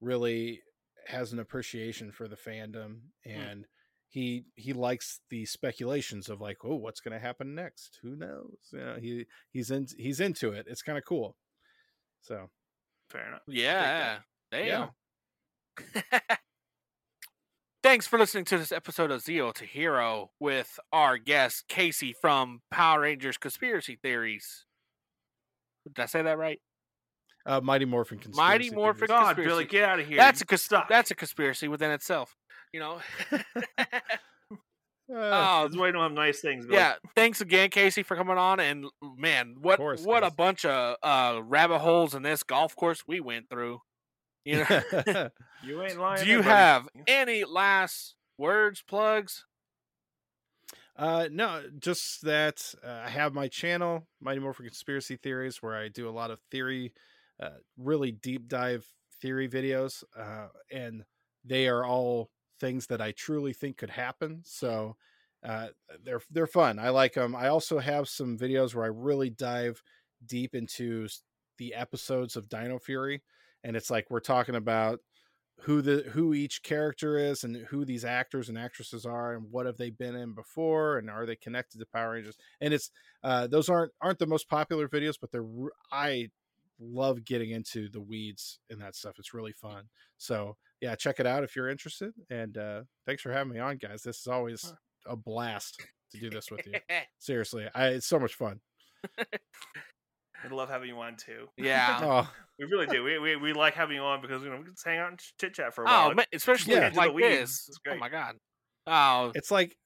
Speaker 3: really has an appreciation for the fandom,
Speaker 2: Hmm.
Speaker 3: and he he likes the speculations of like, oh, what's going to happen next? Who knows? You know, he he's in he's into it. It's kind of cool. So
Speaker 5: Fair enough.
Speaker 2: Yeah. Damn. *laughs* Thanks for listening to this episode of Zero to Hero with our guest Casey from Power Rangers Conspiracy Theories. Did I say that right?
Speaker 3: uh, Mighty Morphin Conspiracy
Speaker 2: Mighty
Speaker 3: Theories.
Speaker 2: Morphin
Speaker 5: God,
Speaker 2: Conspiracy.
Speaker 5: Billy, get out of here.
Speaker 2: That's
Speaker 5: you
Speaker 2: a cons-
Speaker 5: suck.
Speaker 2: that's a conspiracy within itself. You know.
Speaker 3: *laughs* Uh,
Speaker 2: *laughs* oh,
Speaker 5: That's why you don't have nice things. Billy.
Speaker 2: yeah. Thanks again, Casey, for coming on. And man, what
Speaker 3: course,
Speaker 2: what a
Speaker 3: Casey.
Speaker 2: bunch of uh, rabbit holes in this golf course we went through. You
Speaker 3: *laughs*
Speaker 2: know.
Speaker 5: you ain't lying.
Speaker 2: Do
Speaker 5: there,
Speaker 2: you
Speaker 5: buddy. *laughs*
Speaker 2: have any last words, plugs?
Speaker 3: Uh, no, just that uh, I have my channel, Mighty Morphin Conspiracy Theories, where I do a lot of theory, uh, really deep dive theory videos, uh, and they are all things that I truly think could happen. So uh, they're they're fun. I like them. I also have some videos where I really dive deep into s- the episodes of Dino Fury, and it's like we're talking about who the who each character is and who these actors and actresses are and what have they been in before and are they connected to Power Rangers and it's uh those aren't aren't the most popular videos but they're r- I love getting into the weeds and that stuff it's really fun so yeah check it out if you're interested and uh thanks for having me on guys this is always a blast to do
Speaker 2: *laughs*
Speaker 3: this with you seriously I it's so much fun
Speaker 5: We'd love having you on too.
Speaker 2: yeah.
Speaker 3: oh
Speaker 5: We really do. We, we, we like having you on because you know we can just hang out and chit chat for a while.
Speaker 2: Oh, man, especially
Speaker 3: Yeah.
Speaker 5: Into the
Speaker 2: like
Speaker 5: weeds.
Speaker 2: this.
Speaker 5: It's
Speaker 2: Oh
Speaker 5: great.
Speaker 2: my god. Oh,
Speaker 3: it's like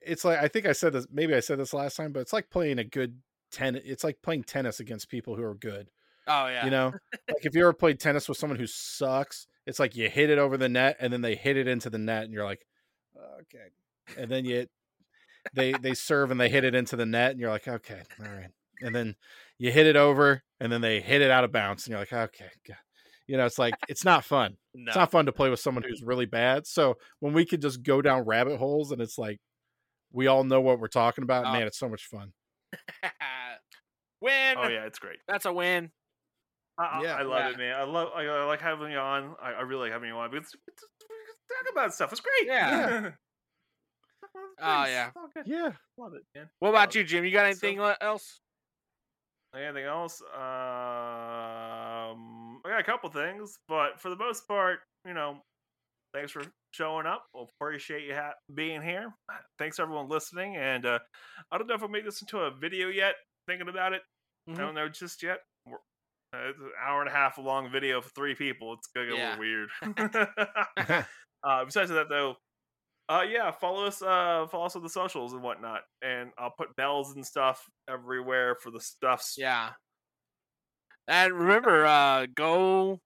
Speaker 3: it's like I think I said this maybe I said this last time, but it's like playing a good tennis. It's like playing tennis against people who are good.
Speaker 2: oh yeah.
Speaker 3: You know, like if you ever played tennis with someone who sucks, it's like you hit it over the net and then they hit it into the net, and you're like, okay, and then you they they serve and they hit it into the net, and you're like, okay, all right, and then you hit it over and then they hit it out of bounds, and you're like, okay, God. you know, it's like it's not fun
Speaker 2: no.
Speaker 3: it's not fun to play with someone who's really bad. So when we could just go down rabbit holes and it's like we all know what we're talking about,
Speaker 5: Uh
Speaker 2: Oh.
Speaker 3: man, it's so much
Speaker 5: *laughs*
Speaker 3: fun.
Speaker 2: *laughs* win.
Speaker 5: Oh yeah, it's great.
Speaker 2: That's a win.
Speaker 5: I,
Speaker 3: Yeah.
Speaker 5: I, I love
Speaker 2: Yeah.
Speaker 5: it, man. I love I, I like having you on. I, I really like having you on because we just- we just talk about stuff. It's great.
Speaker 2: Yeah.
Speaker 5: Talk about
Speaker 2: Oh,
Speaker 5: things.
Speaker 2: yeah.
Speaker 5: *laughs* It's all good.
Speaker 3: Yeah.
Speaker 5: Love it, man.
Speaker 2: What about
Speaker 5: Oh,
Speaker 2: you, Jim? You got anything
Speaker 5: so-
Speaker 2: le- else?
Speaker 5: Anything else? Um, I got a couple things, but for the most part, you know, thanks for showing up. we appreciate you ha- being here. Thanks everyone listening, and uh, I don't know if I'll make this into a video yet. Thinking about it,
Speaker 2: Mhm.
Speaker 5: I don't know just yet. We're, uh, it's an hour and a half long video for three people. It's gonna get
Speaker 2: Yeah.
Speaker 5: a little
Speaker 3: *laughs*
Speaker 5: weird. *laughs* uh, besides that, though, uh, yeah, follow us, uh, follow us on the socials and whatnot, and I'll put bells and stuff everywhere for the stuffs.
Speaker 2: Yeah. And remember, uh, go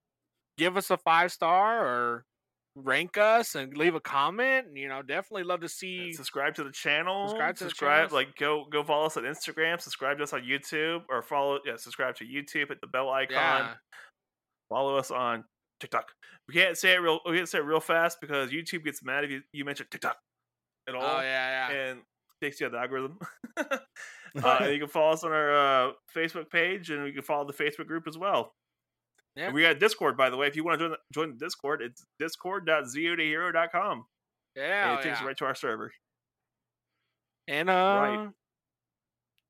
Speaker 2: give us a five star or rank us and leave a comment. You know, definitely love to
Speaker 5: And
Speaker 2: see.
Speaker 5: subscribe to the channel.
Speaker 2: Subscribe to the
Speaker 5: subscribe.
Speaker 2: channels.
Speaker 5: like, go go follow us on Instagram. Subscribe to us on YouTube, or follow. Yeah, subscribe to YouTube. Hit the bell icon.
Speaker 2: Yeah.
Speaker 5: Follow us on TikTok. We can't say it real. We can't say it real fast because YouTube gets mad if you, you mention TikTok at all,
Speaker 2: Oh yeah, yeah.
Speaker 5: and takes you out of the
Speaker 2: *laughs*
Speaker 5: algorithm. *laughs* uh, and you can follow us on our uh, Facebook page, and you can follow the Facebook group as well.
Speaker 2: Yeah.
Speaker 5: And we got Discord, by the way. If you want to join the, join the Discord, it's discord.zotohero.com.
Speaker 2: Yeah,
Speaker 5: And
Speaker 2: oh,
Speaker 5: it takes
Speaker 2: yeah.
Speaker 5: you right to our server.
Speaker 2: And uh,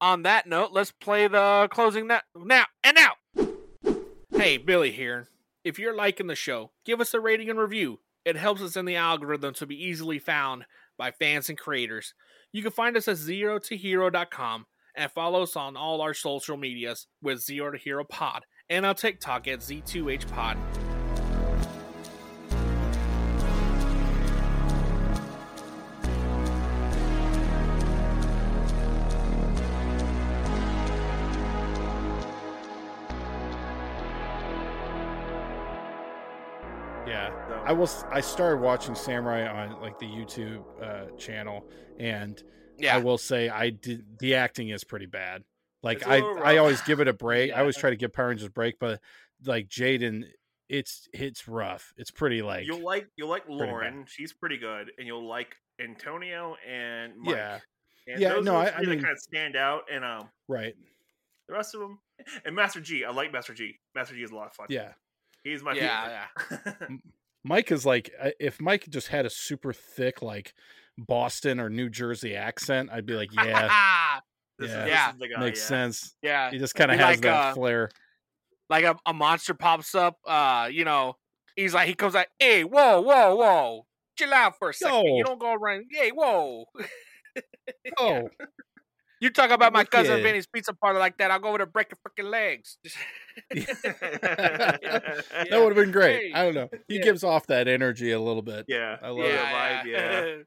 Speaker 2: on that note, let's play the closing now, now and now. Hey, Billy here. If you're liking the show, give us a rating and review. It helps us in the algorithm to be easily found by fans and creators. You can find us at zerotohero.com and follow us on all our social medias with Zero to Hero Pod and on TikTok at Z2H Pod.
Speaker 3: Yeah.
Speaker 5: So,
Speaker 3: I was I started watching Samurai on like the YouTube uh, channel, and I will say I did the acting is pretty bad. Like
Speaker 5: It's a
Speaker 3: I
Speaker 5: little
Speaker 3: I
Speaker 5: rough.
Speaker 3: always
Speaker 5: *laughs*
Speaker 3: give it a break. I always
Speaker 5: Yeah.
Speaker 3: try to give Power Rangers a break, but like Jaden, it's it's rough. It's pretty like
Speaker 5: you'll like you'll like
Speaker 3: bad.
Speaker 5: Lauren. She's pretty good, and you'll like Antonio and Mike.
Speaker 3: yeah
Speaker 5: and
Speaker 3: Yeah,
Speaker 5: Those
Speaker 3: no,
Speaker 5: are the
Speaker 3: I- I
Speaker 5: three that
Speaker 3: mean-
Speaker 5: kind of stand out, and um,
Speaker 3: right
Speaker 5: the rest of them. And Master G, I like Master G. Master G is a lot of fun.
Speaker 3: yeah.
Speaker 5: he's my
Speaker 2: Yeah,
Speaker 5: favorite.
Speaker 3: Mike is like I- if Mike just had a super thick like Boston or New Jersey accent, I'd be like yeah
Speaker 2: yeah.
Speaker 5: *laughs* this
Speaker 3: Yeah.
Speaker 2: *laughs*
Speaker 5: Is,
Speaker 2: Yeah.
Speaker 5: this is the guy,
Speaker 3: makes
Speaker 5: yeah.
Speaker 3: sense.
Speaker 2: yeah.
Speaker 3: He just kind of
Speaker 2: We
Speaker 3: has
Speaker 2: like,
Speaker 3: that
Speaker 2: uh, *laughs*
Speaker 3: flair.
Speaker 2: like a, a monster pops up uh you know he's like he comes like hey whoa whoa whoa chill out for a second
Speaker 3: Yo.
Speaker 2: you don't go around hey whoa *laughs*
Speaker 3: Oh
Speaker 2: you talk about my cousin
Speaker 3: Wicked.
Speaker 2: Vinny's pizza parlor like that I'll go over there break your freaking legs *laughs*
Speaker 3: that would have been great.
Speaker 5: *laughs*
Speaker 2: Hey.
Speaker 3: *laughs* I don't know. He
Speaker 2: Yeah.
Speaker 3: gives off that energy a little bit.
Speaker 5: yeah,
Speaker 3: I love
Speaker 5: yeah,
Speaker 3: it.
Speaker 5: vibe, yeah.